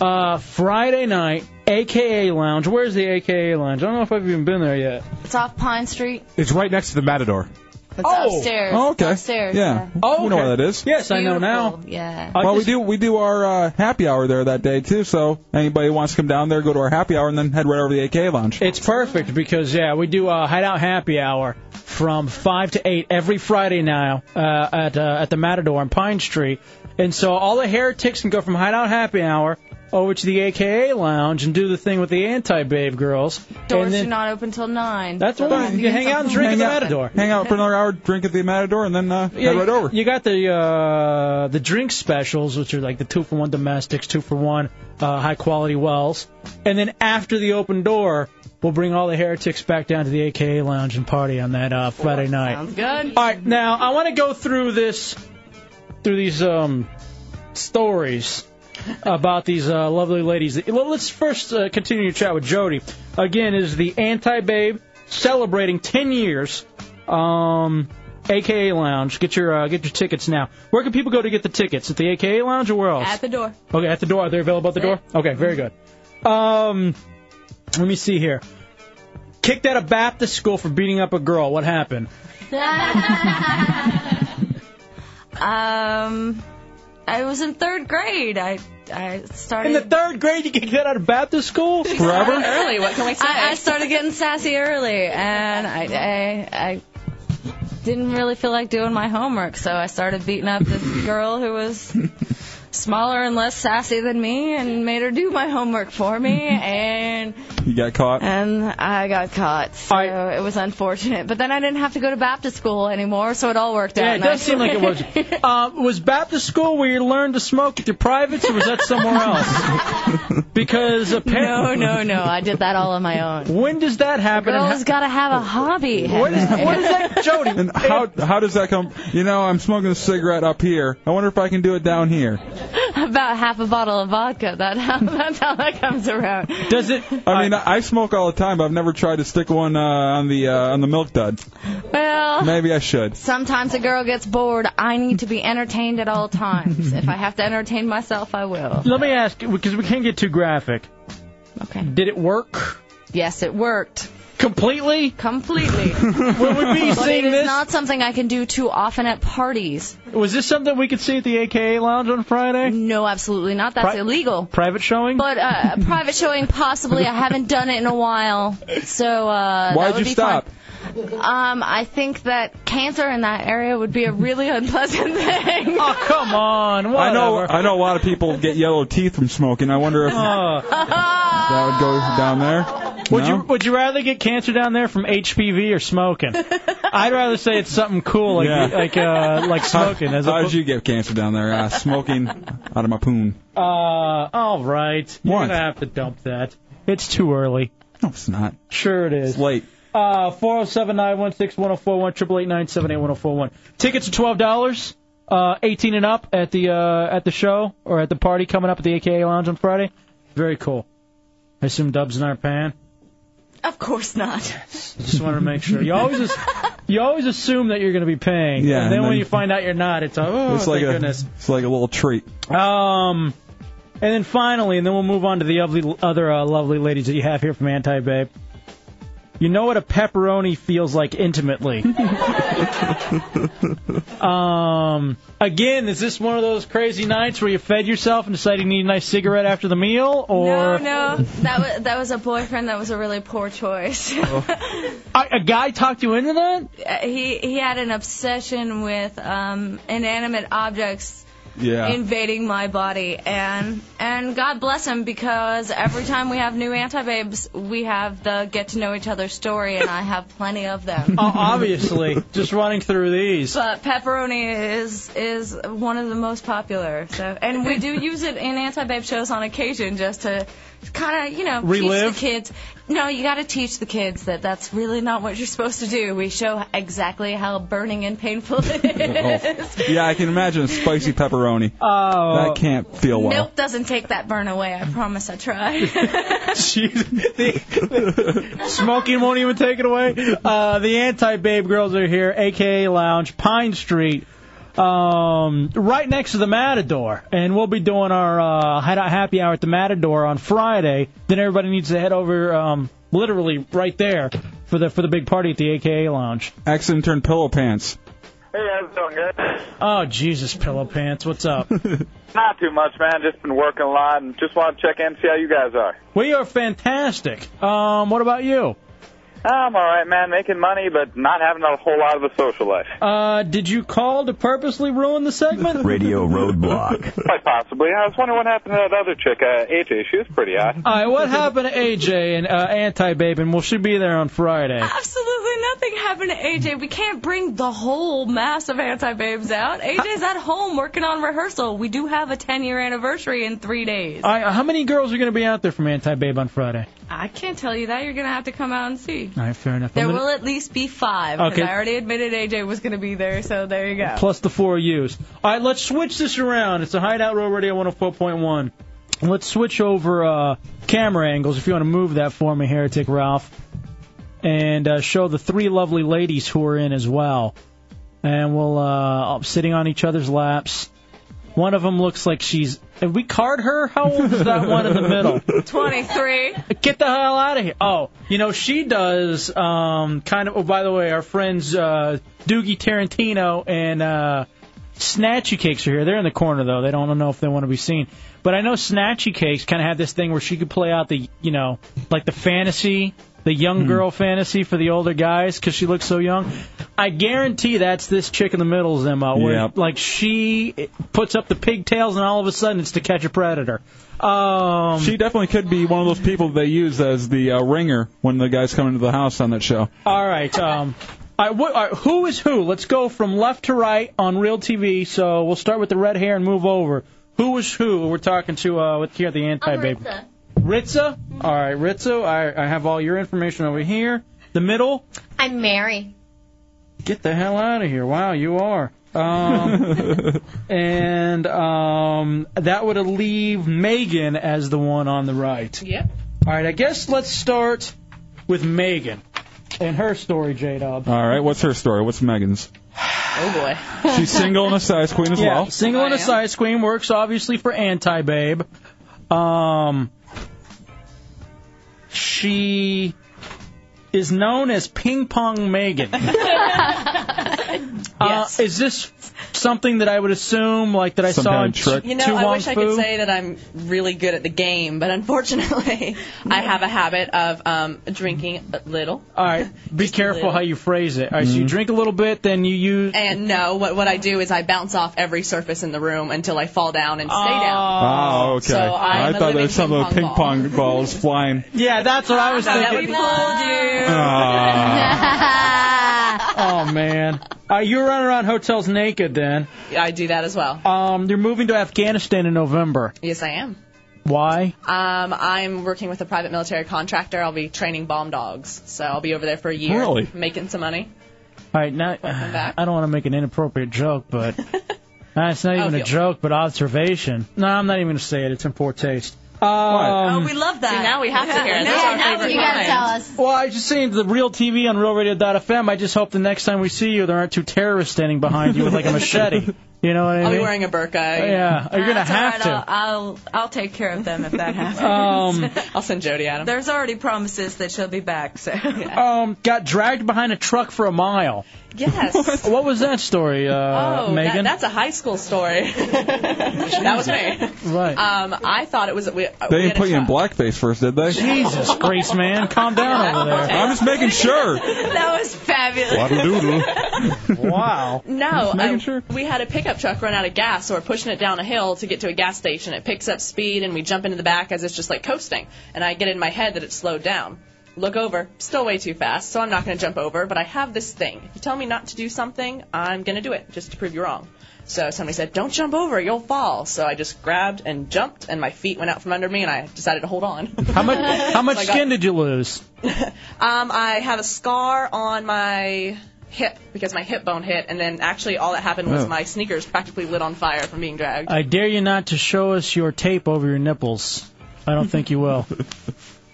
Speaker 5: uh, Friday night, AKA Lounge. Where's the AKA Lounge? I don't know if I've even been there yet.
Speaker 1: It's off Pine Street.
Speaker 5: It's right next to the Matador.
Speaker 1: It's upstairs. Upstairs.
Speaker 5: Oh,
Speaker 6: We know where that is.
Speaker 5: Yes, I know now.
Speaker 1: Yeah.
Speaker 6: well, we do we do our uh, happy hour there that day too. So anybody who wants to come down there, go to our happy hour, and then head right over to the AKA lounge.
Speaker 5: It's perfect because yeah, we do a hideout happy hour from five to eight every Friday now uh, at uh, at the Matador on Pine Street, and so all the heretics can go from hideout happy hour over to the AKA lounge and do the thing with the anti-babe girls.
Speaker 1: Doors
Speaker 5: and then
Speaker 1: do not open till nine.
Speaker 5: That's
Speaker 1: So
Speaker 5: what we-
Speaker 1: that
Speaker 5: you
Speaker 1: means
Speaker 5: hang out and
Speaker 1: I'm
Speaker 5: drink at the
Speaker 1: home.
Speaker 5: Matador.
Speaker 6: Hang out for another hour, drink at the Matador, and then uh,
Speaker 5: Yeah,
Speaker 6: head right over.
Speaker 5: You got the uh, the drink specials, which are like the two for one domestics, two for one uh, high quality wells, and then after the open door, we'll bring all the heretics back down to the AKA lounge and party on that uh, Friday night.
Speaker 1: Sounds good.
Speaker 5: All right, now I want to go through this, through these um, stories about these uh, lovely ladies. Well, Let's first uh, continue your chat with Jody. Again, is the anti babe celebrating 10 years? Um, AKA Lounge. Get your uh, get your tickets now. Where can people go to get the tickets? At the AKA Lounge or where else?
Speaker 1: At the door.
Speaker 5: Okay, at the door. Are they available at the door?
Speaker 1: That's
Speaker 5: Okay, very good. Um, let me see here. Kicked out of Baptist school for beating up a girl. What happened?
Speaker 1: um, I was in third grade. I I started
Speaker 5: In the third grade, you get out of Baptist school
Speaker 1: Forever?
Speaker 2: Early, what can we say?
Speaker 1: I, I started getting sassy early, and I, I I didn't really feel like doing my homework, so I started beating up this girl who was smaller and less sassy than me, and made her do my homework for me, and
Speaker 6: You got caught.
Speaker 1: and I got caught. So it was unfortunate, but then I didn't have to go to Baptist school anymore, so it all worked
Speaker 5: Yeah,
Speaker 1: out.
Speaker 5: it does seem like it was.
Speaker 1: nicely.
Speaker 5: Uh, was Baptist school where you learned to smoke at your privates, or was that somewhere else? Because
Speaker 1: No,
Speaker 5: apparently,
Speaker 1: no, no. I did that all on my own.
Speaker 5: When does that happen? and
Speaker 1: Girls
Speaker 5: ho-
Speaker 1: gotta have a hobby.
Speaker 5: What is-
Speaker 1: Henry.
Speaker 5: what is that, Jody?
Speaker 6: And how how does that come? You know, I'm smoking a cigarette up here. I wonder if I can do it down here.
Speaker 1: About half a bottle of vodka. That that's how that comes around.
Speaker 5: Does it?
Speaker 6: I mean, I, I smoke all the time, but I've never tried to stick one uh, on the uh, on the milk dud.
Speaker 1: Well,
Speaker 6: Maybe I should.
Speaker 1: sometimes a girl gets bored. I need to be entertained at all times. if I have to entertain myself, I will.
Speaker 5: Let me ask, because we can't get too graphic.
Speaker 1: Okay.
Speaker 5: Did it work?
Speaker 1: Yes, it worked.
Speaker 5: Completely?
Speaker 1: Completely.
Speaker 5: Will we be
Speaker 1: but
Speaker 5: seeing
Speaker 1: it is
Speaker 5: this?
Speaker 1: not something I can do too often at parties.
Speaker 5: Was this something we could see at the AKA lounge on Friday?
Speaker 1: No, absolutely not. That's
Speaker 5: Pri-
Speaker 1: illegal.
Speaker 5: Private showing?
Speaker 1: But uh, private showing, possibly. I haven't done it in a while, so uh, that
Speaker 6: Why'd
Speaker 1: would
Speaker 6: you
Speaker 1: be
Speaker 6: stop?
Speaker 1: Fun. Um, I think that cancer in that area would be a really unpleasant thing.
Speaker 5: Oh come on!
Speaker 6: I know I know a lot of people get yellow teeth from smoking. I wonder if that would go down there.
Speaker 5: Would
Speaker 6: No?
Speaker 5: you would you rather get cancer down there from HPV or smoking? I'd rather say it's something cool like
Speaker 6: Yeah.
Speaker 5: like uh, like smoking
Speaker 6: How,
Speaker 5: as
Speaker 6: how
Speaker 5: opposed
Speaker 6: did you get cancer down there? Uh, smoking out of my poon.
Speaker 5: Uh, all right. You're
Speaker 6: What?
Speaker 5: gonna have to dump that. It's too early.
Speaker 6: No, it's not.
Speaker 5: Sure, it is. It's
Speaker 6: late.
Speaker 5: Uh, four zero seven nine one six one zero four one triple eight nine seven eight one zero four one. Tickets are twelve dollars, uh, eighteen and up at the uh, at the show or at the party coming up at the AKA Lounge on Friday. Very cool. I assume Dubs in our pan.
Speaker 1: Of course not.
Speaker 5: Just wanted to make sure. You always as- you always assume that you're going to be paying.
Speaker 6: Yeah,
Speaker 5: And then
Speaker 6: and
Speaker 5: when
Speaker 6: then-
Speaker 5: you find out you're not, it's like, oh,
Speaker 6: it's like
Speaker 5: thank
Speaker 6: a
Speaker 5: goodness.
Speaker 6: it's like a little treat.
Speaker 5: Um, and then finally, and then we'll move on to the lovely, other uh, lovely ladies that you have here from Anti Babe. You know what a pepperoni feels like intimately. um, again, is this one of those crazy nights where you fed yourself and decided you need a nice cigarette after the meal,
Speaker 1: No,
Speaker 5: or
Speaker 1: no, that was that was a boyfriend. That was a really poor choice.
Speaker 5: Oh.
Speaker 1: Uh,
Speaker 5: I, a guy talked you into that?
Speaker 1: he he had an obsession with um, inanimate objects
Speaker 5: Yeah.
Speaker 1: invading my body, and and God bless him because every time we have new anti babes, we have the get to know each other story, and I have plenty of them.
Speaker 5: Oh, obviously, just running through these.
Speaker 1: But pepperoni is is one of the most popular. So, and we do use it in anti-babe shows on occasion, just to kind of you know
Speaker 5: Relive?
Speaker 1: teach the kids. No, you got to teach the kids that that's really not what you're supposed to do. We show exactly how burning and painful it is.
Speaker 6: Oh. Yeah, I can imagine a spicy pepperoni.
Speaker 5: Oh.
Speaker 6: That can't feel well.
Speaker 1: Nope doesn't take that burn away. I promise. I try.
Speaker 5: Smoking won't even take it away. Uh, the anti babe girls are here, aka Lounge, Pine Street, um, right next to the Matador. And we'll be doing our uh, hideout happy hour at the Matador on Friday. Then everybody needs to head over, um, literally right there for the for the big party at the AKA Lounge.
Speaker 6: Ex intern pillow pants.
Speaker 3: Hey, how's it going, guys?
Speaker 5: Oh Jesus, Pillow Pants, what's up?
Speaker 3: Not too much, man. Just been working a lot and just want to check in, see how you guys are.
Speaker 5: we are fantastic. Um, what about you?
Speaker 3: I'm all right, man, making money, but not having a whole lot of a social life.
Speaker 5: Uh, did you call to purposely ruin the segment?
Speaker 2: Radio roadblock.
Speaker 3: Quite possibly. I was wondering what happened to that other chick, uh, AJ. She was pretty hot.
Speaker 5: All right, what happened to AJ and uh, Anti Babe? And will she be there on Friday?
Speaker 1: Absolutely nothing happened to AJ. We can't bring the whole mass of anti babes out. AJ's at home working on rehearsal. We do have a 10 year anniversary in three days.
Speaker 5: All right, how many girls are going to be out there from Anti Babe on Friday?
Speaker 1: I can't tell you that. You're going to have to come out and see.
Speaker 5: All right, fair enough.
Speaker 1: There
Speaker 5: I'm
Speaker 1: will
Speaker 5: gonna-
Speaker 1: at least be five. 'cause
Speaker 5: Okay.
Speaker 1: I already admitted AJ was going to be there, so there you go.
Speaker 5: Plus the four U's. All right, let's switch this around. It's a Hideout Row Radio 104.1. Let's switch over uh, camera angles if you want to move that for me, Heretic Ralph, and uh, show the three lovely ladies who are in as well. And we'll uh, up- sitting on each other's laps. One of them looks like she's. Have we card her? How old is that one in the middle?
Speaker 1: 23.
Speaker 5: Get the hell out of here. Oh, you know, she does um kind of oh by the way, our friends uh Doogie Tarantino and uh Snatchy Cakes are here. They're in the corner though. They don't know if they want to be seen. But I know Snatchy Cakes kind of had this thing where she could play out the, you know, like the fantasy, the young girl fantasy for the older guys because she looks so young. I guarantee that's this chick in the middle's MO where
Speaker 6: Yep.
Speaker 5: like she puts up the pigtails and all of a sudden it's to catch a predator. Um,
Speaker 6: she definitely could be one of those people they use as the uh, ringer when the guys come into the house on that show.
Speaker 5: All right. Um, I, what, all right, who is who? Let's go from left to right on Real TV. So we'll start with the red hair and move over. Who is who? We're talking to uh, with here at the anti baby. Ritza. All right, Ritza. I, I have all your information over here. The middle.
Speaker 4: I'm Mary.
Speaker 5: Get the hell out of here! Wow, you are. Um, and um, that would leave Megan as the one on the right.
Speaker 4: Yep.
Speaker 5: All right. I guess let's start with Megan and her story, J Dub.
Speaker 6: All right, what's her story? What's Megan's?
Speaker 4: Oh boy.
Speaker 6: She's single and a size queen as
Speaker 5: yeah,
Speaker 6: well.
Speaker 5: Single and a size queen works obviously for Anti Babe. Um, she is known as Ping Pong Megan. yes. uh, is this something that I would assume, like that I
Speaker 6: Some
Speaker 5: saw
Speaker 6: kind
Speaker 5: in
Speaker 6: of trick?
Speaker 5: Tu-
Speaker 22: You know,
Speaker 5: Tu
Speaker 22: I
Speaker 5: Wong
Speaker 22: wish I
Speaker 5: Fu?
Speaker 22: could say that I'm really good at the game, but unfortunately, I have a habit of um, drinking a little.
Speaker 5: All right, be careful how you phrase it. All right, so
Speaker 6: Mm-hmm.
Speaker 5: you drink a little bit, then you use.
Speaker 22: And no, what what I do is I bounce off every surface in the room until I fall down and stay down.
Speaker 6: Oh, okay.
Speaker 22: Uh, So
Speaker 6: I
Speaker 22: I'm a
Speaker 6: thought there
Speaker 22: living
Speaker 6: was some
Speaker 22: ping
Speaker 6: of the ping
Speaker 22: pong
Speaker 6: pong balls flying.
Speaker 5: Yeah, that's what I was
Speaker 22: No, that
Speaker 5: thinking.
Speaker 6: Ah.
Speaker 5: oh man, uh, you run around hotels naked then.
Speaker 22: I do that as well.
Speaker 5: Um, you're moving to Afghanistan in November.
Speaker 22: Yes, I am.
Speaker 5: Why?
Speaker 22: Um, I'm working with a private military contractor. I'll be training bomb dogs, so I'll be over there for a year,
Speaker 5: Really?
Speaker 22: making some money.
Speaker 5: All right, now I don't want to make an inappropriate joke, but Nah, it's not even a joke, but observation. No, I'm not even going to say it. It's in poor taste. Um,
Speaker 22: oh, we love that. See, now we have to hear. it. That's our favorite line.
Speaker 5: Well, I just seen the real TV on RealRadio.fm. I just hope the next time we see you, there aren't two terrorists standing behind you with like a machete. You know what I
Speaker 22: I'll be
Speaker 5: mean?
Speaker 22: wearing a burqa.
Speaker 5: Oh, Yeah, you're gonna
Speaker 1: That's all
Speaker 5: have
Speaker 1: right,
Speaker 5: to.
Speaker 1: I'll, I'll I'll take care of them if that happens.
Speaker 5: Um,
Speaker 22: I'll send Jody at him.
Speaker 1: There's already promises that she'll be back, so.
Speaker 5: um, got dragged behind a truck for a mile.
Speaker 22: Yes.
Speaker 5: What was that story, uh,
Speaker 22: oh, That,
Speaker 5: Megan?
Speaker 22: that's a high school story. that was me.
Speaker 5: right.
Speaker 22: Um, I thought it was. We,
Speaker 6: They didn't put you in blackface first, did they?
Speaker 5: Jesus Grace, man, calm down over there.
Speaker 6: I'm just making sure.
Speaker 22: that was fabulous.
Speaker 5: wow.
Speaker 22: No,
Speaker 5: Just making
Speaker 22: uh, we had a pickup truck run out of gas, so we're pushing it down a hill to get to a gas station. It picks up speed, and we jump into the back as it's just like coasting. And I get in my head that it's slowed down. Look over, still way too fast, so I'm not going to jump over. But I have this thing. If you tell me not to do something, I'm going to do it just to prove you wrong. So somebody said, "Don't jump over, you'll fall." So I just grabbed and jumped, and my feet went out from under me, and I decided to hold on.
Speaker 5: How much how much
Speaker 22: So I got-
Speaker 5: skin did you lose?
Speaker 22: um, I have a scar on my hip because my hip bone hit, and then actually all that happened was
Speaker 5: Oh.
Speaker 22: my sneakers practically lit on fire from being dragged.
Speaker 5: I dare you not to show us your tape over your nipples. I don't think you will.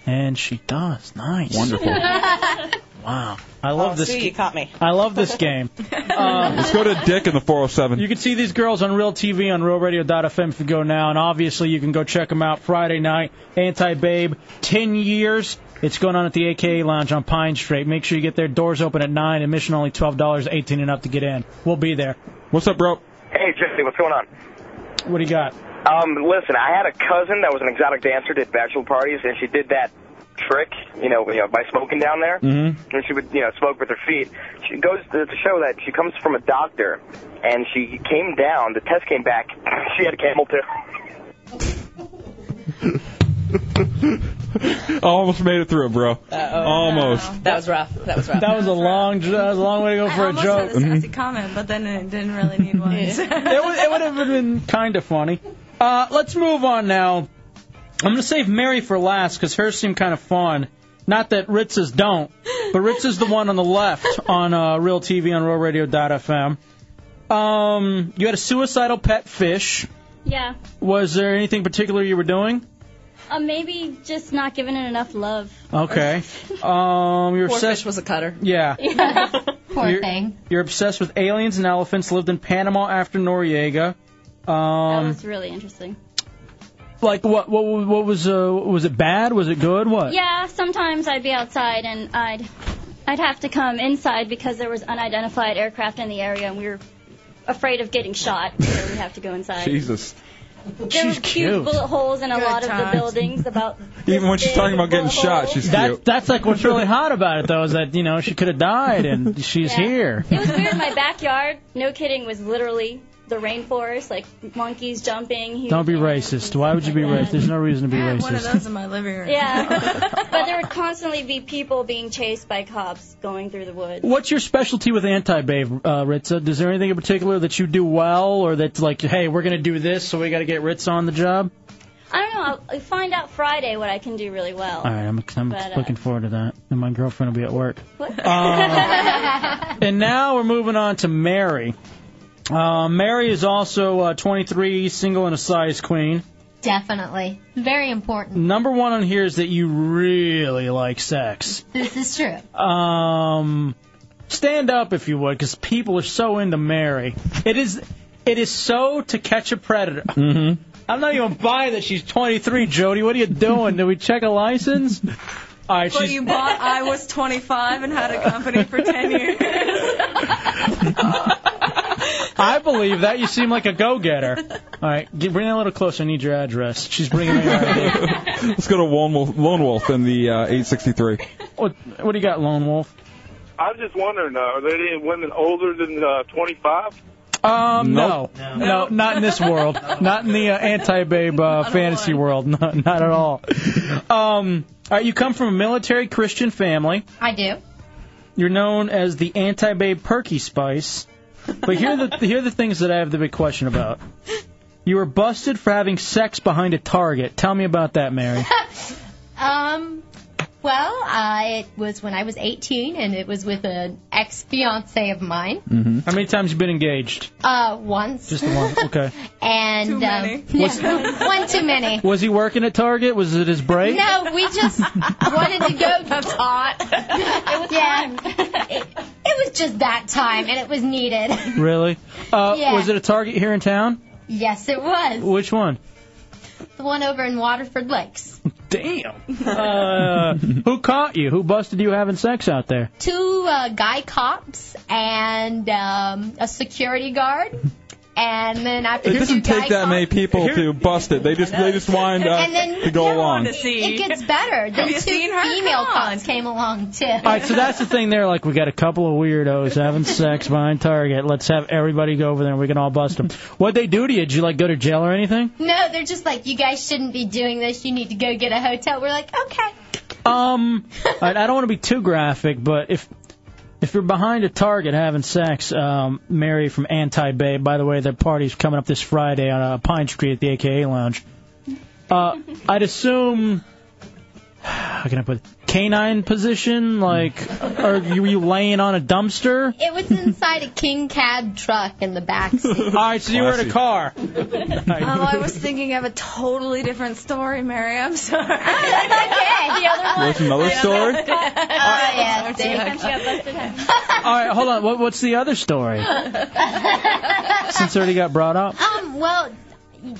Speaker 5: And she does. Nice. Wow. I love
Speaker 22: oh,
Speaker 5: this.
Speaker 22: See, you caught me.
Speaker 5: I love this game.
Speaker 13: Um,
Speaker 6: Let's go to Dick in the 407.
Speaker 5: You can see these girls on Real TV on RealRadio.fm if you go now, and obviously you can go check them out Friday night. Anti Babe, 10 years. It's going on at the AKA Lounge on Pine Street. Make sure you get there. Doors open at nine. Admission only twelve dollars, eighteen and up to get in. We'll be there.
Speaker 6: What's up, bro?
Speaker 24: Hey, Jesse, what's going on?
Speaker 5: What do you got?
Speaker 24: Um, listen, I had a cousin that was an exotic dancer, did bachelor parties, and she did that
Speaker 7: trick, you know, you know, by smoking down there.
Speaker 5: Mm-hmm.
Speaker 7: And she would, you know, smoke with her feet. She goes to, to show that she comes from a doctor, and she came down. The test came back. She had a camel too.
Speaker 6: Almost made it through it, bro. Almost.
Speaker 29: That was rough. That was rough.
Speaker 5: That was a long, that was a long way to go for
Speaker 1: I
Speaker 5: a
Speaker 1: almost
Speaker 5: joke.
Speaker 1: had a sassy comment, but then it didn't really need one.
Speaker 5: it, would, it would have been kind of funny. Uh, let's move on now. I'm going to save Mary for last because hers seem kind of fun. Not that Ritz's don't, but Ritz is the one on the left on uh, Real TV on RealRadio.fm. Um, you had a suicidal pet fish.
Speaker 30: Yeah.
Speaker 5: Was there anything particular you were doing?
Speaker 30: Uh, maybe just not giving it enough love.
Speaker 5: Okay. Um, you're
Speaker 30: Poor
Speaker 5: obsessed.
Speaker 30: fish
Speaker 29: was a cutter.
Speaker 5: Yeah.
Speaker 30: Poor
Speaker 5: You're-
Speaker 30: thing.
Speaker 5: You're obsessed with aliens and elephants. Lived in Panama after Noriega. Um,
Speaker 30: It's really interesting.
Speaker 5: like what? What? What was? Uh, was it bad? Was it good? What?
Speaker 30: Yeah, sometimes I'd be outside and I'd I'd have to come inside because there was unidentified aircraft in the area and we were afraid of getting shot, so we have to go inside.
Speaker 6: Jesus.
Speaker 30: There
Speaker 6: She's
Speaker 30: were huge
Speaker 6: cute.
Speaker 30: bullet holes in a
Speaker 1: Good
Speaker 30: lot of
Speaker 1: times.
Speaker 30: the buildings about
Speaker 6: Even when she's talking about getting shot, she's
Speaker 5: That,
Speaker 6: cute.
Speaker 5: that's like what's really hot about it though is that you know she could have died and she's here.
Speaker 30: It was weird. My backyard, no kidding, was literally the rainforest, like monkeys jumping. Huge
Speaker 5: Don't be racist. Why would you be racist? There's no reason to be racist.
Speaker 30: in my living room. Yeah, but there would constantly be people being chased by cops going through the woods.
Speaker 5: What's your specialty with anti-babe, uh, Ritza? Is there anything in particular that you do well, or that's like, hey, we're gonna do this, so we gotta get Ritz on the job?
Speaker 30: I don't know. I'll- I'll find out Friday what I can do really well.
Speaker 5: All right, I'm, I'm
Speaker 30: But, uh,
Speaker 5: looking forward to that, and my girlfriend will be at work. Uh,
Speaker 30: What?
Speaker 5: And now we're moving on to Mary. Uh, Mary is also uh, 23, single and a size queen.
Speaker 16: Definitely. Very important.
Speaker 5: Number one on here is that you really like sex.
Speaker 16: This is true.
Speaker 5: Um, stand up if you would, because people are so into Mary. It is, it is so to catch a predator. Mm-hmm. I'm not even buying that she's 23, Jody. What are you doing? Did we check a license? All right,
Speaker 1: Well,
Speaker 5: she's-
Speaker 1: you bought. I was 25 and had a company for 10 years.
Speaker 5: I believe that. You seem like a go-getter. All right, get, bring that a little closer. I need your address. She's bringing me.
Speaker 6: Let's go to Lone Wolf, Lone Wolf in the uh, 863.
Speaker 5: What, what do you got, Lone Wolf?
Speaker 14: I was just wondering, uh, are there any women older than uh, 25?
Speaker 5: Um,
Speaker 14: Nope.
Speaker 5: no. no, not in this world, not in the uh, anti-babe uh, fantasy world, no, not at all. Um, all right, you come from a military Christian family.
Speaker 16: I do.
Speaker 5: You're known as the anti-babe perky spice. But here are the here are the things that I have the big question about. You were busted for having sex behind a target. Tell me about that, Mary.
Speaker 16: Um, well, uh, it was when I was 18, and it was with an ex fiance of mine.
Speaker 5: Mm-hmm. How many times you been engaged?
Speaker 16: Uh, once.
Speaker 5: Just the one. Okay.
Speaker 16: And too many. one too many.
Speaker 5: Was he working at Target? Was it his break?
Speaker 16: No, we just wanted to go. That's hot. it was yeah. It, it was just that time, and it was needed.
Speaker 5: Really? Uh,
Speaker 16: Yeah.
Speaker 5: Was it a Target here in town?
Speaker 16: Yes, it was.
Speaker 5: Which one?
Speaker 16: The one over in Waterford Lakes.
Speaker 5: Damn. Uh, who caught you? Who busted you having sex out there?
Speaker 16: Two uh, guy cops and um, a security guard. And then after
Speaker 6: It
Speaker 16: two
Speaker 6: doesn't
Speaker 16: guy
Speaker 6: take that many people to bust it. They just they just wind up
Speaker 16: and then
Speaker 6: to go
Speaker 16: yeah,
Speaker 6: along.
Speaker 16: It, it gets better. The
Speaker 1: Have you
Speaker 16: two
Speaker 1: seen her?
Speaker 16: female
Speaker 1: Come on.
Speaker 16: cops came along too.
Speaker 5: All right, so that's the thing. They're like, we got a couple of weirdos having sex behind Target. Let's have everybody go over there, and we can all bust them. What'd they do to you? Did you like go to jail or anything?
Speaker 16: No, they're just like, you guys shouldn't be doing this. You need to go get a hotel. We're like, okay.
Speaker 5: Um, all right, I don't want to be too graphic, but if if you're behind a target having sex, um, Mary from Anti Bay. By the way, their party's coming up this Friday on uh, Pine Street at the AKA Lounge. Uh, I'd assume. How can I put it? canine position? Like, are you, were you laying on a dumpster?
Speaker 16: It was inside a King Cab truck in the back
Speaker 5: All
Speaker 16: seat.
Speaker 5: right, so you were in a car.
Speaker 1: Oh, I was thinking of a totally different story, Mary. I'm sorry.
Speaker 16: the other one.
Speaker 6: What's another
Speaker 1: Oh,
Speaker 6: story?
Speaker 16: yeah,
Speaker 30: Anytime she got busted out.
Speaker 5: All right, hold on. What, what's the other story? Since it already got brought up.
Speaker 16: Um, well,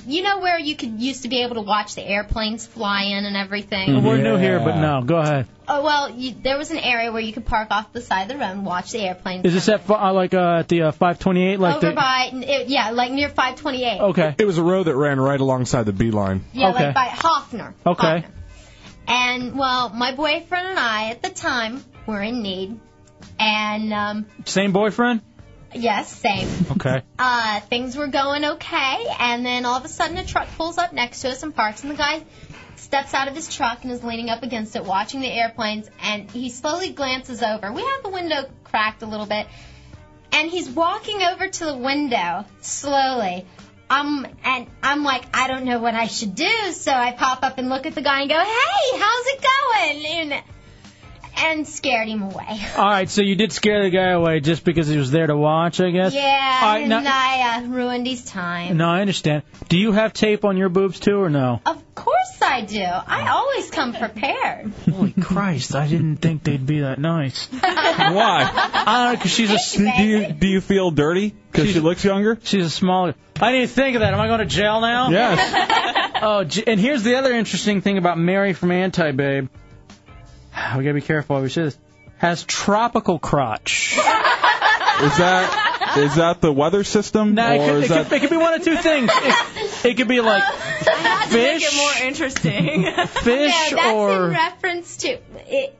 Speaker 16: you know where you could used to be able to watch the airplanes fly in and everything.
Speaker 5: We're new here, but no. Go ahead.
Speaker 16: Oh well, you, there was an area where you could park off the side of the road and watch the airplanes.
Speaker 5: Is this at fi- uh, like uh, at the uh, 528? Like
Speaker 16: over
Speaker 5: the,
Speaker 16: by it, yeah, like near 528.
Speaker 5: Okay.
Speaker 6: It was a road that ran right alongside the B line.
Speaker 16: Yeah, like by Hoffner.
Speaker 5: Okay.
Speaker 16: And well, my boyfriend and I at the time were in need, and um,
Speaker 5: Same boyfriend?
Speaker 16: yes, same.
Speaker 5: Okay.
Speaker 16: Uh, things were going okay, and then all of a sudden a truck pulls up next to us and parks, and the guy steps out of his truck and is leaning up against it, watching the airplanes, and he slowly glances over. We have the window cracked a little bit, and he's walking over to the window slowly. Um, and I'm like, I don't know what I should do, so I pop up and look at the guy and go, "Hey, how's it going?" and and scared him away.
Speaker 5: All right, so you did scare the guy away just because he was there to watch, I guess.
Speaker 16: Yeah,
Speaker 5: All right,
Speaker 16: and
Speaker 5: now-
Speaker 16: I uh, ruined his time.
Speaker 5: No, I understand. Do you have tape on your boobs too, or no?
Speaker 16: Of course I do. I always come prepared.
Speaker 5: Holy Christ! I didn't think they'd be that nice. Why? I don't know, 'cause she's a. sm-
Speaker 6: Do you do you feel dirty because she looks younger?
Speaker 5: She's a smaller. I didn't think of that. Am I going to jail now?
Speaker 6: Yes.
Speaker 5: oh, j- and here's the other interesting thing about Mary from Anti Babe. We gotta be careful how we say this. Has tropical crotch.
Speaker 6: Is that is that the weather system
Speaker 5: Now, it,
Speaker 6: or
Speaker 5: could,
Speaker 6: is
Speaker 5: it, could,
Speaker 6: that
Speaker 5: it could be one of two things. It, it could be like
Speaker 1: to make it
Speaker 5: Fish?
Speaker 1: more interesting.
Speaker 5: fish
Speaker 16: no, that's
Speaker 5: or
Speaker 16: in reference to it.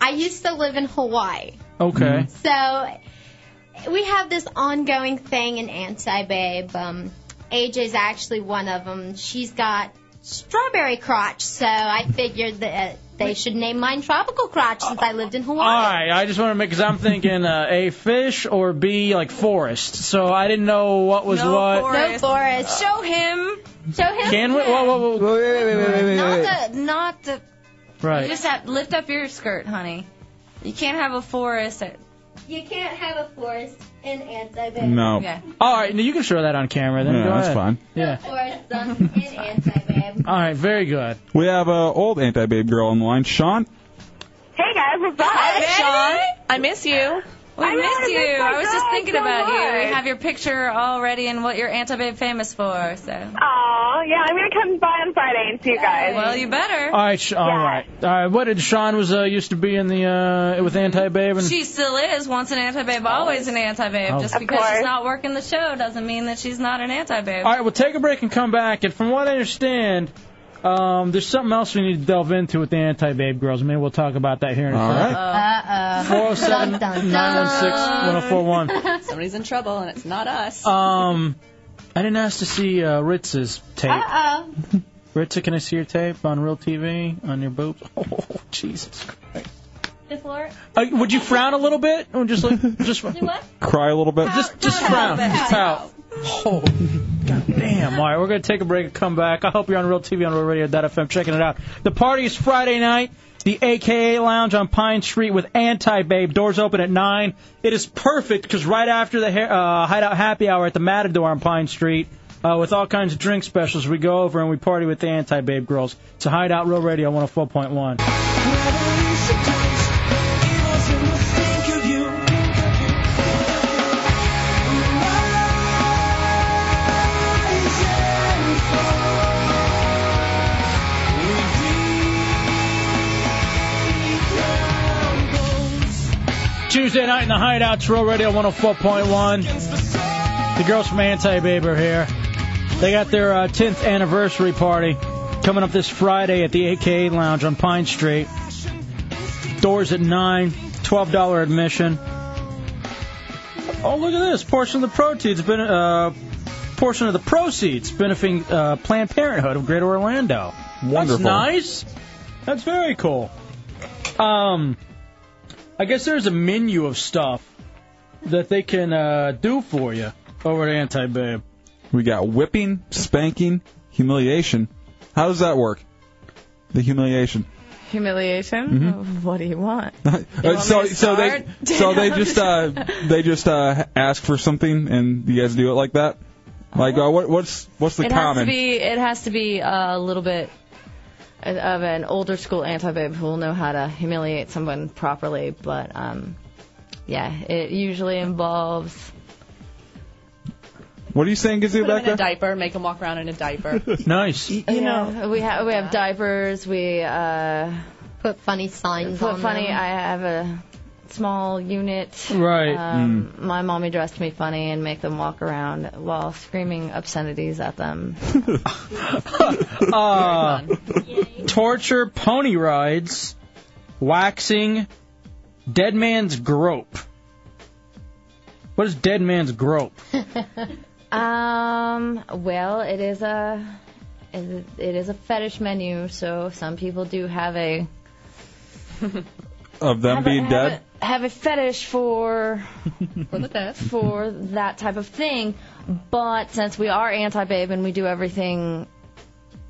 Speaker 16: I used to live in Hawaii,
Speaker 5: okay.
Speaker 16: so we have this ongoing thing in Anti Babe. Um, AJ's actually one of them. She's got strawberry crotch, so I figured that uh, they should name mine tropical crotch since I lived in Hawaii.
Speaker 5: All right, I just want to make because I'm thinking uh, a fish or B like forest. So I didn't know what was what.
Speaker 16: No forest. Show him. Show him.
Speaker 5: Can we? Whoa, whoa, whoa! Wait, wait, wait,
Speaker 1: Not the, not the. You
Speaker 5: Right.
Speaker 1: just have lift up your skirt, honey. You can't have a forest. At,
Speaker 16: You can't have a forest in Anti Babe.
Speaker 5: No. All right, now you can show that on camera. Then
Speaker 6: Yeah,
Speaker 5: go
Speaker 6: that's
Speaker 5: ahead.
Speaker 6: fine.
Speaker 5: Yeah.
Speaker 16: Forest um, in Anti Babe.
Speaker 5: All right, very good.
Speaker 6: we have a old anti babe girl on the line, Sean?
Speaker 15: Hey guys, what's up?
Speaker 1: Hi, Sean. I miss you. We
Speaker 15: I know, I
Speaker 1: miss
Speaker 15: miss
Speaker 1: you.
Speaker 15: my
Speaker 1: I was just
Speaker 15: dog
Speaker 1: thinking
Speaker 15: so
Speaker 1: about you.
Speaker 15: much.
Speaker 1: We have your picture already and what you're anti-babe famous for. So.
Speaker 15: Aw, yeah, I'm gonna come by on Friday and see you guys.
Speaker 1: Well, you better.
Speaker 5: All right, Sh- all right, all right. What did Sean was uh, used to be in the uh, with Anti Babe and
Speaker 1: She still is once an anti-babe, always an anti-babe.
Speaker 5: Oh.
Speaker 1: Just
Speaker 5: Of
Speaker 1: because
Speaker 5: course.
Speaker 1: she's not working the show doesn't mean that she's not an anti-babe.
Speaker 5: All right, we'll take a break and come back. And from what I understand, um, there's something else we need to delve into with the anti-babe girls. Maybe we'll talk about that here in a
Speaker 1: All
Speaker 5: second.
Speaker 1: Uh-oh.
Speaker 5: 407 916 1041.
Speaker 22: Somebody's in trouble, and it's not us.
Speaker 5: Um, I didn't ask to see uh, Ritz's tape.
Speaker 6: Ah.
Speaker 16: Uh-oh.
Speaker 5: Ritza, can I see your tape on Real TV on your boobs? Oh, Jesus Christ!
Speaker 16: The floor.
Speaker 5: Uh, would you frown a little bit? Or just like just
Speaker 16: what?
Speaker 6: Cry a little bit.
Speaker 5: Just just frown. Just pout. Oh, Damn. All right, we're going to take a break and come back. I hope you're on Real TV on RealRadio.fm checking it out. The party is Friday night. The AKA Lounge on Pine Street with Anti Babe. Doors open at 9. It is perfect because right after the ha- uh, Hideout Happy Hour at the Matador on Pine Street, uh, with all kinds of drink specials, we go over and we party with the Anti Babe girls. It's a Hideout Real Radio 104.1. Tuesday night in the Hideouts, Real Radio 104.1. The girls from Anti Babe are here. They got their uh, 10th anniversary party coming up this Friday at the AKA Lounge on Pine Street. Doors at 9, $12 admission. Oh, look at this. Portion of the proceeds been uh, portion of the proceeds benefiting uh, Planned Parenthood of Greater Orlando.
Speaker 6: Wonderful.
Speaker 5: That's nice. That's very cool. Um, I guess there's a menu of stuff that they can uh, do for you over at Anti Babe.
Speaker 6: We got whipping, spanking, humiliation. How does that work? The humiliation.
Speaker 1: Humiliation.
Speaker 5: Mm-hmm.
Speaker 1: What do you want?
Speaker 6: Uh, so so they
Speaker 1: start?
Speaker 6: so they just uh they just uh ask for something and you guys do it like that. Like uh, what what's what's the
Speaker 1: it has to
Speaker 6: common?
Speaker 1: be. It has to be a little bit of an older school anti-babe who will know how to humiliate someone properly. But um, yeah, it usually involves.
Speaker 6: What are you saying,
Speaker 22: Put
Speaker 6: Gazoo
Speaker 22: him
Speaker 6: back
Speaker 22: in a
Speaker 6: there?
Speaker 22: diaper, make him walk around in a diaper.
Speaker 5: nice.
Speaker 1: You know, we have we have diapers. We uh,
Speaker 16: put funny signs.
Speaker 1: Put
Speaker 16: on
Speaker 1: funny.
Speaker 16: them.
Speaker 1: I have a small unit.
Speaker 5: Right.
Speaker 1: Um,
Speaker 6: Hmm.
Speaker 1: My mommy dressed me funny and make them walk around while screaming obscenities at them.
Speaker 5: Uh, torture, pony rides, waxing, dead man's grope. What is dead man's grope?
Speaker 1: Um. Well, it is a it it is a fetish menu, so some people do have a
Speaker 6: Of them
Speaker 1: have a-
Speaker 6: being
Speaker 1: have
Speaker 6: dead?
Speaker 1: a- have a fetish for for the death for that type of thing. But since we are anti-babe and we do everything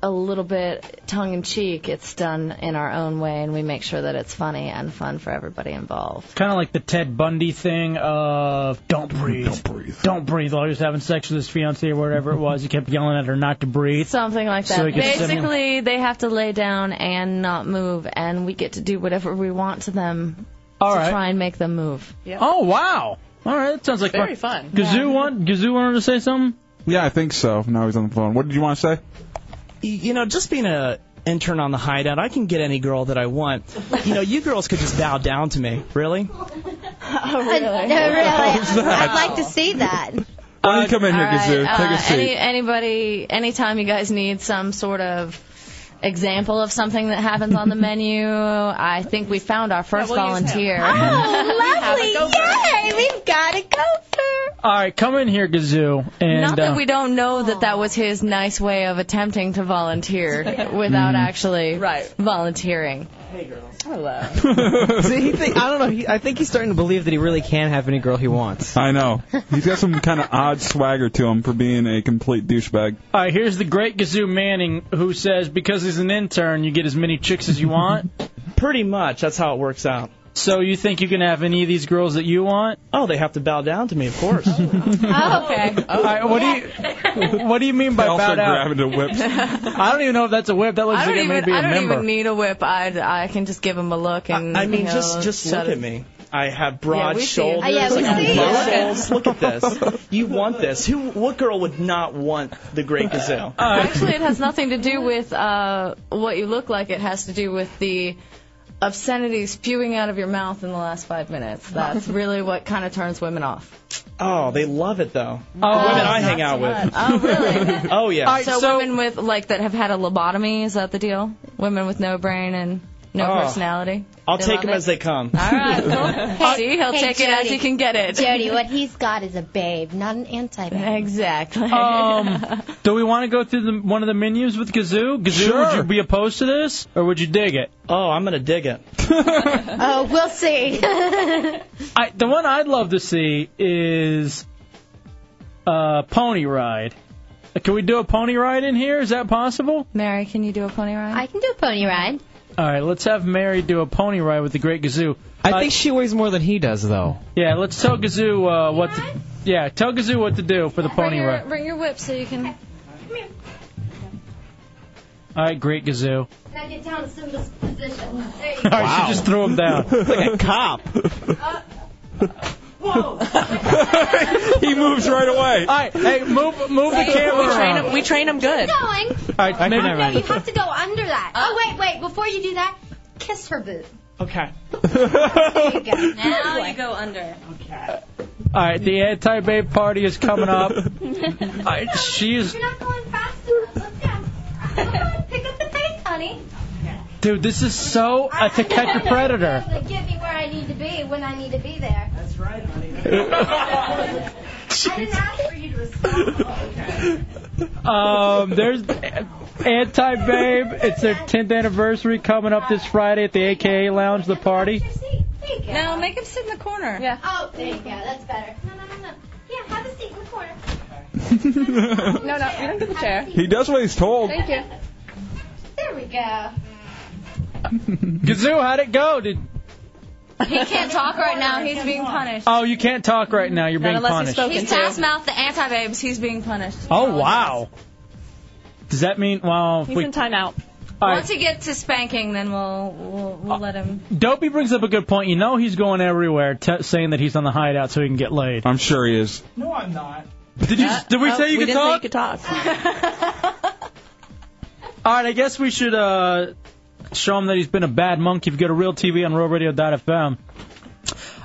Speaker 1: a little bit tongue in cheek, it's done in our own way, and we make sure that it's funny and fun for everybody involved.
Speaker 5: Kind of like the Ted Bundy thing of don't breathe, don't breathe, don't breathe while he was having sex with his fiancee or whatever it was. He kept yelling at her not to breathe.
Speaker 1: Something like that.
Speaker 5: So he could simulate-
Speaker 1: Basically, they have to lay down and not move, and we get to do whatever we want to them
Speaker 5: All
Speaker 1: to
Speaker 5: right.
Speaker 1: try and make them move.
Speaker 5: Oh wow! All right, that sounds like
Speaker 1: Very fun.
Speaker 5: Gazoo want Gazoo wanted to say something.
Speaker 6: Yeah, I think so. Now he's on the phone. What did you want to say?
Speaker 13: y- you know, just being a intern on the hideout, I can get any girl that I want. You know, you girls could just bow down to me. Really?
Speaker 1: Oh, really?
Speaker 16: No, really.
Speaker 13: How's that?
Speaker 16: I'd like to see that.
Speaker 6: Why don't you come in here,
Speaker 1: All right,
Speaker 6: Gazoo? Take
Speaker 1: uh,
Speaker 6: a seat.
Speaker 1: Any, anybody, anytime you guys need some sort of example of something that happens on the menu, I think we found our first volunteer.
Speaker 16: Oh, lovely. Yay. We've got a gopher.
Speaker 5: All right, come in here, Gazoo, and
Speaker 1: Not that
Speaker 5: uh,
Speaker 1: we don't know that that was his nice way of attempting to volunteer without
Speaker 5: Mm.
Speaker 1: actually volunteering.
Speaker 13: Mm-hmm. Hey, girls.
Speaker 22: Hello.
Speaker 8: So he think, I don't know. He, I think he's starting to believe that he really can have any girl he wants.
Speaker 6: I know. He's got some kind of odd swagger to him for being a complete douchebag.
Speaker 5: All right, here's the great Gazoo Manning who says because he's an intern, you get as many chicks as you want.
Speaker 13: Pretty much. That's how it works out.
Speaker 5: So you think you can have any of these girls that you want?
Speaker 13: Oh, they have to bow down to me, of course.
Speaker 1: Oh, okay.
Speaker 5: All right, what do you what do you mean by
Speaker 13: They also
Speaker 5: bowed out?
Speaker 13: grabbed a whip.
Speaker 5: I don't even know if that's a whip. That looks
Speaker 1: I
Speaker 5: like
Speaker 1: don't
Speaker 5: it may
Speaker 1: even.
Speaker 5: be a
Speaker 1: I don't
Speaker 5: member.
Speaker 1: even need a whip. I I can just give him a look and.
Speaker 13: I mean,
Speaker 1: he'll
Speaker 13: just just
Speaker 1: shut
Speaker 13: Mm-hmm. look
Speaker 1: his-
Speaker 13: at me. I have
Speaker 1: Yeah,
Speaker 13: broad
Speaker 1: we see it.
Speaker 13: shoulders.
Speaker 1: Oh, yeah, we
Speaker 13: I got
Speaker 1: see it.
Speaker 13: low
Speaker 1: Yeah.
Speaker 13: shoulders. Look at this. You want this? Who? What girl would not want the Great Gazelle?
Speaker 1: Actually, it has nothing to do with uh, what you look like. It has to do with the obscenity spewing out of your mouth in the last five minutes. That's really what kind of turns women off. Uh,
Speaker 13: Oh, they love it though. the Oh, women I hang out with.
Speaker 1: Oh,
Speaker 13: really? oh yeah.
Speaker 1: so, women with like that have had a lobotomy is that the deal? Women with no brain and no
Speaker 13: Oh.
Speaker 1: personality.
Speaker 13: I'll
Speaker 1: They
Speaker 13: take
Speaker 1: love
Speaker 13: them
Speaker 1: it?
Speaker 13: as they come.
Speaker 1: All right. Well, see, he'll
Speaker 16: Hey,
Speaker 1: take it as
Speaker 16: Jody.
Speaker 1: he can get it.
Speaker 16: Jody, what he's got is a babe, not an anti-babe.
Speaker 1: Exactly.
Speaker 5: Um, do we want to go through the, one of the menus with Gazoo? Gazoo, would you be opposed to this, or would you dig it?
Speaker 13: Oh, I'm gonna dig it.
Speaker 16: oh, we'll see.
Speaker 5: I, the one I'd love to see is uh, pony ride. Can we do a pony ride in here? Is that possible?
Speaker 1: Mary, can you do a pony ride?
Speaker 16: I can do a pony ride.
Speaker 5: All right, let's have Mary do a pony ride with the Great Gazoo.
Speaker 8: I
Speaker 13: Uh,
Speaker 8: think she weighs more than he does, though.
Speaker 5: Yeah, let's tell Gazoo uh, what. To, yeah, tell Gazoo what to do for the
Speaker 1: bring
Speaker 5: pony
Speaker 1: your,
Speaker 5: ride.
Speaker 1: bring your whip so you can.
Speaker 5: All right, Great Gazoo.
Speaker 16: Now get down to Simba's position. There you
Speaker 5: All right, she just threw him down like
Speaker 13: a cop.
Speaker 6: he moves right away.
Speaker 5: All right, hey, move move the
Speaker 16: Hey,
Speaker 5: camera.
Speaker 16: we train
Speaker 5: around.
Speaker 16: him-
Speaker 22: we train him good.
Speaker 16: Going.
Speaker 5: All right, Mary-
Speaker 16: Oh, no, you have to go under that. Oh, wait, wait. Before you do that, kiss her boob.
Speaker 13: Okay.
Speaker 16: There you go.
Speaker 21: Now you go under. Okay.
Speaker 5: All right, the anti babe party is coming up. All right, she is,
Speaker 16: You're not going fast enough. Look down. Come on, pick up the pace, honey.
Speaker 5: dude. This is so uh, to catch a predator.
Speaker 16: They get me where I need to be when I need to be there. That's right, honey. I didn't ask for you to
Speaker 5: Um, there's anti babe. It's their 10th anniversary coming up this Friday at the AKA Lounge. The party.
Speaker 1: No, make him sit in the corner. Yeah.
Speaker 16: Oh, there you go. That's better. No, no, no, no. Yeah, have a seat in the corner.
Speaker 6: he
Speaker 1: No, no, you don't get the chair.
Speaker 6: does what he's told.
Speaker 1: you.
Speaker 16: There we go.
Speaker 5: Gazoo, how'd it go? Did
Speaker 1: He can't talk right now. He's being punished.
Speaker 5: oh, you can't talk right now. You're
Speaker 1: Not
Speaker 5: being
Speaker 1: unless
Speaker 5: punished.
Speaker 1: he's spoken He's past mouth the anti babes. He's being punished.
Speaker 5: Oh wow. Does that mean well? if
Speaker 1: He's
Speaker 5: Oh, we,
Speaker 1: in timeout.
Speaker 5: All
Speaker 1: Once you
Speaker 5: right,
Speaker 1: get to spanking, then we'll we'll, we'll let him.
Speaker 5: Dopey brings up a good point. You know he's going everywhere, t- saying that he's on the hideout so he can get laid.
Speaker 6: I'm sure he is.
Speaker 13: No, I'm not.
Speaker 5: Did you? did we
Speaker 22: Oh,
Speaker 5: say you
Speaker 22: we
Speaker 5: could
Speaker 22: didn't say
Speaker 5: talk?
Speaker 22: you could talk.
Speaker 5: All right, I guess we should uh, show him that he's been a bad monk. You've got a real TV on RealRadio.fm.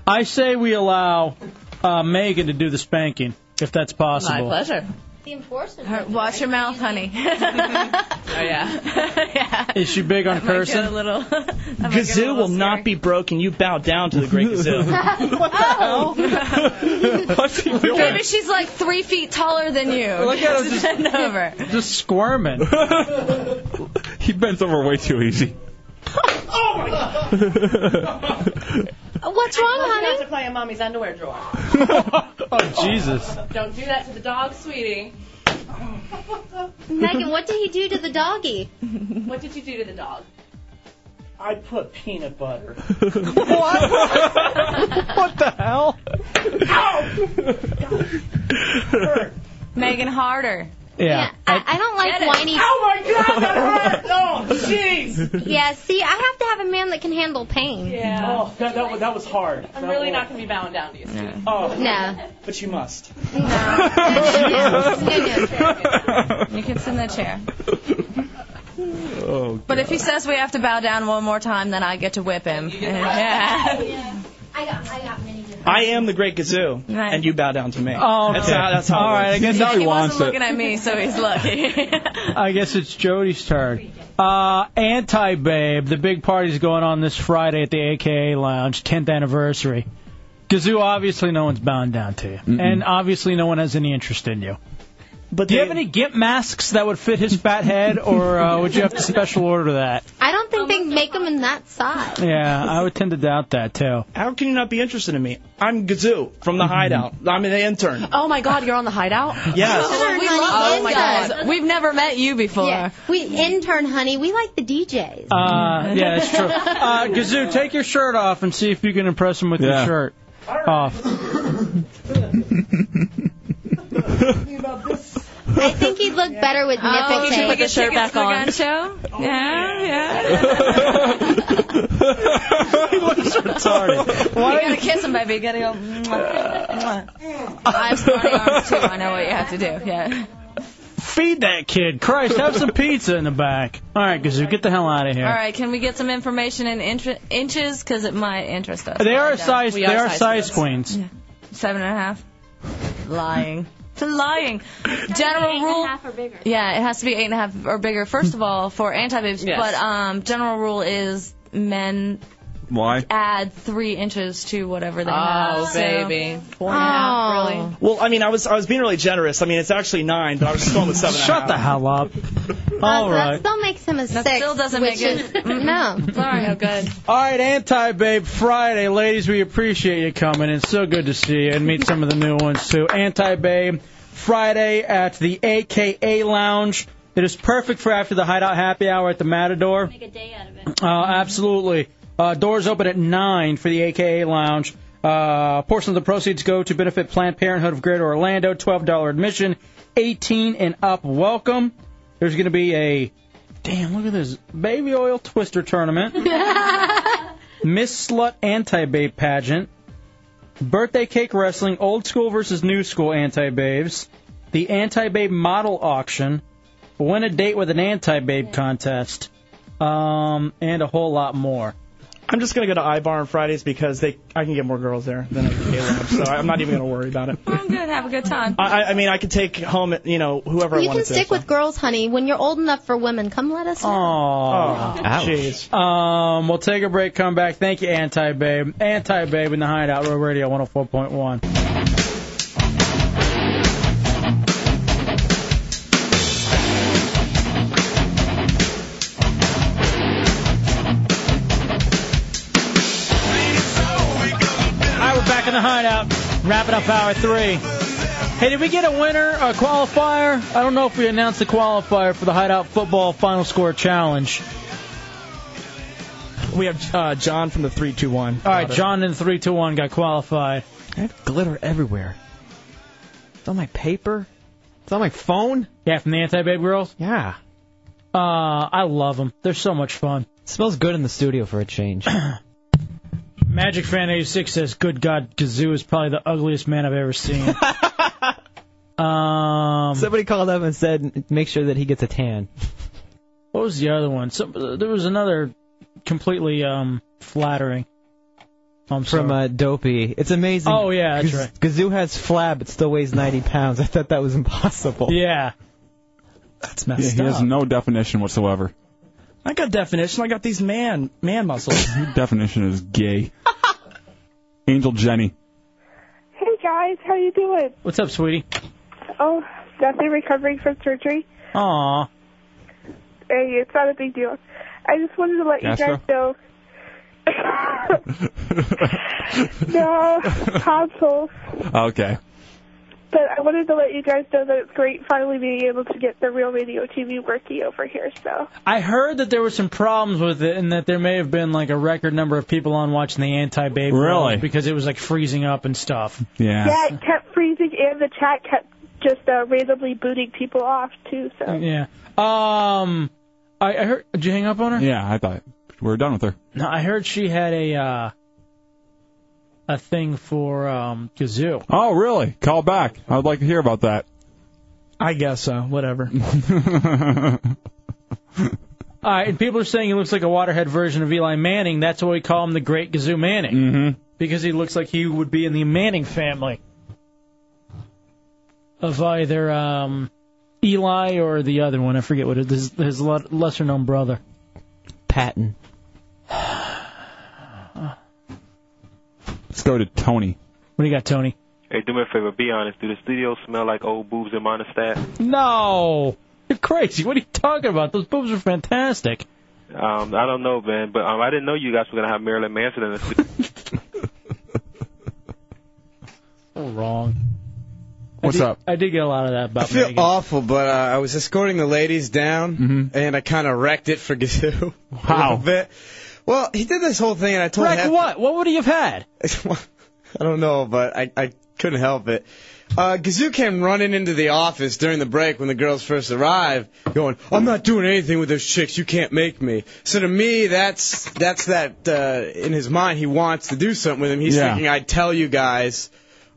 Speaker 5: I say we allow uh, Megan to do the spanking, if that's possible.
Speaker 22: My pleasure.
Speaker 16: The enforcement.
Speaker 1: Her- wash your mouth, honey.
Speaker 22: Oh yeah.
Speaker 5: Is she big on
Speaker 1: A
Speaker 5: cursing?
Speaker 1: little.
Speaker 13: Gazoo will not be broken. You bow down to the great Gazoo.
Speaker 1: what the hell?
Speaker 5: What's he doing?
Speaker 1: Oh. Maybe she's like three feet taller than you.
Speaker 5: Look at him
Speaker 1: just bend over.
Speaker 5: Just squirming.
Speaker 6: he bends over way too easy.
Speaker 21: Oh my god.
Speaker 16: What's
Speaker 21: wrong, honey? You have to play in mommy's underwear drawer.
Speaker 5: oh Jesus.
Speaker 21: Don't do that to the dog, sweetie.
Speaker 16: Megan, what did he do to the doggy?
Speaker 21: What did you do to the dog?
Speaker 13: I put peanut butter.
Speaker 5: what the hell?
Speaker 1: Megan Harder.
Speaker 5: Yeah.
Speaker 16: I, I don't like whiny.
Speaker 21: Oh my god, that hurt! Oh, jeez!
Speaker 16: Yeah, see, I have to have a man that can handle pain.
Speaker 21: Yeah.
Speaker 13: Oh, that, that, was- that was hard.
Speaker 21: I'm really not going to be bowing down to you.
Speaker 13: Oh.
Speaker 16: No.
Speaker 13: But you must.
Speaker 1: You can sit in the chair.
Speaker 6: Oh,
Speaker 1: But if he says we have to bow down one more time, then I get to whip him. Yeah.
Speaker 16: I got, I got many.
Speaker 13: I am the great Gazoo,
Speaker 1: Right.
Speaker 13: and you bow down to me.
Speaker 5: Oh,
Speaker 13: that's
Speaker 5: okay.
Speaker 13: how, that's how
Speaker 5: All
Speaker 13: it
Speaker 5: right,
Speaker 13: works.
Speaker 5: I guess now he wants
Speaker 1: Looking
Speaker 5: it.
Speaker 1: at me, so he's lucky.
Speaker 5: I guess it's Jody's turn. Uh, Anti Babe, the big party's going on this Friday at the AKA Lounge, 10th anniversary. Gazoo, obviously no one's bound down to you, and obviously no one has any interest in you.
Speaker 13: But
Speaker 5: do you have any gimp masks that would fit his fat head, or uh, would you have to special order that?
Speaker 16: I don't think they make them in that size.
Speaker 5: Yeah, I would tend to doubt that too. Mm-hmm.
Speaker 13: How can you not be interested in me? I'm Gazoo from the Hideout. I'm an intern.
Speaker 1: oh my God, you're on the hideout?
Speaker 13: Yes.
Speaker 16: Intern,
Speaker 1: We
Speaker 16: honey,
Speaker 1: love- oh my
Speaker 16: intern.
Speaker 1: God. We've never met you before.
Speaker 16: Yeah, we intern, honey. We like the DJs.
Speaker 5: Uh, yeah, it's true. Uh, Gazoo, take your shirt off and see if you can impress him with your
Speaker 6: Yeah.
Speaker 5: shirt off.
Speaker 16: I think he'd look better with nipple
Speaker 1: Oh, you should
Speaker 16: tape.
Speaker 1: put the shirt
Speaker 16: Chicken
Speaker 1: back on.
Speaker 16: spaghetti.
Speaker 1: Show? Yeah, yeah.
Speaker 5: he looks retarded.
Speaker 1: You
Speaker 5: Why
Speaker 1: gotta kiss him, baby. You gotta go. mwah, mwah. I'm starting arms too. I know what you have to do. Yeah.
Speaker 5: feed that kid? Christ, have some pizza in the back. All right, Gazoo, get the hell out of here.
Speaker 1: All right. Can we get some information in inch- inches? Because it might interest us.
Speaker 5: They are
Speaker 1: Find out.
Speaker 5: size. They are size queens.
Speaker 1: Seven and a half. Lying. To lying. General rule.
Speaker 2: Half or bigger.
Speaker 1: Yeah, it has to be eight and a half or bigger. First of all, for anti babes.
Speaker 22: Yes.
Speaker 1: But um, general rule is men
Speaker 6: Why?
Speaker 1: add three inches to whatever they have.
Speaker 22: Oh,
Speaker 1: so
Speaker 22: baby.
Speaker 1: Four and a half,
Speaker 16: Oh.
Speaker 1: really.
Speaker 13: Well, I mean, I was I was being really generous. I mean, it's actually nine, but I was just going with seven. and a
Speaker 5: Shut
Speaker 13: half.
Speaker 5: the hell up.
Speaker 16: Uh,
Speaker 5: All
Speaker 16: so That
Speaker 5: right.
Speaker 16: still makes him a six.
Speaker 1: still doesn't
Speaker 16: which
Speaker 1: make it-
Speaker 16: is- no.
Speaker 1: Sorry. Oh, good.
Speaker 5: All right, Anti Babe Friday, ladies, we appreciate you coming. It's so good to see you and meet some of the new ones too. Anti Babe Friday at the AKA Lounge. It is perfect for after the Hideout Happy Hour at the Matador.
Speaker 2: Make a day out of it.
Speaker 5: Uh, absolutely. Uh, doors open at 9 for the AKA Lounge. Uh, a portion of the proceeds go to benefit Planned Parenthood of Greater Orlando. $12 admission, 18 and up welcome. There's going to be a, damn, look at this, baby oil twister tournament. Miss Slut Anti-Babe pageant. Birthday cake wrestling, old school versus new school anti-babes. The anti-babe model auction. Win a date with an anti-babe contest um, and a whole lot more.
Speaker 13: I'm just gonna go to iBar on Fridays because they I can get more girls there than I can get lab, so I'm not even gonna worry about it.
Speaker 1: I'm good. Have a good time.
Speaker 13: I, I- I mean, I could take home, you know, whoever I
Speaker 16: You can
Speaker 13: wanted
Speaker 16: stick
Speaker 13: to.
Speaker 16: with girls, honey. When you're old enough for women, come let us know.
Speaker 5: Aww.
Speaker 13: Oh,
Speaker 8: Ouch.
Speaker 13: jeez.
Speaker 5: Um, we'll take a break, come back. Thank you, Anti Babe. Anti Babe in the Hideout, Road Radio 104.1. All right, we're back in the Hideout, wrapping up hour three. Hey, did we get a winner, a qualifier? I don't know if we announced the qualifier for the Hideout Football Final Score Challenge.
Speaker 13: We have uh, John from the three two one.
Speaker 5: All right, John in three, two, one got qualified.
Speaker 8: I have glitter everywhere. It's on my paper. It's on my phone.
Speaker 5: Yeah, from the Anti Babe Girls.
Speaker 8: Yeah.
Speaker 5: Uh, I love them. They're so much fun.
Speaker 8: It smells good in the studio for a change.
Speaker 5: Magic Fan 86 says, "Good God, Gazoo is probably the ugliest man I've ever seen." um,
Speaker 8: Somebody called up and said, make sure that he gets a tan.
Speaker 5: what was the other one? Some, there was another completely um flattering.
Speaker 8: from uh, Dopey. It's amazing.
Speaker 5: Oh, yeah, that's
Speaker 8: Gaz-
Speaker 5: right.
Speaker 8: Gazoo has flab, but still weighs 90 pounds. I thought that was impossible.
Speaker 5: Yeah. That's
Speaker 6: Yeah, he has no definition whatsoever.
Speaker 13: I got definition. I got these man man muscles.
Speaker 6: Your definition is gay. Angel Jenny.
Speaker 9: Hey guys, how you doing?
Speaker 5: What's up, sweetie?
Speaker 9: Oh, nothing. Recovering from surgery.
Speaker 5: Aw.
Speaker 9: Hey, it's not a big deal. I just wanted to let you guys know. no tonsils,
Speaker 6: Okay.
Speaker 9: but I wanted to let you guys know that it's great finally being able to get the real radio TV working over here. So
Speaker 5: I heard that there were some problems with it, and that there may have been like a record number of people on watching the anti-babe.
Speaker 6: Really?
Speaker 5: Because it was like freezing up and stuff.
Speaker 6: Yeah.
Speaker 9: yeah, it kept freezing, and the chat kept just uh, randomly booting people off too. So
Speaker 5: Yeah. Um, I, I heard. Did you hang up on her?
Speaker 6: Yeah, I thought we were done with her.
Speaker 5: No, I heard she had a uh, a thing for um Kazoo.
Speaker 6: Oh, really? Call back. I would like to hear about that.
Speaker 13: I guess so. Whatever.
Speaker 5: All right, and people are saying he looks like a waterhead version of Eli Manning. That's why we call him the Great Gazoo Manning,
Speaker 6: mm-hmm.
Speaker 5: because he looks like he would be in the Manning family of either um, Eli or the other one. I forget what it is. His le- lesser-known brother,
Speaker 8: Patton.
Speaker 6: Let's go to Tony.
Speaker 5: What do you got, Tony?
Speaker 10: Hey, do me a favor. Be honest. Do the studio smell like old boobs in Monistat?
Speaker 5: No, you're crazy. What are you talking about? Those boobs are fantastic.
Speaker 10: Um, I don't know, man, but um, I didn't know you guys were gonna have Marilyn Manson in the studio.
Speaker 5: So wrong.
Speaker 23: What's
Speaker 5: I did,
Speaker 23: up?
Speaker 5: I did get a lot of that
Speaker 23: I
Speaker 5: about
Speaker 23: feel
Speaker 5: Megan.
Speaker 23: awful, but uh, I was escorting the ladies down,
Speaker 6: Mm-hmm.
Speaker 23: and I kind of wrecked it for Gazoo. How? bit. Well, he did this whole thing, and I told
Speaker 5: Wreck
Speaker 23: him.
Speaker 5: what? What would he have had?
Speaker 23: I don't know, but I, I couldn't help it. Uh, Gazoo came running into the office during the break when the girls first arrived, going, "I'm not doing anything with those chicks. You can't make me." So to me, that's that's that uh, in his mind. He wants to do something with him. He's
Speaker 6: Yeah.
Speaker 23: thinking, "I tell you guys."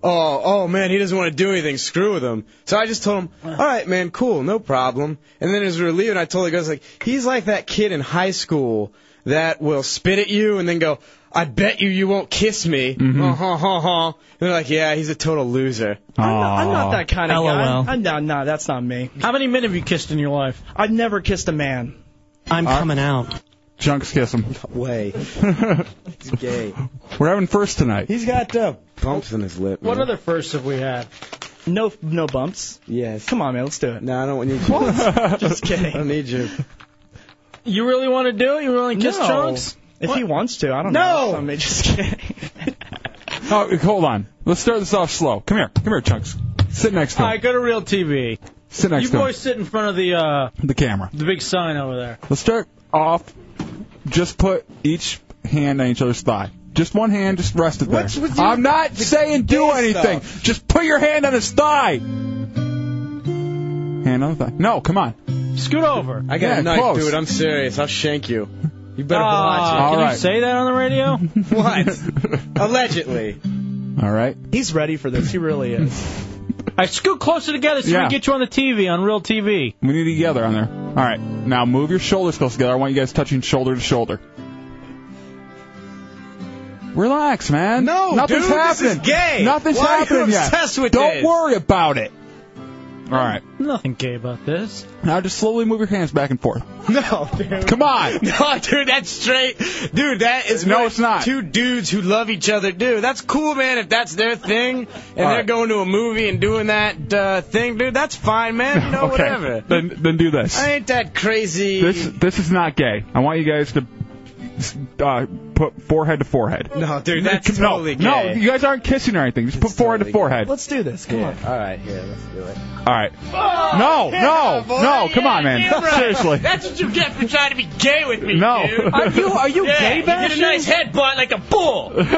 Speaker 23: Oh, oh man, he doesn't want to do anything. Screw with him. So I just told him, all right, man, cool, no problem. And then as we were leaving, I told the guys like, he's like that kid in high school that will spit at you and then go, I bet you you won't kiss me.
Speaker 13: Mm-hmm.
Speaker 23: Uh, huh, huh, huh. And they're like, yeah, he's a total loser.
Speaker 13: I'm not, I'm not that kind of
Speaker 23: LOL.
Speaker 13: guy. I'm not, no, that's not me.
Speaker 5: How many men have you kissed in your life?
Speaker 13: I've never kissed a man. Uh, I'm
Speaker 6: Huh?
Speaker 13: coming out.
Speaker 6: Chunks kiss him.
Speaker 23: Way. He's gay.
Speaker 6: We're having first tonight.
Speaker 23: He's got uh, bumps in his lip.
Speaker 5: What
Speaker 23: man.
Speaker 5: other firsts have we had?
Speaker 13: No, no bumps.
Speaker 23: Yes.
Speaker 13: Come on, man, let's do it.
Speaker 23: No, I don't want you.
Speaker 13: What? Just kidding. I
Speaker 23: don't need you.
Speaker 5: You really want to do it? You really kiss
Speaker 13: no.
Speaker 5: Chunks?
Speaker 13: If he wants to, I don't
Speaker 5: No!
Speaker 13: know. I mean, just kidding.
Speaker 6: Oh, hold on. Let's start this off slow. Come here. Come here, Chunks. Sit next to
Speaker 5: All
Speaker 6: him.
Speaker 5: right, go to Real TV.
Speaker 6: Sit next
Speaker 5: you
Speaker 6: to him.
Speaker 5: boys sit in front of the uh,
Speaker 6: The camera.
Speaker 5: the big sign over there.
Speaker 6: Let's start off. Just put each hand on each other's thigh. Just one hand, just rest it there.
Speaker 23: What's with you-
Speaker 6: I'm not saying do
Speaker 23: gay
Speaker 6: anything. Just put your hand on his thigh. Hand on the thigh. No, come on.
Speaker 5: Scoot over.
Speaker 23: I got
Speaker 6: Yeah,
Speaker 23: a knife,
Speaker 6: close.
Speaker 23: dude. I'm serious. I'll shank you. You better
Speaker 5: Ah,
Speaker 23: watch it.
Speaker 5: can you say that on the radio?
Speaker 23: what? Allegedly.
Speaker 6: All right.
Speaker 13: He's ready for this. He really is.
Speaker 5: I scoot closer together so we
Speaker 6: Yeah.
Speaker 5: can get you on the TV on Real TV.
Speaker 6: We need to get together on there. All right. Now move your shoulders close together. I want you guys touching shoulder to shoulder. Relax, man.
Speaker 23: No,
Speaker 6: nothing's
Speaker 23: dude, this
Speaker 6: happening.
Speaker 23: is gay.
Speaker 6: Nothing's
Speaker 23: Why are you
Speaker 6: happening
Speaker 23: obsessed
Speaker 6: yet.
Speaker 23: with
Speaker 6: Don't
Speaker 23: this?
Speaker 6: worry about it. All right.
Speaker 5: Nothing gay about this.
Speaker 6: Now just slowly move your hands back and forth.
Speaker 23: No, dude.
Speaker 6: Come on.
Speaker 23: No, dude, that's straight. Dude, that is
Speaker 6: No,
Speaker 23: what
Speaker 6: it's not.
Speaker 23: Two dudes who love each other do. That's cool, man. If that's their thing, and
Speaker 6: All
Speaker 23: they're
Speaker 6: right.
Speaker 23: going to a movie and doing that uh, thing, dude, that's fine, man. You know,
Speaker 6: okay.
Speaker 23: whatever.
Speaker 6: Then then do this.
Speaker 23: I ain't that crazy.
Speaker 6: This this is not gay. I want you guys to uh, put forehead to forehead.
Speaker 23: No, dude, that's
Speaker 6: no,
Speaker 23: totally gay.
Speaker 6: No, you guys aren't kissing or anything. Just put forehead to forehead.
Speaker 13: Let's do this. Come on.
Speaker 23: All right, here, let's do it.
Speaker 6: All right.
Speaker 23: Oh,
Speaker 6: no, no, no. Come on, man. Seriously.
Speaker 23: That's what you get for trying to be gay with me.
Speaker 6: No.
Speaker 23: dude.
Speaker 6: Are you- are you
Speaker 23: yeah,
Speaker 6: gay
Speaker 23: You get
Speaker 6: bashing?
Speaker 23: a nice headbutt like a bull. you want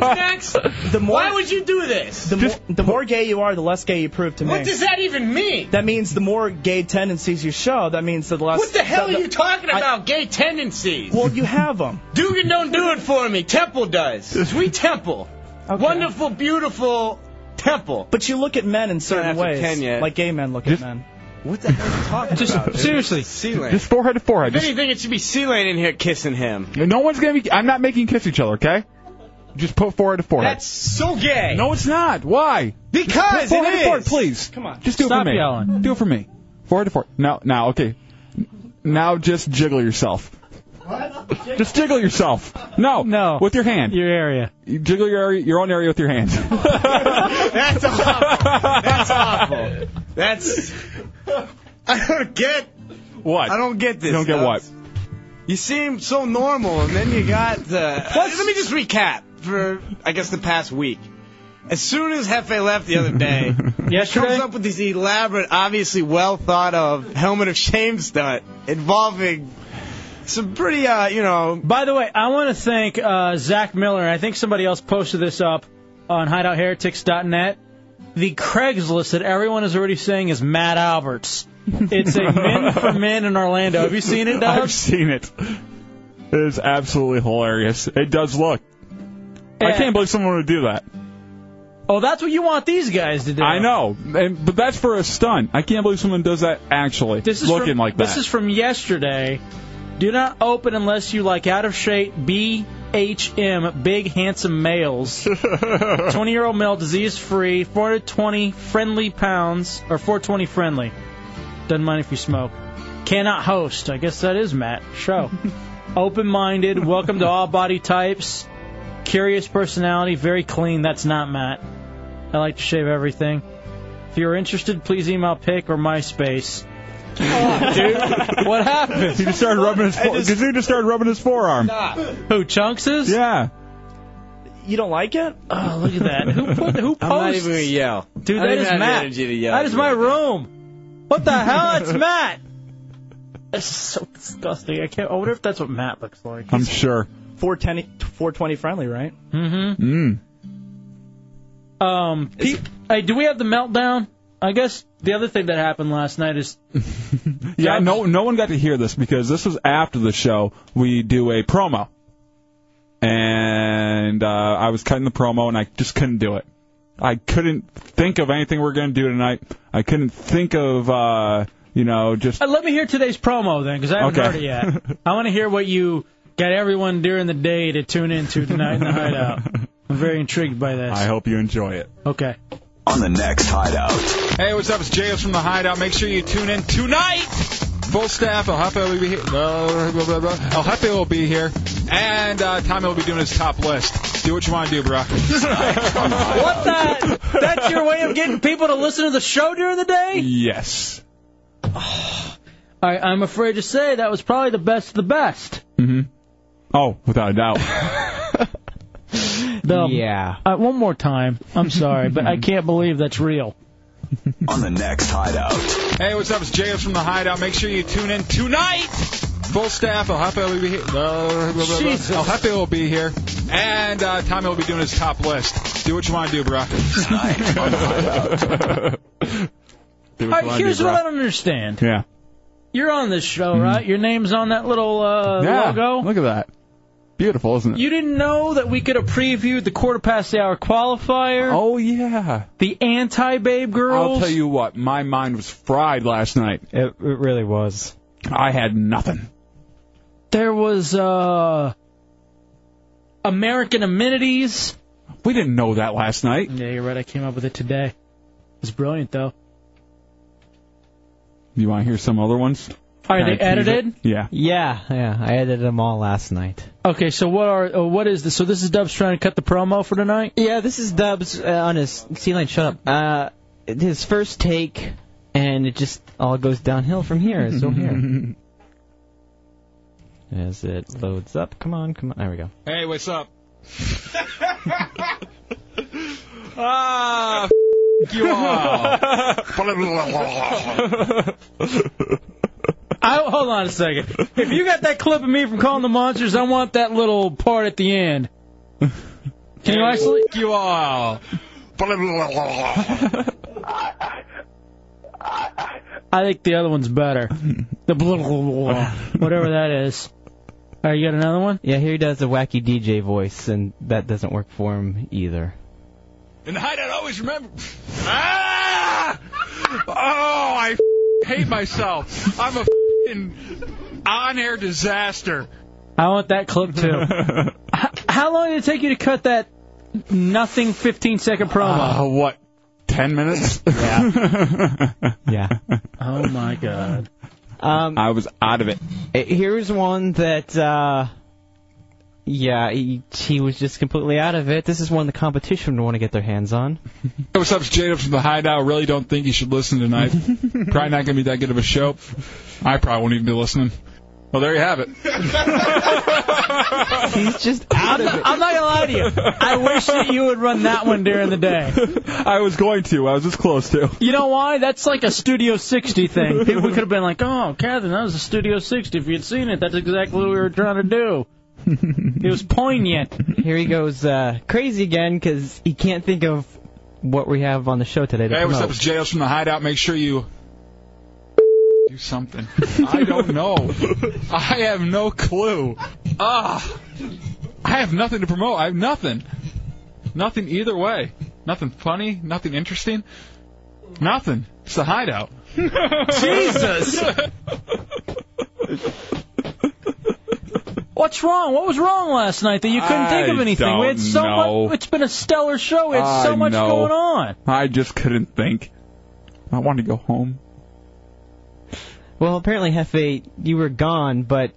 Speaker 23: the horns next? Why would you do this?
Speaker 13: The, more, the more gay you are, the less gay you prove to me.
Speaker 23: What does that even mean?
Speaker 13: That means the more gay tendencies you show, that means
Speaker 7: Uh,
Speaker 13: that the less.
Speaker 23: What the hell are
Speaker 13: that-
Speaker 23: you talking
Speaker 13: I-
Speaker 23: about? gay tendencies.
Speaker 13: Well, you have them.
Speaker 23: Dugan don't do it for me. Temple does. Sweet Temple. Wonderful, beautiful Temple.
Speaker 13: But you look at men in certain
Speaker 23: after
Speaker 13: ways,
Speaker 23: 10 yet.
Speaker 13: like gay men look at men.
Speaker 23: What the hell are you talking about? dude?
Speaker 5: seriously.
Speaker 23: C-Lane.
Speaker 6: Just forehead to forehead.
Speaker 23: If
Speaker 6: Just
Speaker 23: anything, it should be C-Lane in here kissing him.
Speaker 6: No one's gonna be. I'm not making you kiss each other, okay? Just put forehead to forehead.
Speaker 23: That's so gay.
Speaker 6: No, it's not. Why?
Speaker 23: Because
Speaker 6: Put forehead
Speaker 23: it
Speaker 6: to forehead,
Speaker 23: is.
Speaker 6: please.
Speaker 23: Come on.
Speaker 6: Just do
Speaker 23: Stop
Speaker 6: it for me.
Speaker 23: yelling.
Speaker 6: Do it for me. Forehead to forehead. Now, now, okay. N- Now just jiggle yourself. What? Just jiggle yourself. No. No. With your hand. Your
Speaker 5: area.
Speaker 6: You jiggle your area, your own area with your hand.
Speaker 23: That's awful. That's awful. That's. I don't get.
Speaker 6: What?
Speaker 23: I don't get this.
Speaker 6: You don't get
Speaker 23: Dubs.
Speaker 6: what?
Speaker 23: You seem so normal, and then you got the. uh, Let me just recap for, I guess, the past week. As soon as Hefe left the other day, Yesterday? comes up with this elaborate, obviously well thought of helmet of shame stunt involving some pretty, uh, you know.
Speaker 5: By the way, I want to thank uh, Zach Miller. and I think somebody else posted this up on hideoutheretics.net. The Craigslist that everyone is already saying is Matt Alberts. It's a men for men in Orlando. Have you seen it,
Speaker 6: I've
Speaker 5: Dubs?
Speaker 6: seen it. It is absolutely hilarious. It does look. I can't believe someone would do that.
Speaker 5: Oh, that's what you want these guys to do.
Speaker 6: I know, and, but that's for a stunt. I can't believe someone does that actually.
Speaker 5: This is
Speaker 6: looking
Speaker 5: from,
Speaker 6: like that.
Speaker 5: This is from yesterday. Do not open unless you like out of shape BHM, big handsome males. 20 year old male, disease free, 420 friendly pounds, or 420 friendly. Doesn't mind if you smoke. Cannot host. I guess that is Matt. Show. open minded, welcome to all body types. Curious personality, very clean. That's not Matt. I like to shave everything. If you're interested, please email pic or MySpace. Dude, what happened?
Speaker 6: He just started rubbing his.
Speaker 5: I
Speaker 6: Fore-
Speaker 5: just-
Speaker 6: dude just started rubbing his forearm.
Speaker 5: Who Chunks is?
Speaker 6: Yeah.
Speaker 5: You don't like it? Oh, look at that. Who put who posts?
Speaker 23: I'm not even gonna yell.
Speaker 5: Dude,
Speaker 23: I don't
Speaker 5: that
Speaker 23: even
Speaker 5: is
Speaker 23: have the
Speaker 5: Matt.
Speaker 23: energy to yell.
Speaker 5: that is my room. What the hell? It's Matt. That's so disgusting. I can't. I wonder if that's what Matt looks like.
Speaker 6: I'm sure.
Speaker 13: 410, 420 friendly, right?
Speaker 5: Mm-hmm.
Speaker 6: Mm.
Speaker 5: Um. Pe- hey, do we have the meltdown? I guess the other thing that happened last night is
Speaker 6: Yeah. No. No one got to hear this because this was after the show. We do a promo, and uh, I was cutting the promo, and I just couldn't do it. I couldn't think of anything we are gonna do tonight. I couldn't think of, uh, you know, just
Speaker 5: Uh, let me hear today's promo then, because I haven't
Speaker 6: Okay.
Speaker 5: heard it yet. I want to hear what you got everyone during the day to tune into tonight in the hideout. I'm very intrigued by this.
Speaker 6: I hope you enjoy it.
Speaker 5: Okay.
Speaker 6: On the next Hideout. Hey, what's up? It's JS from the Hideout. Make sure you tune in tonight. Full staff. El Jefe will be here. blah, blah, blah, blah. El Jefe will be here, and uh, Tommy will be doing his top list. Do what you want to do, bro.
Speaker 5: What the? That's your way of getting people to listen to the show during the day?
Speaker 6: Yes.
Speaker 5: I, I'm afraid to say that was probably the best of the best.
Speaker 6: hmm Oh, without a doubt.
Speaker 5: The- Uh, one more time. I'm sorry, but I can't believe that's real.
Speaker 6: On the next Hideout. Hey, what's up? It's JS from the Hideout. Make sure you tune in tonight. Full staff. El Jefe will be here. blah, blah, blah, blah.
Speaker 5: Jesus.
Speaker 6: El Jefe will be here, and uh, Tommy will be doing his top list. Do what you want to do, bro.
Speaker 5: All right, here's what I don't understand.
Speaker 6: Yeah. Mm-hmm.
Speaker 5: You're on this show, right? Your name's on that little uh,
Speaker 6: yeah.
Speaker 5: logo.
Speaker 6: Look at that. Beautiful, isn't it?
Speaker 5: You didn't know that we could have previewed the quarter past the hour qualifier.
Speaker 6: Oh yeah.
Speaker 5: The anti babe girls.
Speaker 6: I'll tell you what, my mind was fried last night.
Speaker 7: It, it really was.
Speaker 6: I had nothing.
Speaker 5: There was uh American amenities.
Speaker 6: We didn't know that last night.
Speaker 5: Yeah, you're right. I came up with it today. It's brilliant though.
Speaker 6: You want to hear some other ones?
Speaker 5: Are they
Speaker 6: Can I tease it?
Speaker 5: edited?
Speaker 6: Yeah.
Speaker 7: Yeah, yeah. I edited them all last night.
Speaker 5: Okay, so what are uh, what is this? So this is Dubs trying to cut the promo for tonight.
Speaker 7: Yeah, this is Dubs uh, on his C line. Shut up. Uh, his first take, and it just all goes downhill from here. So here. As it loads up, come on, come on. There we go.
Speaker 6: Hey, what's up?
Speaker 5: Uh,
Speaker 6: ah, f- you all.
Speaker 5: I, hold on a second. If you got that clip of me from calling the monsters, I want that little part at the end. Can you isolate?
Speaker 6: you all.
Speaker 5: I think the other one's better. The blah, blah, blah, blah, whatever that is. All right, you got another one?
Speaker 7: Yeah, here he does the wacky DJ voice, and that doesn't work for him either.
Speaker 6: And the hideout always remember. Ah! Oh, I f- hate myself. I'm a f- on-air disaster.
Speaker 5: I want that clip too. H- How long did it take you to cut that nothing 15 second promo?
Speaker 6: Uh, what? Ten minutes? Yeah.
Speaker 8: yeah.
Speaker 5: Oh my god.
Speaker 8: Um, eh,
Speaker 6: I was out of it.
Speaker 8: Here's one that, uh, yeah, he, he was just completely out of it. This is one the competition would want to get their hands on.
Speaker 6: Hey, what's up, it's Jada from the Hideout. Really don't think you should listen tonight. probably not going to be that good of a show. I probably won't even be listening. Well, there you have it.
Speaker 8: He's just out
Speaker 5: of it. I'm not gonna lie to you. I wish that you would run that one during the day.
Speaker 6: I was going to. I was just close to.
Speaker 5: You know why? That's like a Studio 60 thing. People could have been like, "Oh, Catherine, that was a Studio 60. If you'd seen it, that's exactly what we were trying to do." It was poignant.
Speaker 8: Here he goes uh, crazy again because he can't think of what we have on the show today. To
Speaker 6: Hey, what's up?
Speaker 8: promote.
Speaker 6: It's JLs from the Hideout. Make sure you do something. I don't know. I have no clue. Ah, I have nothing to promote. I have nothing. Nothing either way. Nothing funny. Nothing interesting. Nothing. It's the Hideout.
Speaker 5: Jesus. What's wrong? What was wrong last night that you couldn't think of
Speaker 6: I
Speaker 5: anything? we had
Speaker 6: don't
Speaker 5: so
Speaker 6: know.
Speaker 5: much. It's been a stellar show. We had Oh, so
Speaker 6: I
Speaker 5: much
Speaker 6: know.
Speaker 5: going on.
Speaker 6: I just couldn't think. I wanted to go home.
Speaker 8: Well, apparently, Hefe, you were gone, but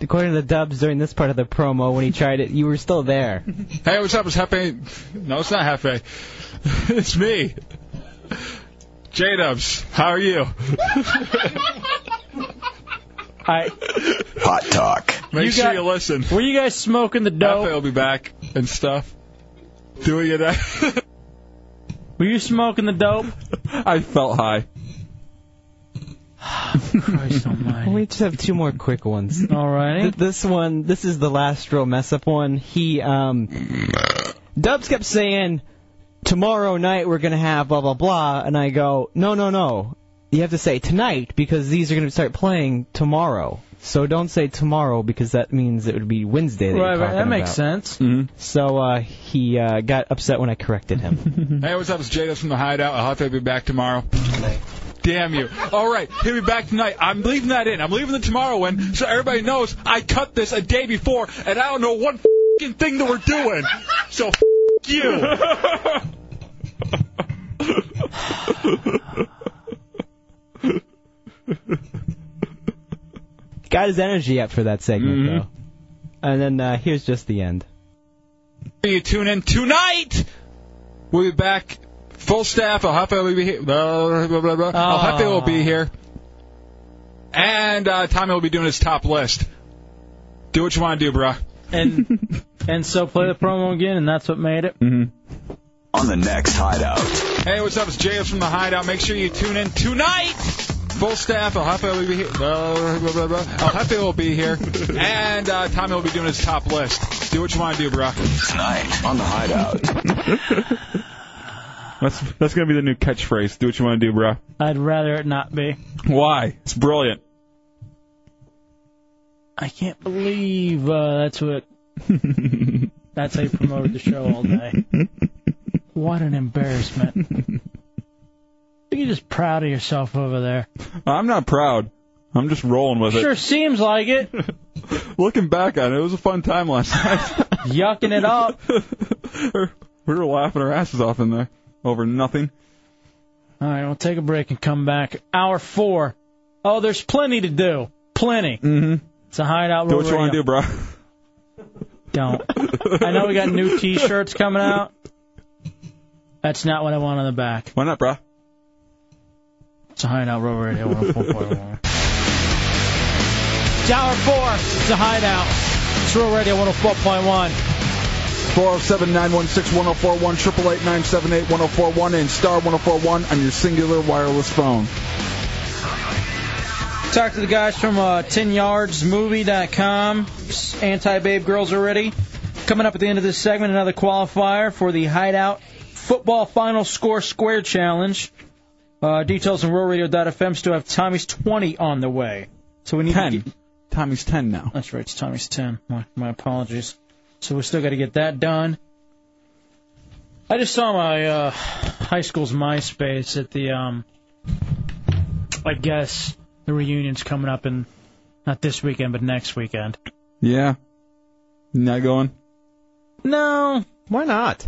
Speaker 8: according to the dubs during this part of the promo, when he tried it, you were still there.
Speaker 6: Hey, what's up? It's Hefe. No, it's not Hefe. It's me. J Dubs, how are you?
Speaker 5: I,
Speaker 6: Hot talk. Make
Speaker 5: You
Speaker 6: sure
Speaker 5: got-
Speaker 6: you listen.
Speaker 5: Were you guys smoking the dope?
Speaker 6: Hefe will be back and stuff. Doing it.
Speaker 5: Were you smoking the dope?
Speaker 6: I felt high.
Speaker 5: Christ almighty.
Speaker 8: we just have two more quick ones.
Speaker 5: All right.
Speaker 8: This one, this is the last real mess up one. He, um, Dubs kept saying, tomorrow night we're going to have blah, blah, blah. And I go, no, no, no. You have to say tonight because these are going to start playing tomorrow. So don't say tomorrow because that means it would be Wednesday. That you're
Speaker 5: Right, right,
Speaker 8: talking
Speaker 5: that makes
Speaker 8: about.
Speaker 5: sense.
Speaker 8: So uh, he uh, got upset when I corrected him.
Speaker 6: Hey, what's up? It's Jay Dubs from the Hideout. I'll have to be back tomorrow. Damn you. All right, he'll be back tonight. I'm leaving that in. I'm leaving the tomorrow in so everybody knows I cut this a day before and I don't know one fing thing that we're doing. So f you.
Speaker 8: got his energy up for that segment though. And then uh, here's just the end.
Speaker 6: Make sure you tune in tonight. We'll be back full staff. El Jefe will be here. Blah, blah, blah, blah. El Jefe will be here. And uh, Tommy will be doing his top list. Do what you want to do, bruh.
Speaker 5: And and so play the promo again, and that's what made it. Mm-hmm.
Speaker 31: On the next Hideout.
Speaker 6: Hey, what's up? It's JS from the Hideout. Make sure you tune in tonight. Full staff. El Jefe will be here. Blah, blah, blah, blah. El Jefe will be here. And uh, Tommy will be doing his top list. Do what you want to do, bruh.
Speaker 31: Tonight on the Hideout.
Speaker 6: That's that's gonna be the new catchphrase. Do what you want to do, bruh.
Speaker 5: I'd rather it not be.
Speaker 6: Why? It's brilliant.
Speaker 5: I can't believe uh, that's what. that's how you promoted the show all day. What an embarrassment. You're just proud of yourself over there.
Speaker 6: I'm not proud. I'm just rolling with it.
Speaker 5: Sure seems like it.
Speaker 6: Looking back on it, it was a fun time last night.
Speaker 5: Yucking it up.
Speaker 6: we were laughing our asses off in there over nothing.
Speaker 5: All right, we'll take a break and come back. Hour four. Oh, there's plenty to do. Plenty.
Speaker 6: Mm-hmm.
Speaker 5: It's a hideout.
Speaker 6: Do what you
Speaker 5: want to
Speaker 6: do, bro.
Speaker 5: Don't. I know we got new T-shirts coming out. That's not what I want on the back.
Speaker 6: Why not, bro?
Speaker 5: It's a hideout. Road Radio 104.1. It's hour four. It's a hideout. It's Real Radio 104.1.
Speaker 6: 407 916 1041, 888 978 1041, and star 1041 on your singular wireless phone.
Speaker 5: Talk to the guys from uh, 10yardsmovie.com. Anti Babe Girls are ready. Coming up at the end of this segment, another qualifier for the Hideout Football Final Score Square Challenge. Uh, details on RealRadio.fm. Still have Tommy's 20 on the way. So we need to get-
Speaker 6: Tommy's 10 now.
Speaker 5: That's right, it's Tommy's 10. My, my apologies. So we still got to get that done. I just saw my uh, high school's MySpace at the, um, I guess the reunion's coming up in not this weekend, but next weekend.
Speaker 6: Yeah. Not going?
Speaker 5: No.
Speaker 7: Why not?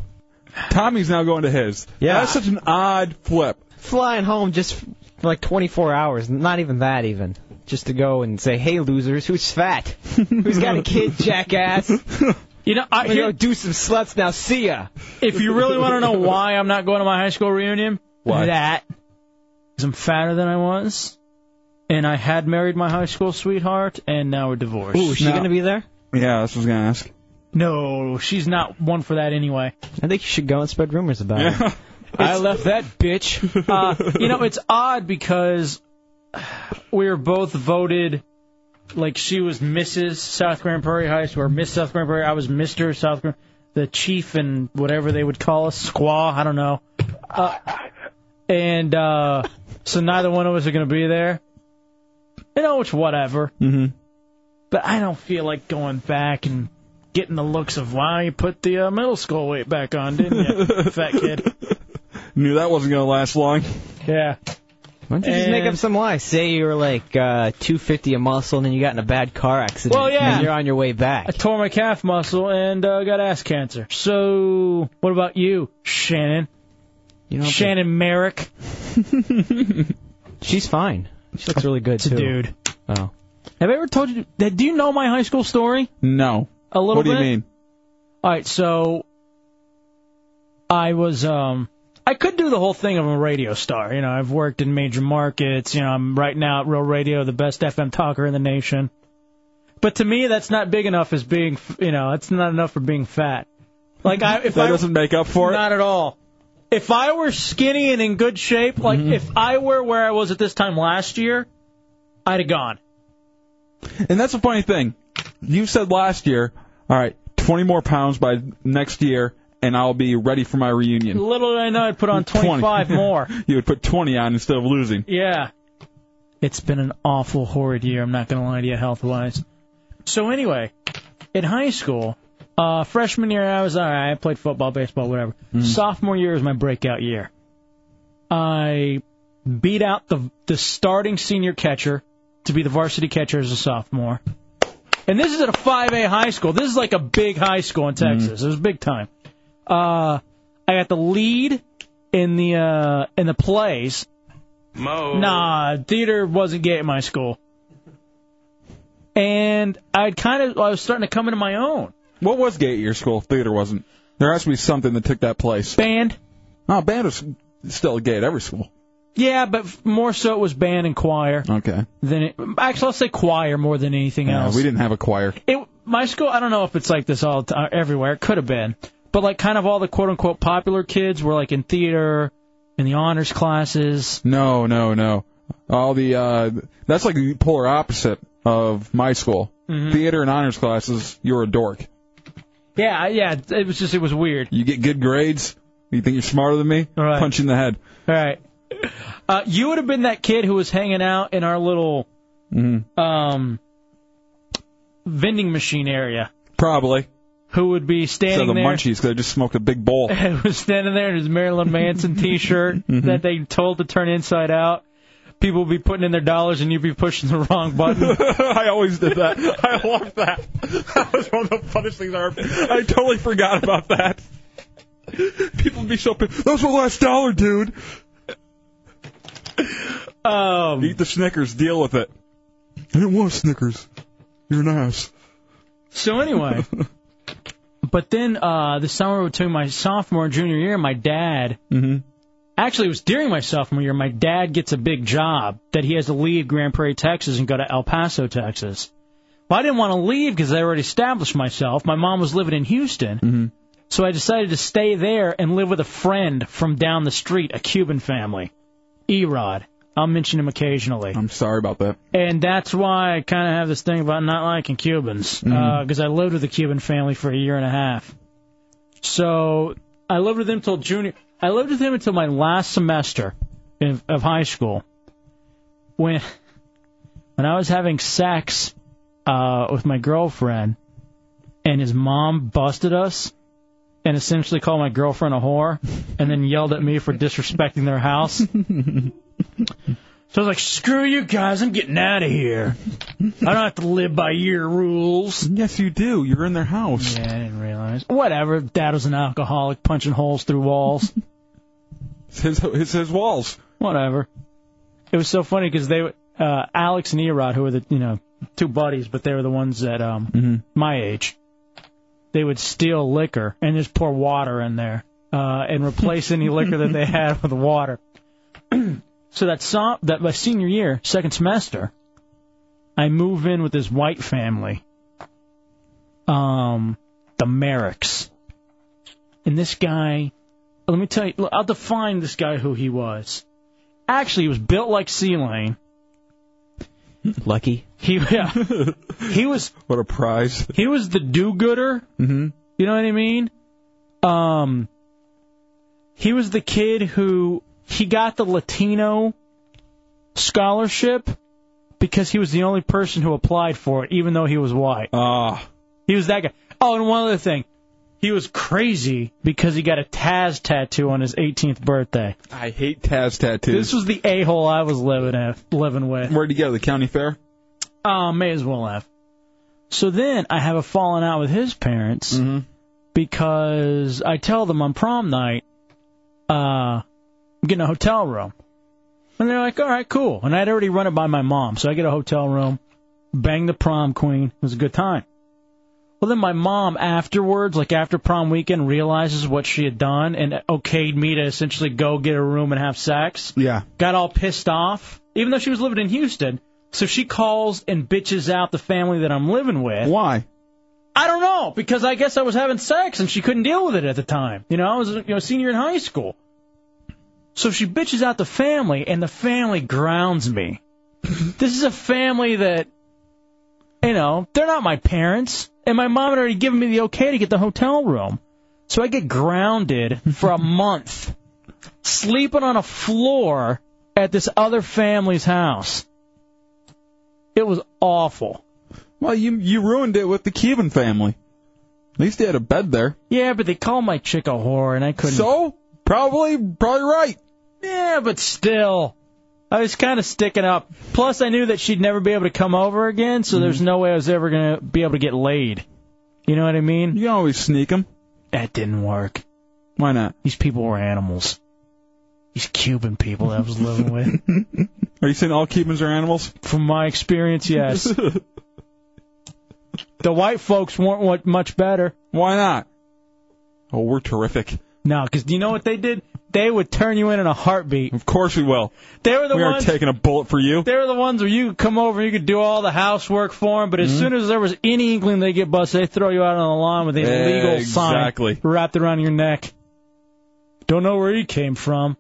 Speaker 6: Tommy's now going to his.
Speaker 7: Yeah.
Speaker 6: That's such an odd flip.
Speaker 7: Flying home just for like 24 hours, not even that even. Just to go and say, hey, losers, who's fat? who's got a kid, jackass?
Speaker 5: You know, I
Speaker 7: am gonna go do some sluts now. See ya.
Speaker 5: If you really want to know why I'm not going to my high school reunion,
Speaker 7: Why?
Speaker 5: that is I'm fatter than I was, and I had married my high school sweetheart, and now we're divorced.
Speaker 6: Ooh, is she No. gonna be
Speaker 7: there?
Speaker 6: Yeah, that's what I was going to ask.
Speaker 5: No, she's not one for that anyway.
Speaker 7: I think you should go and spread rumors about it.
Speaker 5: I left that bitch. Uh, you know, it's odd because we were both voted like she was Mrs. South Grand Prairie High School or Miss South Grand Prairie. I was Mr. South Grand, the chief and whatever they would call us, squaw. I don't know. Uh, and uh, so neither one of us are going to be there. You know, it's whatever.
Speaker 6: Mm-hmm.
Speaker 5: But I don't feel like going back and getting the looks of why you put the uh, middle school weight back on, didn't you, fat kid?
Speaker 6: Knew that wasn't going to last long.
Speaker 5: Yeah.
Speaker 7: Why don't you just make
Speaker 5: And-
Speaker 7: up some lie? Say you were like uh, 250 a muscle, and then you got in a bad car accident.
Speaker 5: Well, yeah.
Speaker 7: And you're on your way back.
Speaker 5: I tore my calf muscle and uh, got ass cancer. So, what about you, Shannon? Shannon Merrick.
Speaker 7: She's fine. She looks really good
Speaker 5: a
Speaker 7: too.
Speaker 5: dude.
Speaker 7: Oh.
Speaker 5: Have I ever told you that? Do you know my high school story?
Speaker 6: No.
Speaker 5: A little
Speaker 6: What do you
Speaker 5: bit?
Speaker 6: mean?
Speaker 5: All right, so I was um I could do the whole thing of a radio star. You know, I've worked in major markets. You know, I'm right now at Real Radio, the best FM talker in the nation. But to me, that's not big enough as being, f- you know, that's not enough for being fat. Like I, if
Speaker 6: that
Speaker 5: I
Speaker 6: doesn't make up for it.
Speaker 5: not at all. If I were skinny and in good shape, like
Speaker 6: Mm-hmm.
Speaker 5: if I were where I was at this time last year, I'd have gone.
Speaker 6: And that's a funny thing. You said last year, all right, 20 more pounds by next year, and I'll be ready for my reunion.
Speaker 5: Little did I know I'd put on 25 more.
Speaker 6: you would put 20 on instead of losing.
Speaker 5: Yeah. It's been an awful, horrid year. I'm not going to lie to you, health wise. So, anyway, in high school, uh, freshman year, I was all right. I played football, baseball, whatever. Sophomore year is my breakout year. I beat out the, the starting senior catcher to be the varsity catcher as a sophomore. And this is at a 5A high school. This is like a big high school in Texas. It was big time. Uh, I got the lead in the uh, in the plays,
Speaker 10: Mo.
Speaker 5: Nah, theater wasn't gay at my school. And I'd kind of, I was starting to come into my own.
Speaker 6: What was gay at your school if theater wasn't? There has to be something that took that place.
Speaker 5: Band.
Speaker 6: Oh, band is still gay at every school.
Speaker 5: Yeah, but f- more so it was band and choir
Speaker 6: Okay.
Speaker 5: than it, actually I'll say choir more than anything
Speaker 6: Yeah,
Speaker 5: else.
Speaker 6: we didn't have a choir.
Speaker 5: It, my school, I don't know if it's like this all t- uh, everywhere. It could have been, but like kind of all the quote unquote popular kids were like in theater, in the honors classes.
Speaker 6: No, no, no. All the uh that's like the polar opposite of my school.
Speaker 5: Mm-hmm.
Speaker 6: Theater and honors classes, you're a dork.
Speaker 5: Yeah, I- yeah. It was just it was weird.
Speaker 6: You get good grades, you think you're smarter than me?
Speaker 5: Right.
Speaker 6: Punch you in the head.
Speaker 5: All right. Uh, you would have been that kid who was hanging out in our little
Speaker 6: Mm-hmm.
Speaker 5: um, vending machine area.
Speaker 6: Probably.
Speaker 5: Who would be
Speaker 6: Instead
Speaker 5: standing
Speaker 6: of the
Speaker 5: there?
Speaker 6: munchies, 'cause I just smoked a big bowl.
Speaker 5: was standing there in his Marilyn Manson T-shirt that they told to turn inside out. People would be putting in their dollars, and you'd be pushing the wrong button.
Speaker 6: I always did that. I love that. That was one of the funniest things I ever. I totally forgot about that. People would be so pissed. That was my last dollar, dude.
Speaker 5: Um,
Speaker 6: Eat the Snickers. Deal with it. I didn't want Snickers. You're an ass.
Speaker 5: So anyway, but then uh, the summer between my sophomore and junior year, my dad.
Speaker 6: Mm-hmm.
Speaker 5: Actually, it was during my sophomore year. My dad gets a big job that he has to leave Grand Prairie, Texas, and go to El Paso, Texas. Well, I didn't want to leave because I already established myself. My mom was living in Houston,
Speaker 6: Mm-hmm.
Speaker 5: so I decided to stay there and live with a friend from down the street, a Cuban family, Erod. I'll mention him occasionally.
Speaker 6: I'm sorry about that.
Speaker 5: And that's why I kind of have this thing about not liking Cubans,
Speaker 6: Mm-hmm.
Speaker 5: because I lived with a Cuban family for a year and a half. So I lived with them till junior. I lived with him until my last semester in, of high school, when when I was having sex uh, with my girlfriend, and his mom busted us, and essentially called my girlfriend a whore, and then yelled at me for disrespecting their house. So I was like, screw you guys, I'm getting out of here. I don't have to live by your rules.
Speaker 6: Yes, you do. You're in their house.
Speaker 5: Yeah, I didn't realize. nice. Whatever. Dad was an alcoholic, punching holes through walls.
Speaker 6: it's, his, it's his walls.
Speaker 5: Whatever. It was so funny because they, would- uh, Alex and Erod, who were the you know two buddies, but they were the ones that um my age, they would steal liquor and just pour water in there uh, and replace any liquor that they had with water. so that so- that my senior year, second semester, I move in with this white family, um, the Merricks, and this guy. Let me tell you, I'll define this guy who he was. Actually, he was built like Sea Lane.
Speaker 8: Lucky.
Speaker 5: He yeah. he was
Speaker 6: what a prize.
Speaker 5: He was the do-gooder. Mm-hmm. You know what I mean? Um, he was the kid who he got the Latino scholarship because he was the only person who applied for it, even though he was white.
Speaker 6: Ah,
Speaker 5: he was that guy. Oh, and one other thing, he was crazy because he got a Taz tattoo on his 18th birthday.
Speaker 6: I hate Taz tattoos.
Speaker 5: This was the a-hole I was living at, living with.
Speaker 6: Where'd you go? The county fair?
Speaker 5: Uh, may as well have. So then I have a falling out with his parents because I tell them on prom night, uh, I'm getting a hotel room. And they're like, all right, cool. And I'd already run it by my mom. So I get a hotel room, bang the prom queen. It was a good time. Well, then my mom afterwards, like after prom weekend, realizes what she had done and okayed me to essentially go get a room and have sex.
Speaker 6: Yeah.
Speaker 5: Got all pissed off, even though she was living in Houston. So she calls and bitches out the family that I'm living with.
Speaker 6: Why?
Speaker 5: I don't know because I guess I was having sex and she couldn't deal with it at the time. You know, I was you know a senior in high school. So she bitches out the family and the family grounds me. this is a family that you know, they're not my parents and my mom had already given me the okay to get the hotel room. So I get grounded for a month sleeping on a floor at this other family's house. It was awful.
Speaker 6: Well, you you ruined it with the Cuban family. At least they had a bed there.
Speaker 5: Yeah, but they call my chick a whore, and I couldn't.
Speaker 6: So Oh, probably probably right.
Speaker 5: Yeah, but still, I was kind of sticking up. Plus, I knew that she'd never be able to come over again, so
Speaker 6: Mm-hmm.
Speaker 5: there's no way I was ever gonna be able to get laid. You know what I mean?
Speaker 6: You can always sneak 'em.
Speaker 5: That didn't work.
Speaker 6: Why not?
Speaker 5: These people were animals. These Cuban people that I was living with.
Speaker 6: Are you saying all Cubans are animals?
Speaker 5: From my experience, yes. the white folks weren't what much better.
Speaker 6: Why not? Oh, we're terrific.
Speaker 5: No, because do you know what they did? They would turn you in in a heartbeat.
Speaker 6: Of course we will.
Speaker 5: They were the
Speaker 6: we
Speaker 5: ones.
Speaker 6: are taking a bullet for you.
Speaker 5: They were the ones where you could come over, you could do all the housework for them, but
Speaker 6: Mm-hmm.
Speaker 5: as soon as there was any inkling they get busted, they throw you out on the lawn with an illegal
Speaker 6: Exactly.
Speaker 5: sign wrapped around your neck. Don't know where he came from.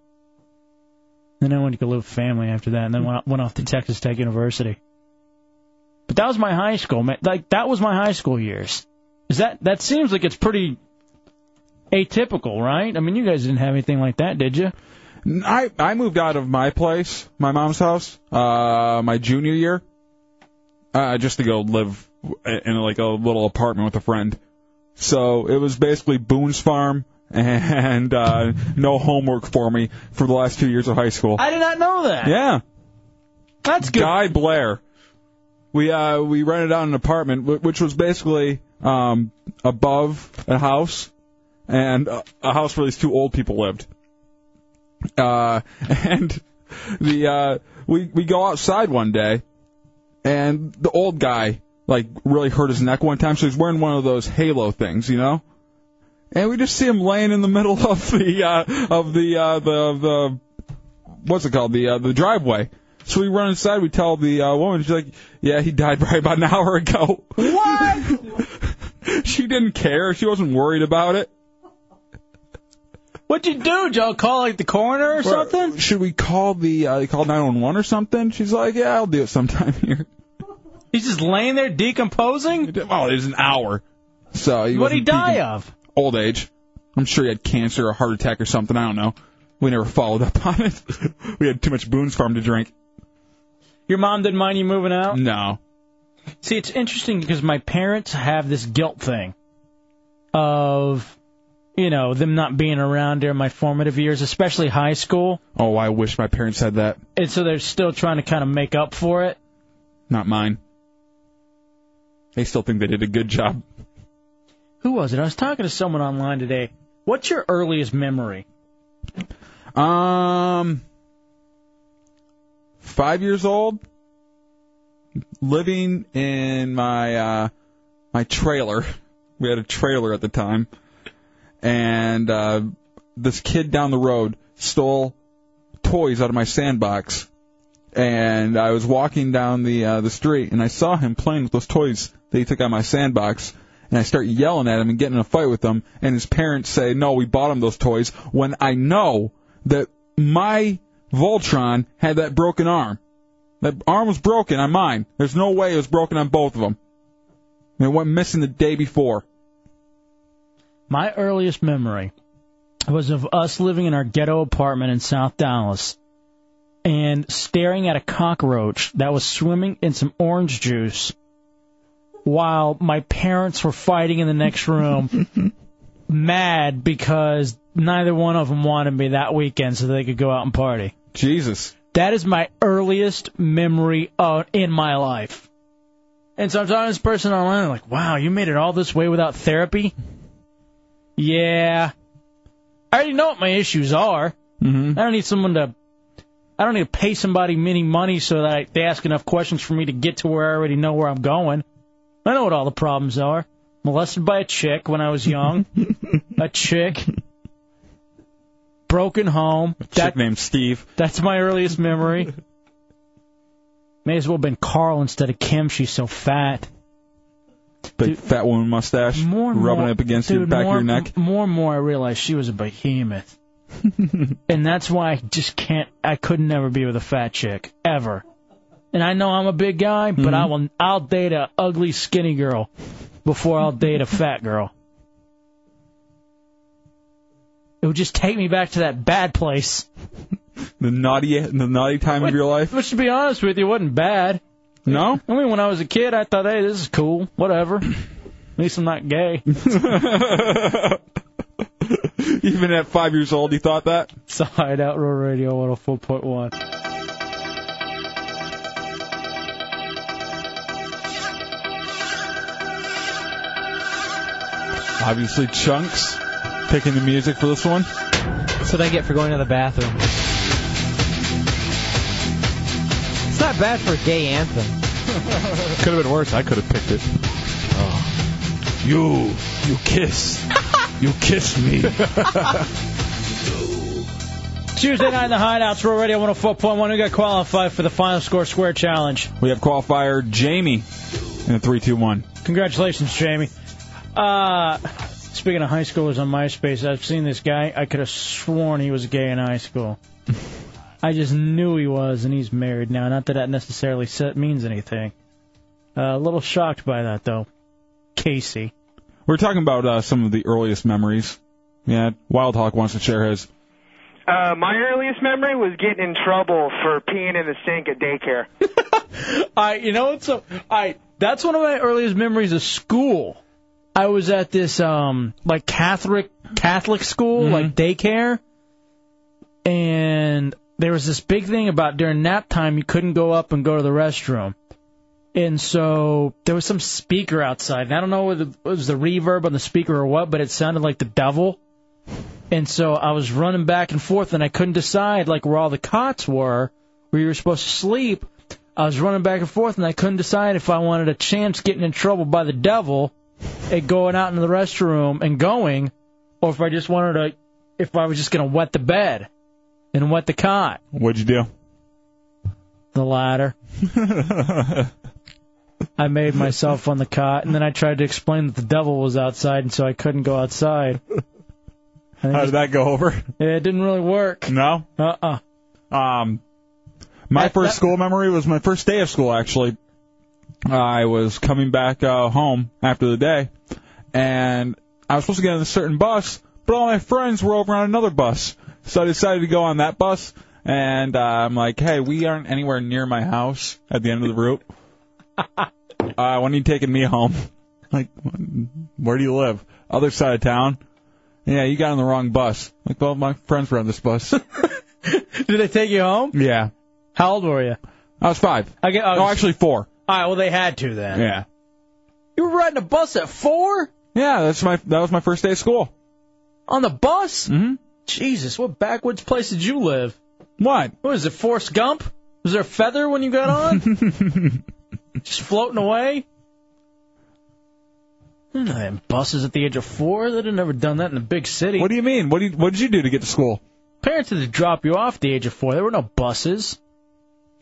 Speaker 5: Then I went to go live with family after that, and then went went off to Texas Tech University. But that was my high school, man. Like that was my high school years. Is that that seems like it's pretty atypical, right? I mean, you guys didn't have anything like that, did you?
Speaker 6: I I moved out of my place, my mom's house, uh, my junior year, uh, just to go live in like a little apartment with a friend. So it was basically Boone's Farm and uh, no homework for me for the last two years of high school.
Speaker 5: I did not know that.
Speaker 6: Yeah.
Speaker 5: That's good.
Speaker 6: Guy Blair. We uh we rented out an apartment wh- which was basically um above a house and a a house where these two old people lived. Uh and the uh we we go outside one day and the old guy like really hurt his neck one time so he's wearing one of those halo things, you know? And we just see him laying in the middle of the uh of the uh the the what's it called the uh, the driveway. So we run inside. We tell the uh, woman. She's like, "Yeah, he died probably about an hour ago."
Speaker 5: What?
Speaker 6: she didn't care. She wasn't worried about it.
Speaker 5: What'd you do, Joe? Call like the coroner or something?
Speaker 6: Should we call the uh, call nine one one or something? She's like, "Yeah, I'll do it sometime here."
Speaker 5: He's just laying there decomposing.
Speaker 6: Oh, it was an hour. So he
Speaker 5: What'd he
Speaker 6: wasn't
Speaker 5: die
Speaker 6: peeking-
Speaker 5: of?
Speaker 6: Old age. I'm sure he had cancer or heart attack or something. I don't know. We never followed up on it. we had too much Boone's Farm to drink.
Speaker 5: Your mom didn't mind you moving out?
Speaker 6: No.
Speaker 5: See, it's interesting because my parents have this guilt thing of, you know, them not being around during my formative years, especially high school.
Speaker 6: Oh, I wish my parents had that.
Speaker 5: And so they're still trying to kind of make up for it.
Speaker 6: Not mine. They still think they did a good job.
Speaker 5: Who was it? I was talking to someone online today. What's your earliest memory?
Speaker 6: Um, five years old, living in my uh, my trailer. We had a trailer at the time, and uh, this kid down the road stole toys out of my sandbox. And I was walking down the uh, the street, and I saw him playing with those toys that he took out of my sandbox. And I start yelling at him and getting in a fight with him. And his parents say, "No, we bought him those toys." When I know that my Voltron had that broken arm. That arm was broken on mine. There's no way it was broken on both of them. And it went missing the day before.
Speaker 5: My earliest memory was of us living in our ghetto apartment in South Dallas and staring at a cockroach that was swimming in some orange juice while my parents were fighting in the next room, mad because neither one of them wanted me that weekend so they could go out and party.
Speaker 6: Jesus.
Speaker 5: That is my earliest memory of, in my life. And so I'm talking to this person online, I'm like, wow, you made it all this way without therapy? Yeah. I already know what my issues are. Mm-hmm. I don't need someone to. I don't need to pay somebody many money so that I, they ask enough questions for me to get to where I already know where I'm going. I know what all the problems are. Molested by a chick when I was young. a chick. Broken home.
Speaker 6: chick named Steve.
Speaker 5: That's my earliest memory. May as well have been Carl instead of Kim. She's so fat.
Speaker 6: Big fat woman mustache
Speaker 5: More and
Speaker 6: rubbing
Speaker 5: more-
Speaker 6: up against the
Speaker 5: dude,
Speaker 6: back
Speaker 5: more,
Speaker 6: of your neck.
Speaker 5: m- More and more, I realized she was a behemoth, and that's why I just can't. I could never be with a fat chick ever. And I know I'm a big guy,
Speaker 6: Mm-hmm.
Speaker 5: but I will. I'll date a ugly, skinny girl before I'll date a fat girl. It would just take me back to that bad place.
Speaker 6: The naughty, the naughty time of your life.
Speaker 5: Which, to be honest with you, wasn't bad.
Speaker 6: No.
Speaker 5: I mean, when I was a kid, I thought, hey, this is cool. Whatever. At least I'm not gay.
Speaker 6: Even at five years old, you thought that?
Speaker 5: It's a Hideout Row Radio 104.1.
Speaker 6: Obviously, Chunks picking the music for this one.
Speaker 7: That's what I get for going to the bathroom. It's not bad for a gay anthem.
Speaker 6: Could have been worse. I could have picked it. Oh. You, you kiss, you kiss me.
Speaker 5: Tuesday night in the Hideouts, Roll Radio 104.1. We got qualified for the final score square challenge.
Speaker 6: We have qualifier Jamie in a three-two-one.
Speaker 5: Congratulations, Jamie. Uh, speaking of high schoolers on MySpace, I've seen this guy. I could have sworn he was gay in high school. I just knew he was, and he's married now. Not that that necessarily sa- means anything. Uh, a little shocked by that, though. Casey.
Speaker 6: We're talking about uh, some of the earliest memories. Yeah, Wild Hawk wants to share his.
Speaker 11: Uh, my earliest memory was getting in trouble for peeing in the sink at daycare.
Speaker 5: I, you know, it's a, I. That's one of my earliest memories of school. I was at this um like Catholic Catholic school, like daycare, and there was this big thing about during nap time you couldn't go up and go to the restroom. And so there was some speaker outside, and I don't know whether it was the reverb on the speaker or what, but it sounded like the devil. And so I was running back and forth, and I couldn't decide like where all the cots were, where you were supposed to sleep. I was running back and forth, and I couldn't decide if I wanted a chance getting in trouble by the devil at going out into the restroom and going, or if I just wanted to, if I was just going to wet the bed and wet the cot.
Speaker 6: What'd you do?
Speaker 5: The latter. I made myself on the cot, and then I tried to explain that the devil was outside, and so I couldn't go outside.
Speaker 6: How did that go over?
Speaker 5: It didn't really work.
Speaker 6: No.
Speaker 5: Uh.
Speaker 6: uh Um, my first school memory was my first day of school. Actually, I was coming back uh, home after the day, and I was supposed to get on a certain bus, but all my friends were over on another bus, so I decided to go on that bus. And uh, I'm like, hey, we aren't anywhere near my house at the end of the route. uh, when are you taking me home? Like, where do you live? Other side of town. Yeah, you got on the wrong bus. Like, well, my friends were on this bus.
Speaker 5: Did they take you home?
Speaker 6: Yeah.
Speaker 5: How old were you?
Speaker 6: I was five.
Speaker 5: I get, I
Speaker 6: no,
Speaker 5: was-
Speaker 6: actually four.
Speaker 5: All right, well, they had to then.
Speaker 6: Yeah.
Speaker 5: You were riding a bus at four?
Speaker 6: Yeah, that's my that was my first day of school.
Speaker 5: On the bus? Mm-hmm. Jesus, what backwoods place did you live?
Speaker 6: What?
Speaker 5: What is it, Forrest Gump? Was there a feather when you got on? Just floating away? Hmm, I had buses at the age of four. They'd have never done that in a big city.
Speaker 6: What do you mean? What do you, what did you do to get to school?
Speaker 5: Parents had to drop you off at the age of four. There were no buses.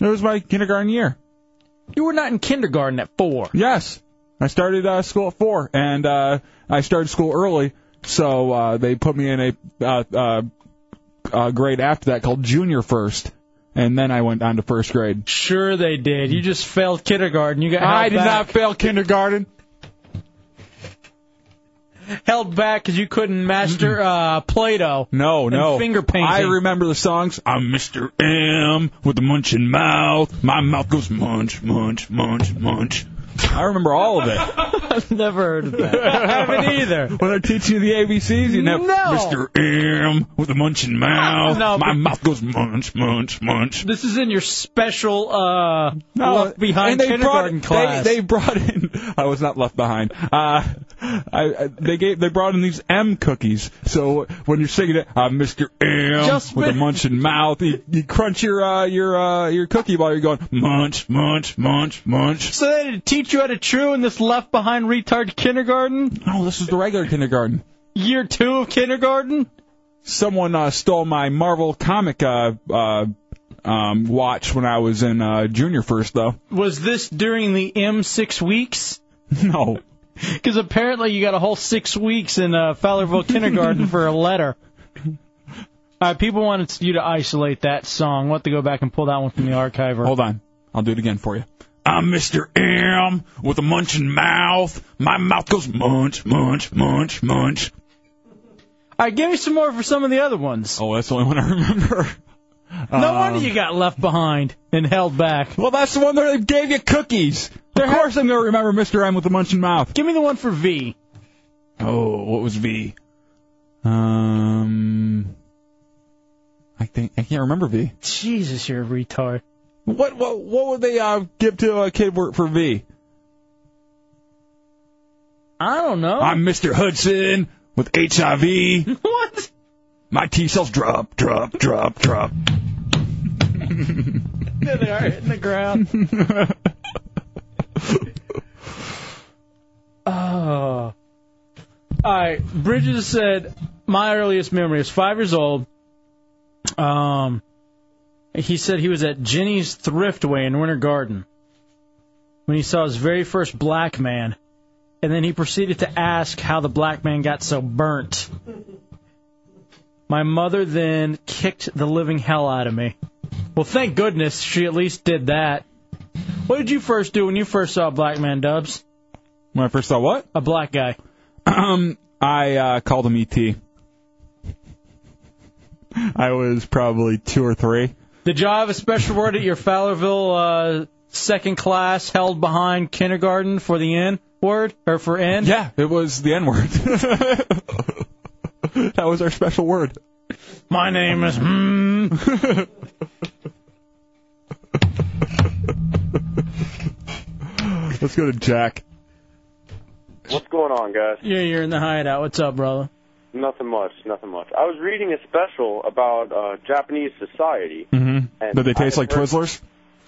Speaker 6: It was my kindergarten year.
Speaker 5: You were not in kindergarten at four.
Speaker 6: Yes, I started uh, school at four, and uh, I started school early, so uh, they put me in a uh, uh, uh, grade after that called junior first, and then I went on to first grade.
Speaker 5: Sure they did. You just failed kindergarten. You got held
Speaker 6: I did
Speaker 5: back.
Speaker 6: not fail kindergarten.
Speaker 5: held back because you couldn't master uh, Play-Doh.
Speaker 6: No,
Speaker 5: And
Speaker 6: Oh, no.
Speaker 5: finger painting.
Speaker 6: I remember the songs. I'm Mr. M with the munchin mouth. My mouth goes munch, munch, munch, munch. I remember all of it.
Speaker 7: I've never heard of that.
Speaker 5: haven't either.
Speaker 6: When they're teaching you the ABCs, you know,
Speaker 5: No.
Speaker 6: Mr. M with the munchin mouth.
Speaker 5: No,
Speaker 6: My
Speaker 5: but-
Speaker 6: mouth goes munch, munch, munch.
Speaker 5: This is in your special uh, left behind
Speaker 6: and they
Speaker 5: kindergarten
Speaker 6: brought,
Speaker 5: class.
Speaker 6: They, they brought in. I was not left behind. Uh, I, I, they gave. They brought in these M cookies. So when you're singing it, I'm Mr. M
Speaker 5: Just
Speaker 6: with a
Speaker 5: mi-
Speaker 6: munching mouth. You, you crunch your uh, your uh, your cookie while you're going munch, munch, munch, munch.
Speaker 5: so they didn't teach you how to chew in this left behind retard kindergarten?
Speaker 6: Oh, this is the regular kindergarten.
Speaker 5: Year two of kindergarten?
Speaker 6: Someone uh, stole my Marvel comic uh, uh, um, watch when I was in uh, junior first, though.
Speaker 5: Was this during the M six weeks?
Speaker 6: No.
Speaker 5: Because apparently you got a whole six weeks in uh, Fowlerville kindergarten for a letter. All right, people wanted you to isolate that song. We'll have to go back and pull that one from the archiver.
Speaker 6: Hold on. I'll do it again for you. I'm Mr. M with a munching mouth. My mouth goes munch, munch, munch, munch.
Speaker 5: All right, give me some more for some of the other ones.
Speaker 6: Oh, that's the only one I remember. Um,
Speaker 5: No wonder you got left behind and held back.
Speaker 6: Well, that's the one where they gave you cookies. of course, I'm gonna remember Mr. M with a munching mouth.
Speaker 5: Give me the one for V.
Speaker 6: Oh, what was V? Um, I think I can't remember V.
Speaker 5: Jesus, you're a retard.
Speaker 6: What what what would they uh, give to a kid for, for V?
Speaker 5: I don't know.
Speaker 6: I'm Mr. Hudson with HIV.
Speaker 5: what?
Speaker 6: My T cells drop, drop, drop, drop.
Speaker 5: There they are hitting the ground. Oh. All right. Bridges said my earliest memory is five years old. Um, he said he was at Jenny's Thriftway in Winter Garden when he saw his very first black man, and then he proceeded to ask how the black man got so burnt. My mother then kicked the living hell out of me. Well, thank goodness she at least did that. What did you first do when you first saw a black man, Dubs?
Speaker 6: When I first saw what?
Speaker 5: A black guy.
Speaker 6: Um, I uh, called him ET. I was probably two or three.
Speaker 5: Did y'all have a special word at your Fowlerville uh, second class held behind kindergarten for the N word or for N?
Speaker 6: Yeah, it was the N word. that was our special word.
Speaker 5: My name is. Hmm.
Speaker 6: Let's go to Jack.
Speaker 14: What's going on, guys?
Speaker 5: yeah, you're in the hideout. What's up, brother?
Speaker 14: Nothing much, nothing much. I was reading a special about uh, Japanese society.
Speaker 6: Mm-hmm. Did they taste
Speaker 14: I
Speaker 6: like
Speaker 14: heard-
Speaker 6: Twizzlers?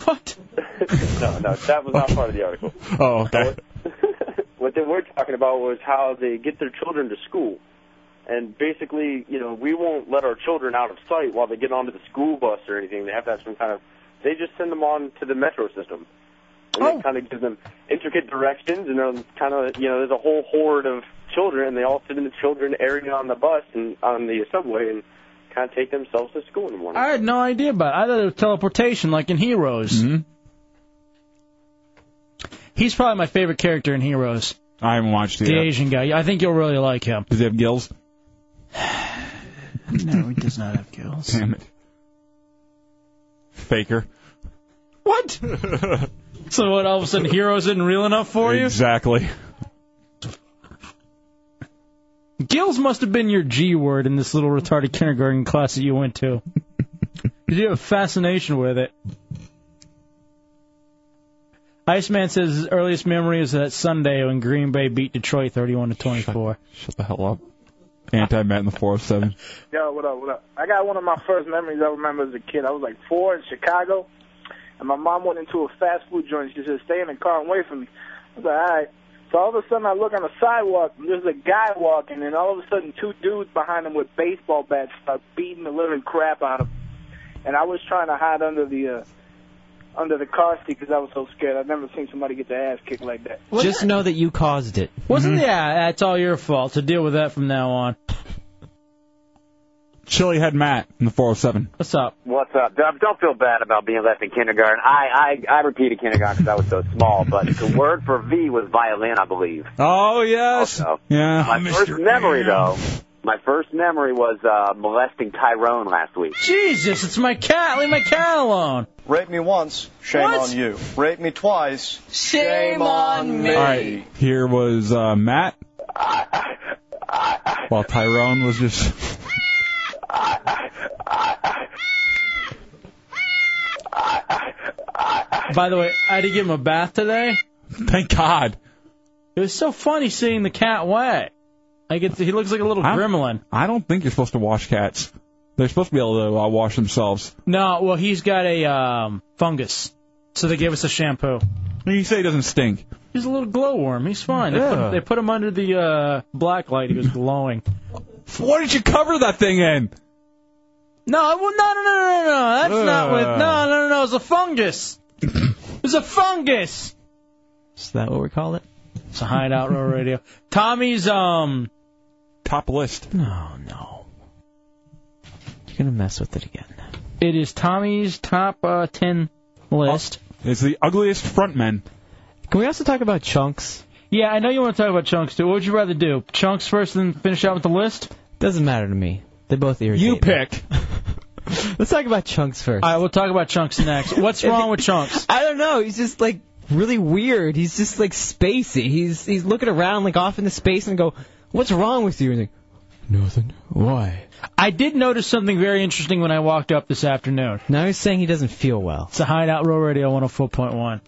Speaker 5: What?
Speaker 14: no, no, that was not part of the article.
Speaker 6: Oh, okay.
Speaker 14: What they were talking about was how they get their children to school. And basically, you know, we won't let our children out of sight while they get onto the school bus or anything. They have to have some kind of. They just send them on to the metro system. And
Speaker 4: Oh.
Speaker 14: it kind of gives them intricate directions, and then kind of, you know, there's a whole horde of children, and they all sit in the children area on the bus and on the subway and kind of take themselves to school in the morning.
Speaker 5: I had no idea about it. I thought it was teleportation, like in Heroes. Mm-hmm. He's probably my favorite character in Heroes.
Speaker 6: I haven't watched it
Speaker 5: The
Speaker 6: yet.
Speaker 5: Asian guy. I think you'll really like him.
Speaker 6: Does he have gills?
Speaker 5: No, he does not have gills.
Speaker 6: Damn it. Faker.
Speaker 5: What? so what? All of a sudden, Heroes isn't real enough for you?
Speaker 6: Exactly.
Speaker 5: Gills must have been your G word in this little retarded kindergarten class that you went to. Did you have a fascination with it? Iceman says his earliest memory is that Sunday when Green Bay beat Detroit 31 to 24.
Speaker 6: Shut the hell up. Anti Matt in the 407.
Speaker 17: Yo, what up, what up? I got one of my first memories I remember as a kid. I was like four in Chicago, and my mom went into a fast food joint. She said, stay in the car and wait for me. I was like, all right. So all of a sudden, I look on the sidewalk, and there's a guy walking, and all of a sudden, two dudes behind him with baseball bats start beating the living crap out of him. And I was trying to hide under the uh, under the car seat because I was so scared. I've never seen somebody get their ass kicked like that.
Speaker 8: Just know that you caused it. Mm-hmm.
Speaker 5: Wasn't yeah? That's all your fault. So deal with that from now on.
Speaker 6: Chili Head Matt in the 407.
Speaker 5: What's up?
Speaker 19: What's up? Don't, don't feel bad about being left in kindergarten. I I, I repeated kindergarten because I was so small, but the word for V was violin, I believe.
Speaker 6: Oh, yes.
Speaker 19: Also,
Speaker 4: Oh,
Speaker 6: Yeah.
Speaker 19: my first memory though, my first memory was uh, molesting Tyrone last week.
Speaker 5: Jesus, it's my cat. Leave my cat alone.
Speaker 20: Rape me once, shame
Speaker 5: What?
Speaker 20: on you. Rape me twice, shame, on me.
Speaker 6: All right, here was uh, Matt. While Tyrone was just.
Speaker 5: By the way, I had to give him a bath today.
Speaker 6: Thank God.
Speaker 5: It was so funny seeing the cat wet. Like it's, he looks like a little gremlin.
Speaker 6: I don't think you're supposed to wash cats. They're supposed to be able to uh, wash themselves.
Speaker 5: No, well he's got a um, fungus, so they gave us a shampoo.
Speaker 6: You say he doesn't stink.
Speaker 5: He's a little glowworm. He's fine. They
Speaker 6: Yeah.
Speaker 5: put, they put him under the uh, black light. He was glowing.
Speaker 6: What did you cover that thing in?
Speaker 5: No, well, no, no, no, no, no. That's not what.
Speaker 8: Uh.
Speaker 5: No, no, no, no. It's a fungus. It's a fungus.
Speaker 8: Is that what we call it?
Speaker 5: It's a hideout row radio. Tommy's um
Speaker 6: top list.
Speaker 5: No,
Speaker 8: no. You're gonna mess with it again.
Speaker 5: It is Tommy's top uh, ten list.
Speaker 6: Oh, It's the ugliest frontman.
Speaker 8: Can we also talk about chunks?
Speaker 5: Yeah, I know you want to talk about chunks too. What would you rather do? Chunks first, and then finish out with the list.
Speaker 8: Doesn't matter to me. They both irritate. You
Speaker 6: pick.
Speaker 8: Let's talk about chunks first.
Speaker 5: All right, we'll talk about chunks next. What's wrong with chunks?
Speaker 8: I don't know. He's just like really weird. He's just like spacey. He's he's looking around like off into space and go, "What's wrong with you?" And he's like, "Nothing. Why?"
Speaker 5: I did notice something very interesting when I walked up this afternoon.
Speaker 8: Now he's saying he doesn't feel well.
Speaker 5: It's a Hideout Row Radio 104.1.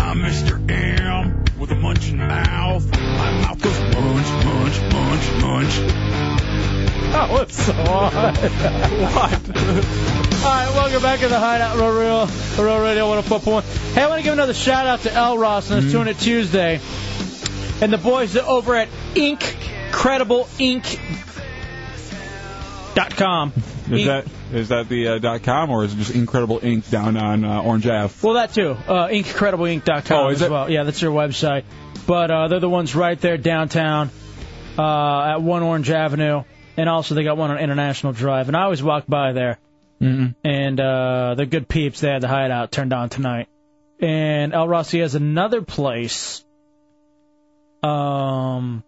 Speaker 6: I'm Mr. M with a munching mouth. My mouth goes munch, munch, munch, munch.
Speaker 5: That was so hard. what? All right, welcome back to the Hideout Row Radio, Row Radio 104.1. Hey, I want to give another shout out to L. Ross and his
Speaker 6: Mm-hmm.
Speaker 5: Tune It Tuesday, and the boys that over at IncredibleInc.com.
Speaker 6: Is that is that the uh, dot com or is it just Incredible Ink down on uh, Orange Ave?
Speaker 5: Well, that too. Uh, IncredibleInc.com
Speaker 6: Oh, is
Speaker 5: as
Speaker 6: it?
Speaker 5: well. Yeah, that's their website. But uh, they're the ones right there downtown uh, at 1 Orange Avenue. And also, they got one on International Drive. And I always walk by there.
Speaker 6: Mm-mm.
Speaker 5: And uh, they're good peeps. They had the hideout turned on tonight. And El Rossi has another place. Um,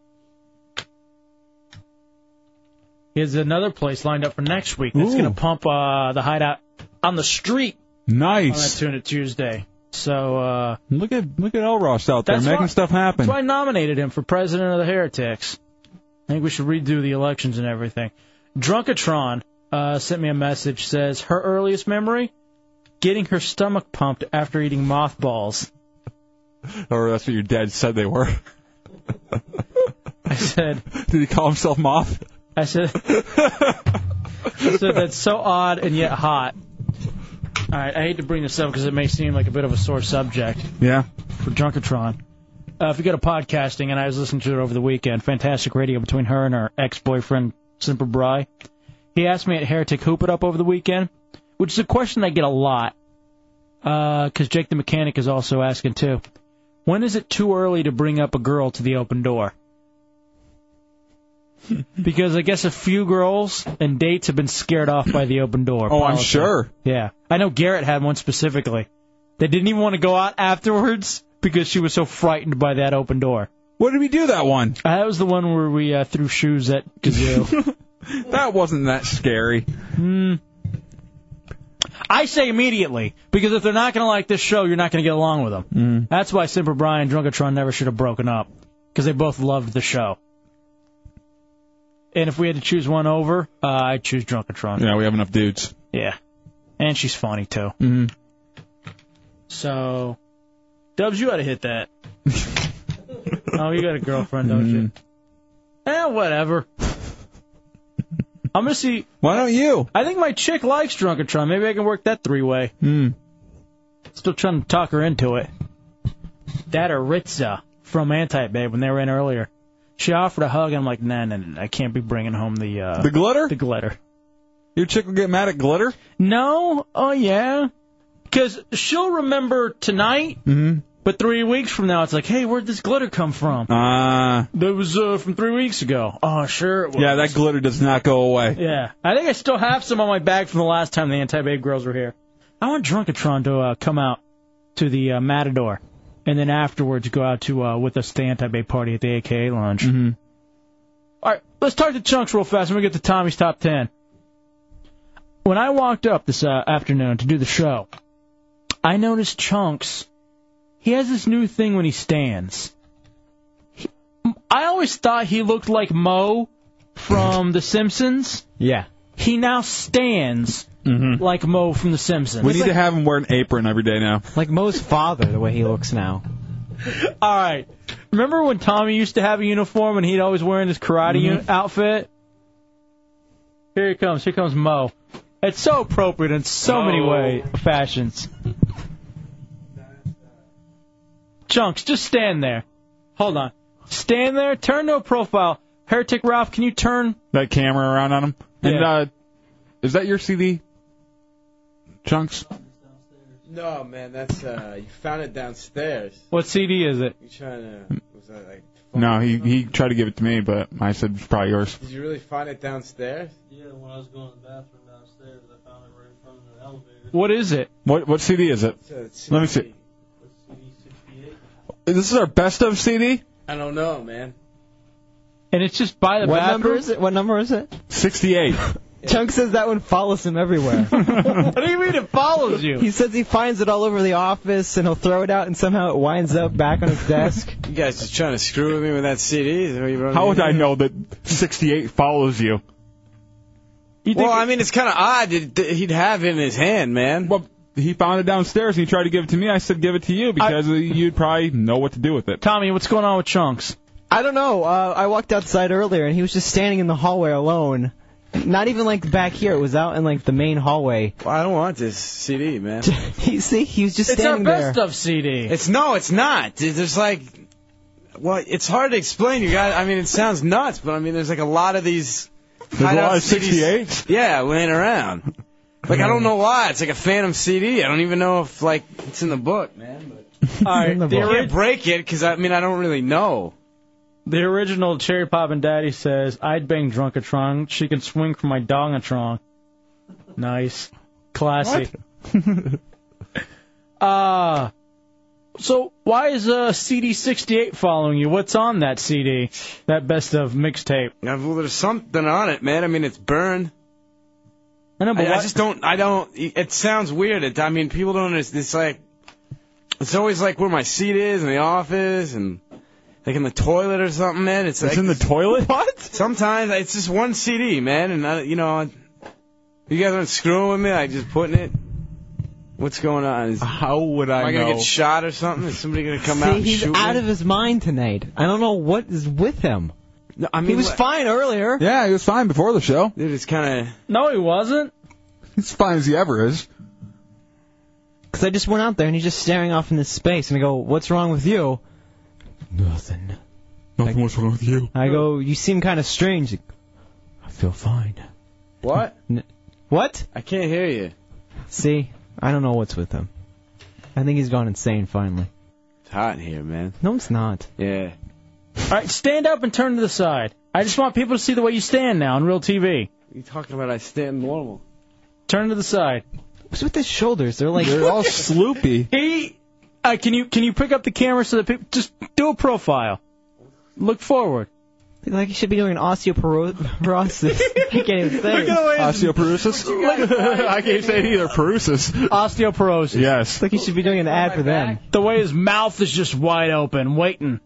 Speaker 5: he has another place lined up for next week that's
Speaker 6: Ooh.
Speaker 5: going to pump uh, the hideout on the street
Speaker 6: Nice.
Speaker 5: on that Tune It Tuesday. So uh,
Speaker 6: Look at look at El Ross out there
Speaker 5: That's
Speaker 6: making
Speaker 5: why-
Speaker 6: stuff happen.
Speaker 5: that's why I nominated him for president of the Heretics. I think we should redo the elections and everything. Drunkatron uh, sent me a message says her earliest memory getting her stomach pumped after eating mothballs.
Speaker 6: Or that's what your dad said they were.
Speaker 5: I said
Speaker 6: Did he call himself Moth?
Speaker 5: I said I said that's so odd and yet hot. All right, I hate to bring this up because it may seem like a bit of a sore subject.
Speaker 6: Yeah.
Speaker 5: for Drunkatron. Uh, if you go to podcasting, and I was listening to it over the weekend, fantastic radio between her and her ex-boyfriend Simper Bry. He asked me at Heretic Hoop It Up over the weekend, which is a question I get a lot, because Jake the Mechanic is also asking too. When is it too early to bring up a girl to the open door? because I guess a few girls and dates have been scared off by the open door.
Speaker 6: Oh, I'm
Speaker 5: policy.
Speaker 6: sure.
Speaker 5: Yeah. I know Garrett had one specifically. They didn't even want to go out afterwards because she was so frightened by that open door.
Speaker 6: What did we do that one?
Speaker 5: Uh, that was the one where we uh, threw shoes at Gazoo.
Speaker 6: That wasn't that scary.
Speaker 5: Hmm. I say immediately because if they're not going to like this show, you're not going to get along with them.
Speaker 6: Mm.
Speaker 5: That's why Simper Brian and Drunkatron never should have broken up because they both loved the show. And if we had to choose one over, uh, I'd choose Drunkatron.
Speaker 6: Yeah, we have enough dudes. Mm-hmm.
Speaker 5: Yeah. And she's funny too.
Speaker 6: Mm.
Speaker 5: So Dubs, you ought to hit that. oh, you got a girlfriend, don't you?
Speaker 6: Mm-hmm.
Speaker 5: Eh, whatever. I'm gonna see.
Speaker 6: Why don't you?
Speaker 5: I think my chick likes Drunkatron. Maybe I can work that three way.
Speaker 6: Hmm.
Speaker 5: Still trying to talk her into it. That or Ritza from Anti Babe when they were in earlier. She offered a hug, and I'm like, nah, nah, nah, I can't be bringing home the uh,
Speaker 6: The glitter?
Speaker 5: The glitter.
Speaker 6: Your chick will get mad at glitter?
Speaker 5: No. Oh yeah. Because she'll remember tonight,
Speaker 6: Mm-hmm.
Speaker 5: but three weeks from now, it's like, hey, where'd this glitter come from?
Speaker 6: Ah.
Speaker 5: That was uh, from three weeks ago. Oh, sure it was.
Speaker 6: Yeah, that glitter does not go away.
Speaker 5: Yeah. I think I still have some on my bag from the last time the anti babe girls were here. I want Drunkatron to uh, come out to the uh, Matador and then afterwards go out to uh, with us to the anti babe party at the AKA lounge. Mm-hmm. All right, let's talk to Chunks real fast and we get to Tommy's top 10. When I walked up this uh, afternoon to do the show, I noticed Chunks. He has this new thing when he stands. He- I always thought he looked like Mo from The Simpsons.
Speaker 8: Yeah.
Speaker 5: He now stands like Mo from The Simpsons.
Speaker 6: Mm-hmm. We need to have him wear an apron every day now.
Speaker 8: Like Mo's father, the way he looks now.
Speaker 5: All right. Remember when Tommy used to have a uniform and he'd always wearing his karate
Speaker 6: Mm-hmm.
Speaker 5: uni- outfit? Here he comes. Here comes Mo. It's so appropriate in so many way fashions. Chunks, just stand there. Hold on. Stand there. Turn to a profile. Heretic Ralph, can you turn?
Speaker 6: That camera around on him. And uh, is that your CD? Chunks?
Speaker 23: No, man, that's uh, you found it downstairs.
Speaker 5: What CD is it?
Speaker 23: You trying to? Was that like?
Speaker 6: No, he he tried to give it to me, but I said it's probably yours.
Speaker 23: Did you really find it downstairs?
Speaker 32: Yeah, when I was going to the bathroom downstairs, I found it right in front of the elevator.
Speaker 5: What is it?
Speaker 6: What what CD is it? Let me see. This is our best of CD.
Speaker 23: I don't know, man.
Speaker 5: And it's just by
Speaker 8: what number is it? What number is it?
Speaker 6: Sixty-eight.
Speaker 8: Chunk says that one follows him everywhere.
Speaker 5: what do you mean it follows you?
Speaker 8: He says he finds it all over the office and he'll throw it out and somehow it winds up back on his desk.
Speaker 23: You guys just trying to screw with me with that CD? Is that what you brought
Speaker 6: How
Speaker 23: me
Speaker 6: would
Speaker 23: in?
Speaker 6: I know that sixty-eight follows you?
Speaker 23: well, I mean, it's kind of odd that that he'd have it in his hand, man.
Speaker 6: Well, he found it downstairs and he tried to give it to me. I said give it to you because you'd probably know what to do with it.
Speaker 5: Tommy, what's going on with Chunks?
Speaker 8: I don't know. Uh, I walked outside earlier and he was just standing in the hallway alone. Not even like back here. It was out in like the main hallway.
Speaker 23: I don't want this CD, man.
Speaker 8: you see, he was just standing there.
Speaker 5: of CD.
Speaker 23: It's no, it's not. There's like, well, it's hard to explain. You guys, I mean, it sounds nuts, but I mean, there's like a lot of these.
Speaker 6: There's a lot
Speaker 23: hideout
Speaker 6: of
Speaker 23: CDs
Speaker 6: 68s?
Speaker 23: Yeah, laying around. Like I don't know why. It's like a phantom CD. I don't even know if like it's in the book, man. But
Speaker 5: All right,
Speaker 23: I
Speaker 5: the, ori-
Speaker 23: can't break it because I mean I don't really know.
Speaker 5: the original Cherry Pop and Daddy says, "I'd bang Drunkatron. She can swing from my dongatron." Nice, classy. uh so why is uh, CD68 following you? What's on that CD? That best of mixtape.
Speaker 23: Yeah, Well, there's something on it, man. I mean, it's burn.
Speaker 5: I know, but
Speaker 23: I,
Speaker 5: why-
Speaker 23: just don't. I don't. It sounds weird. It, I mean, people don't. It's, it's like it's always like where my seat is in the office and like in the toilet or something, man. It's,
Speaker 6: It's
Speaker 23: like,
Speaker 6: in the toilet.
Speaker 23: What? Sometimes it's just one CD, man, and I, you know, I- you guys aren't screwing with me. I just putting it. What's going on? Is,
Speaker 6: How would I
Speaker 23: am I
Speaker 6: know?
Speaker 23: gonna get shot or something? Is somebody gonna come
Speaker 8: See,
Speaker 23: out and
Speaker 8: he's
Speaker 23: shoot
Speaker 8: out
Speaker 23: me?
Speaker 8: of his mind tonight. I don't know what is with him.
Speaker 23: No, I mean,
Speaker 8: he was
Speaker 23: what-
Speaker 8: fine earlier.
Speaker 6: yeah, he was fine before the show.
Speaker 23: dude, it's kind of.
Speaker 5: No, he wasn't.
Speaker 6: He's fine as he ever is.
Speaker 8: Because I just went out there and he's just staring off into space, and I go, "What's wrong with you?" Nothing.
Speaker 6: Nothing was wrong with you.
Speaker 8: I go, "You seem kind of strange." Like, I feel fine.
Speaker 23: What?
Speaker 8: What?
Speaker 23: I can't hear you.
Speaker 8: See, I don't know what's with him. I think he's gone insane finally.
Speaker 23: It's hot in here, man.
Speaker 8: No, it's not.
Speaker 23: Yeah.
Speaker 5: All right, stand up and turn to the side. I just want people to see the way you stand now on real TV.
Speaker 23: You talking about I stand normal?
Speaker 5: Turn to the side.
Speaker 8: What's with his shoulders? They're like
Speaker 6: They're all sloopy.
Speaker 5: He, uh, can you can you pick up the camera so that people just do a profile? Look forward.
Speaker 8: like he should be doing an osteoporosis. I can't even say. it.
Speaker 6: Osteoporosis. I can't say it either. Perusis.
Speaker 5: Osteoporosis.
Speaker 6: Yes.
Speaker 8: Like he should be doing an ad for them.
Speaker 5: The way his mouth is just wide open, waiting.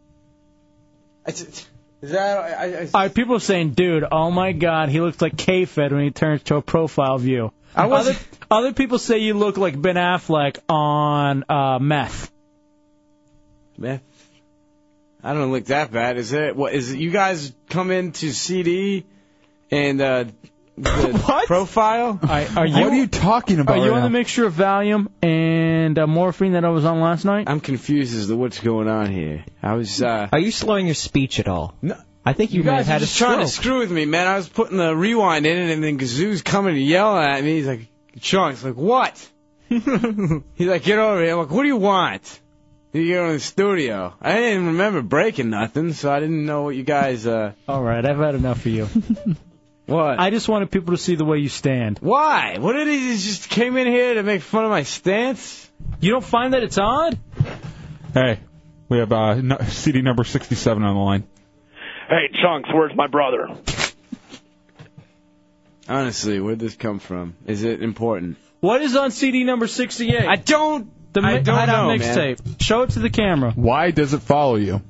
Speaker 23: Is that? I, I,
Speaker 5: All right, people are saying, dude, oh my god, he looks like K-Fed when he turns to a profile view.
Speaker 23: I
Speaker 5: Other,
Speaker 23: wasn't-
Speaker 5: other people say you look like Ben Affleck on uh, meth.
Speaker 23: Meh. I don't look that bad, is it? What is it? You guys come into CD and uh, the profile?
Speaker 5: are you- What are you
Speaker 6: talking
Speaker 5: Are you on the mixture of Valium and uh, morphine that I was on last night?
Speaker 23: I'm confused as to what's going on here. I was. Uh,
Speaker 5: are you slowing your speech at all?
Speaker 23: No.
Speaker 7: I think you,
Speaker 23: You
Speaker 7: might
Speaker 23: guys
Speaker 7: have had
Speaker 23: are just
Speaker 7: a
Speaker 23: trying to
Speaker 7: stroke.
Speaker 23: screw with me, man. I was putting the rewind in it, and then Gazoo's coming to yell at me. He's like, Chunks, like, what? He's like, get over here. I'm like, what do you want? You get in the studio. I didn't remember breaking nothing, so I didn't know what you guys, uh,
Speaker 5: All right, I've had enough of you.
Speaker 23: what?
Speaker 5: I just wanted people to see the way you stand.
Speaker 23: Why? What did he just came in here to make fun of my stance?
Speaker 5: You don't find that it's odd?
Speaker 6: Hey, we have uh, no, CD number 67 on the line.
Speaker 4: Hey, Chunks, where's my brother?
Speaker 23: Honestly, where'd this come from? Is it important?
Speaker 5: What is on CD number 68? I
Speaker 23: don't.
Speaker 5: The mi-
Speaker 23: I don't
Speaker 5: hideout
Speaker 23: know, man.
Speaker 5: mixtape. Show it to the camera.
Speaker 6: Why does it follow you?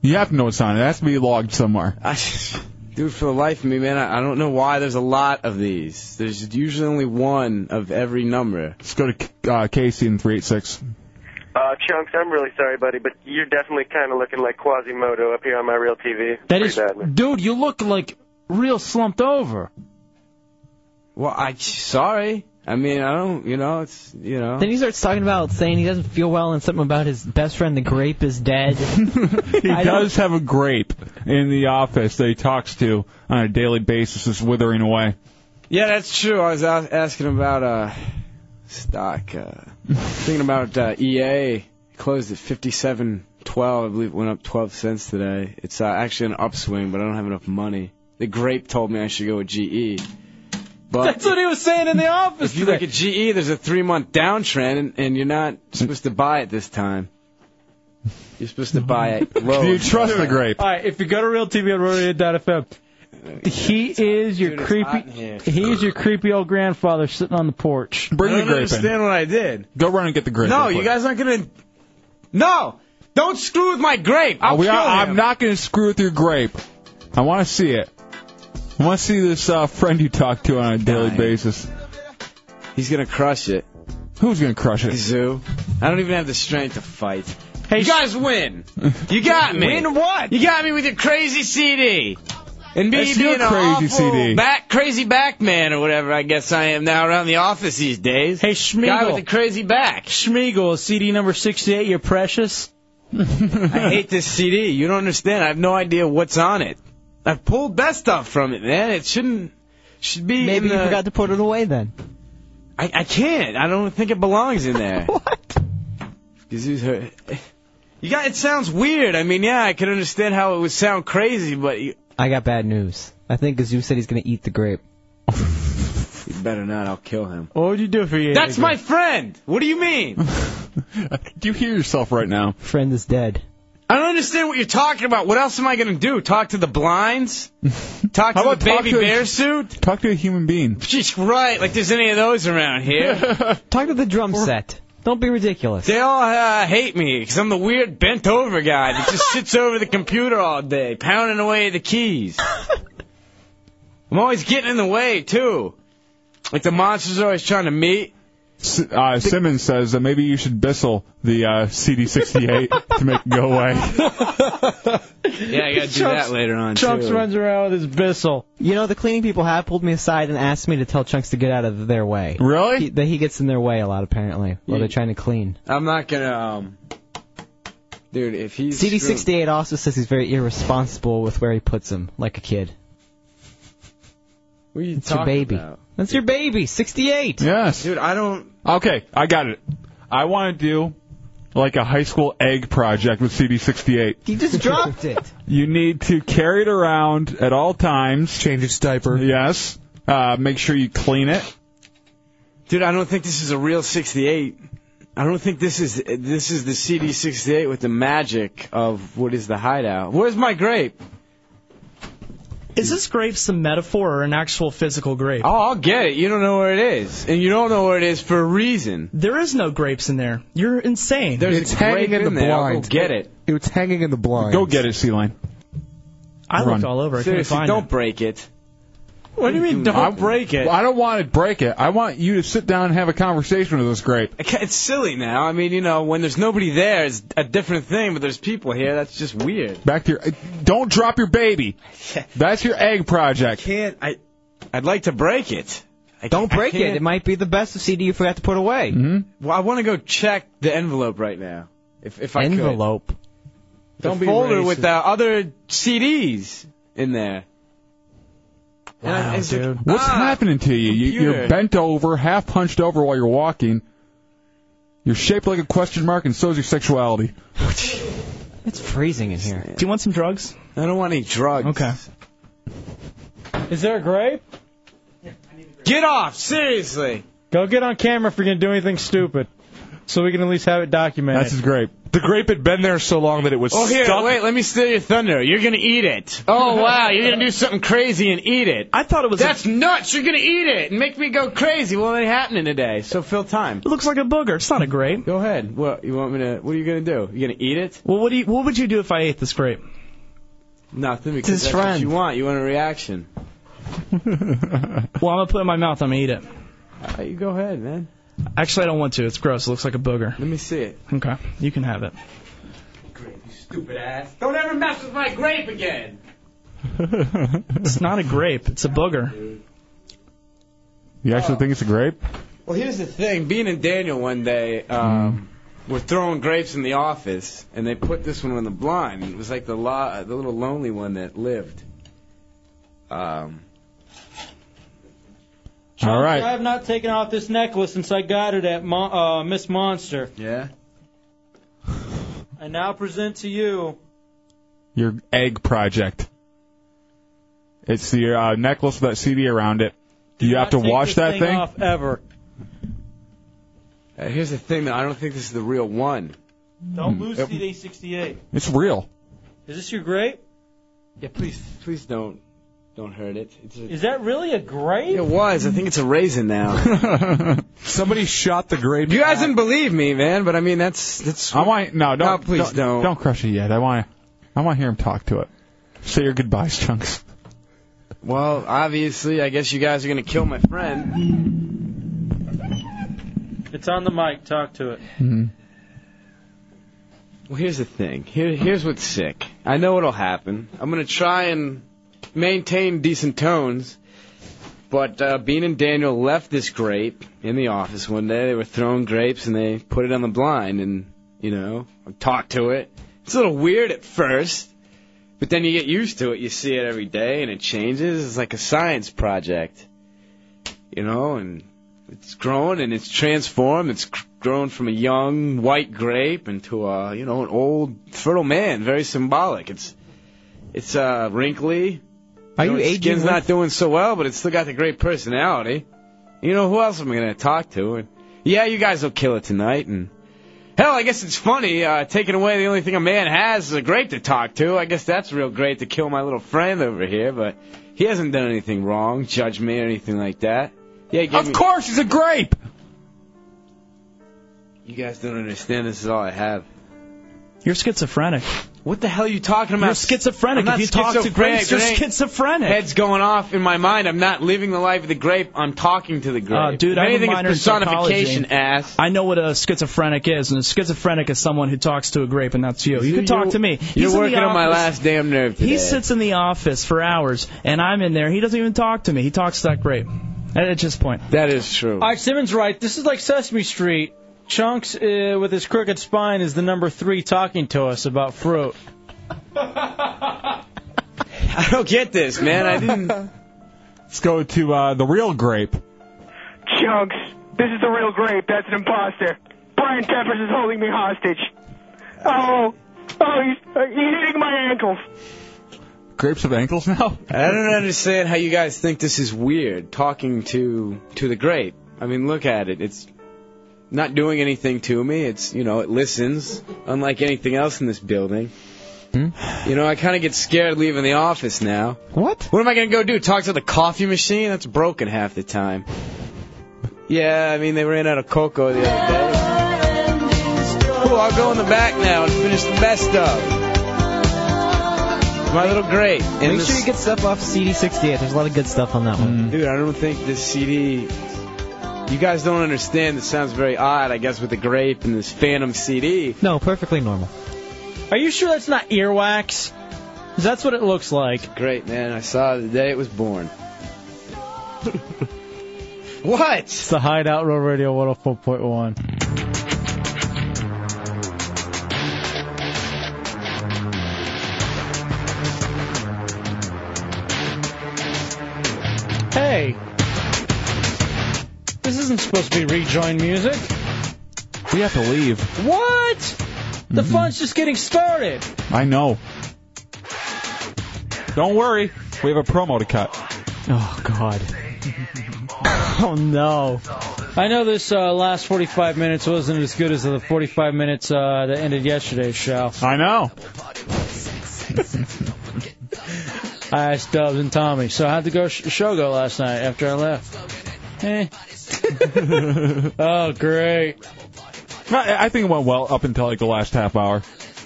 Speaker 6: You have to know what's on it. It has to be logged somewhere.
Speaker 23: I, dude, for the life of me, man, I, I don't know why there's a lot of these. There's usually only one of every number.
Speaker 6: Let's go to uh, Casey in 386.
Speaker 15: Uh, Chunks, I'm really sorry, buddy, but you're definitely kind of looking like Quasimodo up here on my real TV.
Speaker 5: That
Speaker 15: Pretty
Speaker 5: is,
Speaker 15: bad, man.
Speaker 5: dude, you look like real slumped over.
Speaker 23: Well, I sorry. I mean, I don't. You know, it's you know.
Speaker 7: Then he starts talking about saying he doesn't feel well and something about his best friend, the grape, is dead.
Speaker 6: He does have a grape in the office that he talks to on a daily basis, is withering away.
Speaker 23: Yeah, that's true. I was a- asking about uh, stock. Uh, thinking about uh, EA closed at 57.12. I believe it went up 12 cents today. It's uh, actually an upswing, but I don't have enough money. The grape told me I should go with GE. But
Speaker 5: That's what he was saying in the office.
Speaker 23: if you look at GE, there's a three month downtrend, and, and you're not supposed to buy it this time. You're supposed to buy it low.
Speaker 5: All right, if you go to Real TV on RadioTV.fm, he is your
Speaker 23: Dude, it's hot in
Speaker 5: creepy.
Speaker 23: here.
Speaker 5: He is your creepy old grandfather sitting on the porch.
Speaker 23: Bring I the don't grape in. understand what I did.
Speaker 6: Go run and get the grape.
Speaker 23: No,
Speaker 6: real
Speaker 23: you
Speaker 6: quick.
Speaker 23: guys aren't gonna. No, don't screw with my grape. I'll
Speaker 6: Uh, We
Speaker 23: kill
Speaker 6: are-
Speaker 23: him.
Speaker 6: I'm not going to screw with your grape. I want to see it. I want to see this uh, friend you talk to on a daily basis.
Speaker 23: He's gonna crush it.
Speaker 6: Who's gonna crush it?
Speaker 23: Zoo. I don't even have the strength to fight.
Speaker 5: Hey,
Speaker 23: you guys win. You got me.
Speaker 5: Win what?
Speaker 23: You got me with your crazy CD. And me
Speaker 5: That's your
Speaker 23: being a
Speaker 5: crazy
Speaker 23: awful
Speaker 5: CD.
Speaker 23: back crazy back man or whatever I guess I am now around the office these days.
Speaker 5: Hey,
Speaker 23: Guy
Speaker 5: Schmiegel.
Speaker 23: with the crazy back.
Speaker 5: Schmiegel, CD number 68, you're precious.
Speaker 23: I hate this CD. You don't understand. I have no idea what's on it. I've pulled that stuff from it, man. It shouldn't. Should be.
Speaker 7: Maybe
Speaker 23: in
Speaker 7: you
Speaker 23: the-
Speaker 7: forgot to put it away then.
Speaker 23: I, I can't. I don't think it belongs in there. what? You got. It sounds weird. I mean, yeah, I can understand how it would sound crazy, but you,
Speaker 7: I got bad news. I think Gazoo said he's going to eat the grape.
Speaker 23: you better not. I'll kill him.
Speaker 5: What would you do for you?
Speaker 23: That's my friend. What do you mean?
Speaker 6: Do you hear yourself right now?
Speaker 7: Friend is dead.
Speaker 23: I don't understand what you're talking about. What else am I gonna do? Talk to the blinds? Talk to the baby
Speaker 6: to a-
Speaker 23: bear suit?
Speaker 6: Talk to a human being.
Speaker 23: She's right. Like there's any of those around here.
Speaker 7: Talk to the drum set. Don't be ridiculous.
Speaker 23: They all uh, hate me 'cause I'm the weird bent over guy that just sits over the computer all day, pounding away the keys. I'm always getting in the way, too. Like the monsters are always trying to meet.
Speaker 6: S- uh, Simmons says that maybe you should Bissell the uh, CD68 to make it go away.
Speaker 23: Yeah, I gotta do
Speaker 7: Chunks-
Speaker 23: that later on,
Speaker 5: Chunks
Speaker 23: too.
Speaker 5: runs around with his Bissell.
Speaker 7: You know, the cleaning people have pulled me aside and asked me to tell Chunks to get out of their way.
Speaker 6: Really?
Speaker 7: He, that he gets in their way a lot, apparently, while they're trying to clean.
Speaker 23: I'm not gonna, um... Dude, if he's... screwed-
Speaker 7: CD68 also says he's very irresponsible with where he puts him, like a kid.
Speaker 23: What are you
Speaker 7: It's your
Speaker 23: talking
Speaker 7: baby.
Speaker 23: about?
Speaker 7: That's your baby, 68.
Speaker 6: Yes.
Speaker 23: Dude, I don't.
Speaker 6: Okay, I got it. I want to do like a high school egg project with CD68.
Speaker 7: He just dropped it.
Speaker 6: You need to carry it around at all times. Change its diaper. Yes. Uh, make sure you clean it.
Speaker 23: Dude, I don't think this is a real 68. I don't think this is this is the CD68 with the magic of what is the hideout. Where's my grape?
Speaker 13: Is this grape some metaphor or an actual physical grape?
Speaker 23: Oh, I'll get it. You don't know where it is, and you don't know where it is for a reason.
Speaker 13: There is no grapes in there. You're insane.
Speaker 23: There's a grape in there. I'll go get it.
Speaker 18: It's hanging in the blind.
Speaker 6: Go get it, Sea Lane.
Speaker 13: I
Speaker 6: Run.
Speaker 13: looked all over. I couldn't
Speaker 23: Seriously,
Speaker 13: find
Speaker 23: don't
Speaker 13: it.
Speaker 23: break it.
Speaker 7: What do you mean? Don't break it.
Speaker 6: I don't want to break it. I want you to sit down and have a conversation with this grape.
Speaker 23: I ca- It's silly now. I mean, you know, when there's nobody there, it's a different thing. But there's people here. That's just weird.
Speaker 6: Back to your. uh, Don't drop your baby. That's your egg project.
Speaker 23: Can't I? I'd like to break it. I,
Speaker 8: Don't break
Speaker 23: I
Speaker 8: it.
Speaker 23: can't-
Speaker 8: It might be the best of CD you forgot to put away. Mm-hmm.
Speaker 23: Well, I want to go check the envelope right now. If if I
Speaker 8: Envelope.
Speaker 23: could. The
Speaker 8: Don't be
Speaker 23: folder with
Speaker 8: racist.
Speaker 23: the other CDs in there. And I- it's like,
Speaker 6: What's happening to you? you you're
Speaker 23: computer.
Speaker 6: bent over, half punched over while you're walking. You're shaped like a question mark, and so is your sexuality.
Speaker 8: It's freezing in here.
Speaker 7: Do you want some drugs?
Speaker 23: I don't want any drugs.
Speaker 7: Okay. Is there a grape?
Speaker 23: Get off, seriously.
Speaker 5: Go get on camera if you're gonna do anything stupid, so we can at least have it documented.
Speaker 23: That's
Speaker 5: his
Speaker 6: grape.
Speaker 33: The grape had been there so long that it was
Speaker 23: Oh, here,
Speaker 33: stuck.
Speaker 23: wait, let me steal your thunder. You're going to eat it. Oh, wow, you're going to do something crazy and eat it. I
Speaker 7: thought it was.
Speaker 23: That's nuts. You're going to eat it and make me go crazy. Well, it ain't happening today, so fill time. It
Speaker 7: looks like a booger. It's not a grape.
Speaker 23: Go ahead. What, you want me to, what are you going to do? You going to eat it?
Speaker 7: Well, what do you, what would you do if I ate this grape?
Speaker 23: Nothing,
Speaker 7: It's
Speaker 23: because
Speaker 7: his
Speaker 23: that's what
Speaker 7: friend.
Speaker 23: you want. You want a reaction.
Speaker 7: Well, I'm gonna put it in my mouth. I'm gonna eat it.
Speaker 23: Uh, you go ahead, man.
Speaker 7: Actually, I don't want to. It's gross. It looks like a booger.
Speaker 23: Let me see it.
Speaker 7: Okay, you can have it.
Speaker 23: Stupid ass. Don't ever mess with my grape again.
Speaker 7: it's not a grape. It's a booger.
Speaker 6: You actually think it's a grape?
Speaker 23: Well, here's the thing. Bean and Daniel one day um,
Speaker 7: Mm-hmm.
Speaker 23: were throwing grapes in the office, and they put this one on the blind. It was like the lo- the little lonely one that lived. Um,
Speaker 5: All right.
Speaker 23: I
Speaker 5: have not taken off this necklace since I got it at Mo- uh, Miss Monster.
Speaker 23: Yeah.
Speaker 5: I now present to you.
Speaker 6: Your egg project. It's the uh, necklace with that CD around it. Do you have to
Speaker 5: Take
Speaker 6: wash
Speaker 5: this
Speaker 6: that thing?
Speaker 5: off ever.
Speaker 23: uh, here's the thing, though. I don't think this is the real one.
Speaker 5: Don't lose
Speaker 23: Yep.
Speaker 5: CD 68.
Speaker 6: It's real.
Speaker 5: Is this your grape?
Speaker 23: Yeah, please, please don't, don't hurt it. It's a,
Speaker 5: Is that really a grape?
Speaker 23: it was. I think it's a raisin now.
Speaker 6: Somebody shot the grape.
Speaker 23: You guys didn't believe me, man. But I mean, that's that's.
Speaker 6: I want no, don't
Speaker 23: please don't.
Speaker 6: don't, don't crush it yet. I want I want to hear him talk to it. Say your goodbyes, chunks.
Speaker 23: Well, obviously, I guess you guys are gonna kill my friend.
Speaker 5: It's on the mic. Talk to it.
Speaker 23: Well, here's the thing. Here, here's what's sick. I know what'll happen. I'm gonna try and maintain decent tones, but uh, Bean and Daniel left this grape in the office one day. They were throwing grapes and they put it on the blind, and you know, I talked to it. It's a little weird at first, but then you get used to it. You see it every day, and it changes. It's like a science project, you know, and it's grown and it's transformed. It's gr- grown from a young white grape into a you know an old fertile man. Very symbolic. It's it's uh, wrinkly.
Speaker 8: Are you
Speaker 23: know, its
Speaker 8: aging
Speaker 23: Skin's
Speaker 8: with-
Speaker 23: not doing so well, but it's still got the great personality. You know who else am I gonna talk to? And yeah, you guys will kill it tonight. And hell, I guess it's funny uh, taking away the only thing a man has is a grape to talk to. I guess that's real great to kill my little friend over here, but he hasn't done anything wrong, judge me or anything like that. Yeah, he gave
Speaker 6: Of
Speaker 23: me-
Speaker 6: course, he's a grape.
Speaker 23: you guys don't understand. This is all I have.
Speaker 7: You're schizophrenic.
Speaker 23: What the hell are you talking about?
Speaker 7: You're schizophrenic.
Speaker 23: I'm
Speaker 7: if
Speaker 23: not
Speaker 7: you talk to
Speaker 23: schizophrenic.
Speaker 7: grapes, you're
Speaker 23: It ain't-
Speaker 7: schizophrenic.
Speaker 23: Head's going off in my mind. I'm not living the life of the grape. I'm talking to the grape.
Speaker 7: Uh, dude,
Speaker 23: if
Speaker 7: I'm
Speaker 23: anything,
Speaker 7: a minor in
Speaker 23: it's personification.
Speaker 7: psychology.
Speaker 23: Ass.
Speaker 7: I know what a schizophrenic is, and a schizophrenic is someone who talks to a grape, and that's you. You can talk to me. He's
Speaker 23: You're
Speaker 7: in the
Speaker 23: working on my
Speaker 7: office.
Speaker 23: last damn nerve today.
Speaker 7: He sits in the office for hours, and I'm in there. He doesn't even talk to me. He talks to that grape. At at this point.
Speaker 23: That is true.
Speaker 5: All right, Simmons right. This is like Sesame Street. Chunks uh, with his crooked spine is the number three talking to us about fruit.
Speaker 23: I don't get this, man. I didn't.
Speaker 6: Let's go to uh, the real grape.
Speaker 26: Chunks, this is the real grape. That's an imposter. Brian Tempers is holding me hostage. Oh, oh, he's, uh, he's eating my ankles.
Speaker 6: Grapes have ankles now.
Speaker 23: I don't understand how you guys think this is weird talking to to the grape. I mean, look at it. It's not doing anything to me. It's you know, it listens, unlike anything else in this building.
Speaker 8: Hmm?
Speaker 23: You know, I kind of get scared leaving the office now.
Speaker 8: What?
Speaker 23: What am I gonna go do? Talk to the coffee machine? That's broken half the time. Yeah, I mean they ran out of cocoa the other day. Cool, I'll go in the back now and finish the best up. my little great. And
Speaker 8: Make
Speaker 23: this-
Speaker 8: sure you get stuff off CD68. There's a lot of good stuff on that one.
Speaker 6: Mm.
Speaker 23: Dude, I don't think this CD. You guys don't understand. This sounds very odd, I guess, with the grape and this Phantom CD.
Speaker 8: No, perfectly normal.
Speaker 5: Are you sure that's not earwax? 'Cause that's what it looks like.
Speaker 23: Great, man. I saw it the day it was born. what? It's
Speaker 5: the Hideout Road Radio 104.1. Hey! This isn't supposed to be rejoin music.
Speaker 6: We have to leave.
Speaker 5: What? The fun's just getting started.
Speaker 6: I know. Don't worry. We have a promo to cut.
Speaker 5: Oh, God. Oh no! I know this uh, last 45 minutes wasn't as good as the 45 minutes uh, that ended yesterday's show.
Speaker 6: I know.
Speaker 5: I asked Dubs and Tommy. So how'd the go sh- show go last night after I left? Eh. oh great!
Speaker 6: I, I think it went well up until like the last half hour.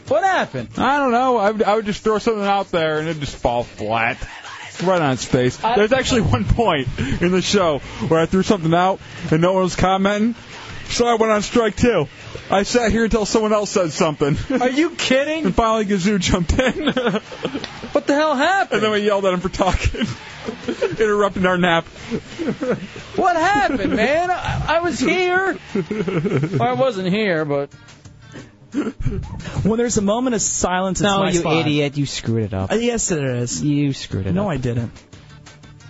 Speaker 5: What happened?
Speaker 6: I don't know. I would, I would just throw something out there and it'd just fall flat. Right on its face. There's actually one point in the show where I threw something out and no one was commenting, so I went on strike too. I sat here until someone else said something. Are
Speaker 5: you kidding?
Speaker 6: and finally Gazoo jumped in.
Speaker 5: what the hell happened?
Speaker 6: And then we yelled at him for talking, interrupting our nap.
Speaker 5: What happened, man? I, I was here. Well, I wasn't here, but
Speaker 34: When there's a moment of silence, it's
Speaker 8: no,
Speaker 34: my
Speaker 8: you
Speaker 34: spot.
Speaker 8: idiot. You screwed it up.
Speaker 34: Uh, yes, there is.
Speaker 8: You screwed it
Speaker 34: no,
Speaker 8: up.
Speaker 34: I didn't.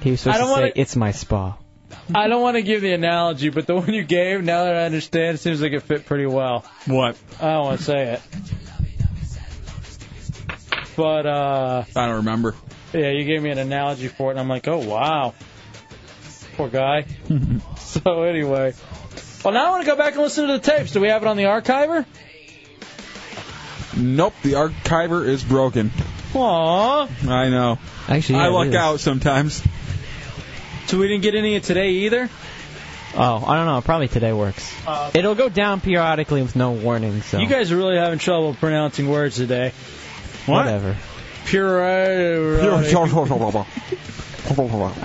Speaker 8: He was supposed
Speaker 5: I
Speaker 8: to
Speaker 5: don't
Speaker 8: say,
Speaker 5: wanna-
Speaker 8: it's my spa.
Speaker 5: I don't want to give the analogy. But the one you gave, now that I understand, it seems like it fit pretty well.
Speaker 6: What?
Speaker 5: I don't want to say it. But uh
Speaker 6: I don't remember.
Speaker 5: Yeah, you gave me an analogy for it and I'm like, "Oh, wow." Poor guy. so anyway, well now I want to go back and listen to the tapes. Do we have it on the archiver?
Speaker 6: Nope, the archiver is broken.
Speaker 5: Aww.
Speaker 6: I know.
Speaker 8: Actually,
Speaker 5: yeah,
Speaker 6: I
Speaker 5: it
Speaker 6: luck
Speaker 5: is.
Speaker 6: out sometimes.
Speaker 5: So we didn't get any of today either.
Speaker 8: Oh, I don't know. Probably today works.
Speaker 34: Uh,
Speaker 8: It'll go down periodically with no warning, so
Speaker 5: You guys are really having trouble pronouncing words today.
Speaker 8: whatever.
Speaker 5: Pure.
Speaker 8: I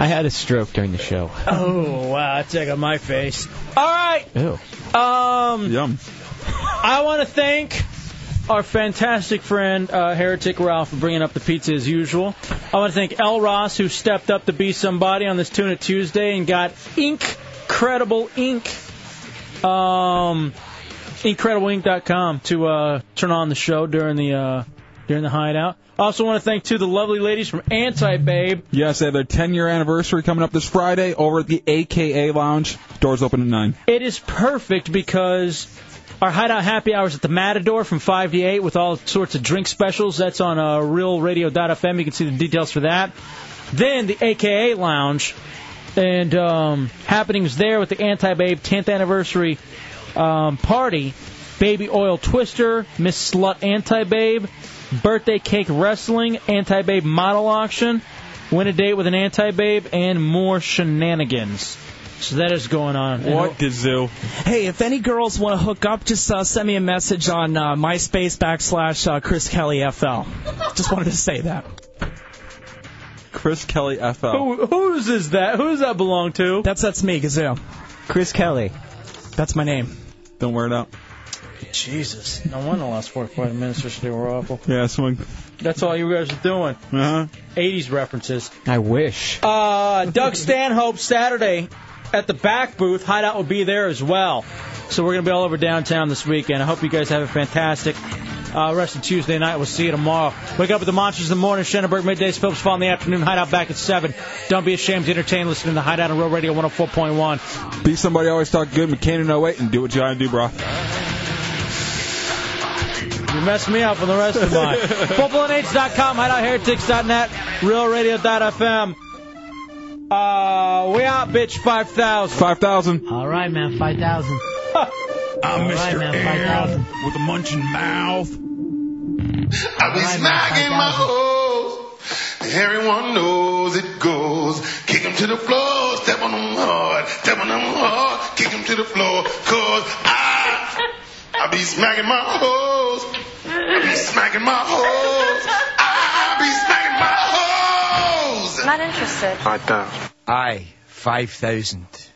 Speaker 8: had a stroke during the show.
Speaker 5: Oh wow, that's egg on my face. All right.
Speaker 8: Ew.
Speaker 5: Um.
Speaker 6: Yum.
Speaker 5: I want to thank our fantastic friend uh, Heretic Ralph for bringing up the pizza as usual. I want to thank El Ross who stepped up to be somebody on this Tuna Tuesday and got incredible ink. Um. IncredibleInc.com to uh, turn on the show during the uh, during the hideout. I also want to thank two of the lovely ladies from Anti Babe
Speaker 6: Yes, they have their 10 year anniversary coming up this Friday over at the AKA Lounge. Doors open at 9.
Speaker 5: It is perfect because our hideout happy hours at the Matador from 5 to 8 with all sorts of drink specials. That's on uh, realradio.fm. You can see the details for that. Then the AKA Lounge and um, happenings there with the Anti Babe 10th anniversary um, party. Baby Oil Twister, Miss Slut Anti Babe, Birthday Cake Wrestling, Anti Babe Model Auction, Win a Date with an Anti Babe, and more shenanigans. So that is going on. And
Speaker 6: What gazoo?
Speaker 34: Hey, if any girls want to hook up, just uh, send me a message on uh, MySpace backslash uh, Chris Kelly FL. Just wanted to say that.
Speaker 6: Chris Kelly FL.
Speaker 5: Who, whose is that? Who does that belong to?
Speaker 34: That's that's me, Gazoo.
Speaker 8: Chris Kelly.
Speaker 34: That's my name.
Speaker 6: Don't wear it out.
Speaker 5: Jesus. No wonder the last 45 minutes yesterday were awful.
Speaker 6: Yeah, someone.
Speaker 5: That's all you guys are doing.
Speaker 6: Uh huh.
Speaker 5: 80s references.
Speaker 8: I wish.
Speaker 5: Uh, Doug Stanhope Saturday at the back booth. Hideout will be there as well. So we're going to be all over downtown this weekend. I hope you guys have a fantastic uh, rest of Tuesday night. We'll see you tomorrow. Wake up with the Monsters in the morning. Shenanberg middays. Phillips Fall in the afternoon. Hideout back at 7. Don't be ashamed to entertain. Listen to the Hideout on Real Radio 104.1.
Speaker 6: Be somebody always talk good, McCain no wait, and do what you gotta do, bro.
Speaker 5: You messed me up on the rest of mine. FootballandH.com, hideoutheretics.net, realradio.fm. Uh, we out, bitch, 5,000.
Speaker 6: 5,000.
Speaker 35: All right, man, 5,000. All
Speaker 13: I'm
Speaker 35: right,
Speaker 13: Mr.
Speaker 35: man,
Speaker 13: Air
Speaker 35: 5,000.
Speaker 13: with a munching mouth. I be
Speaker 35: right, man,
Speaker 13: smacking my
Speaker 35: 5,000.
Speaker 13: hoes. Everyone knows it goes. Kick 'em to the floor, step on 'em hard, step on 'em hard, kick 'em to the floor, cause I, I be smacking my hoes. I be smacking my hoes. I be smacking my hoes.
Speaker 36: Not interested.
Speaker 23: I don't. I, 5,000.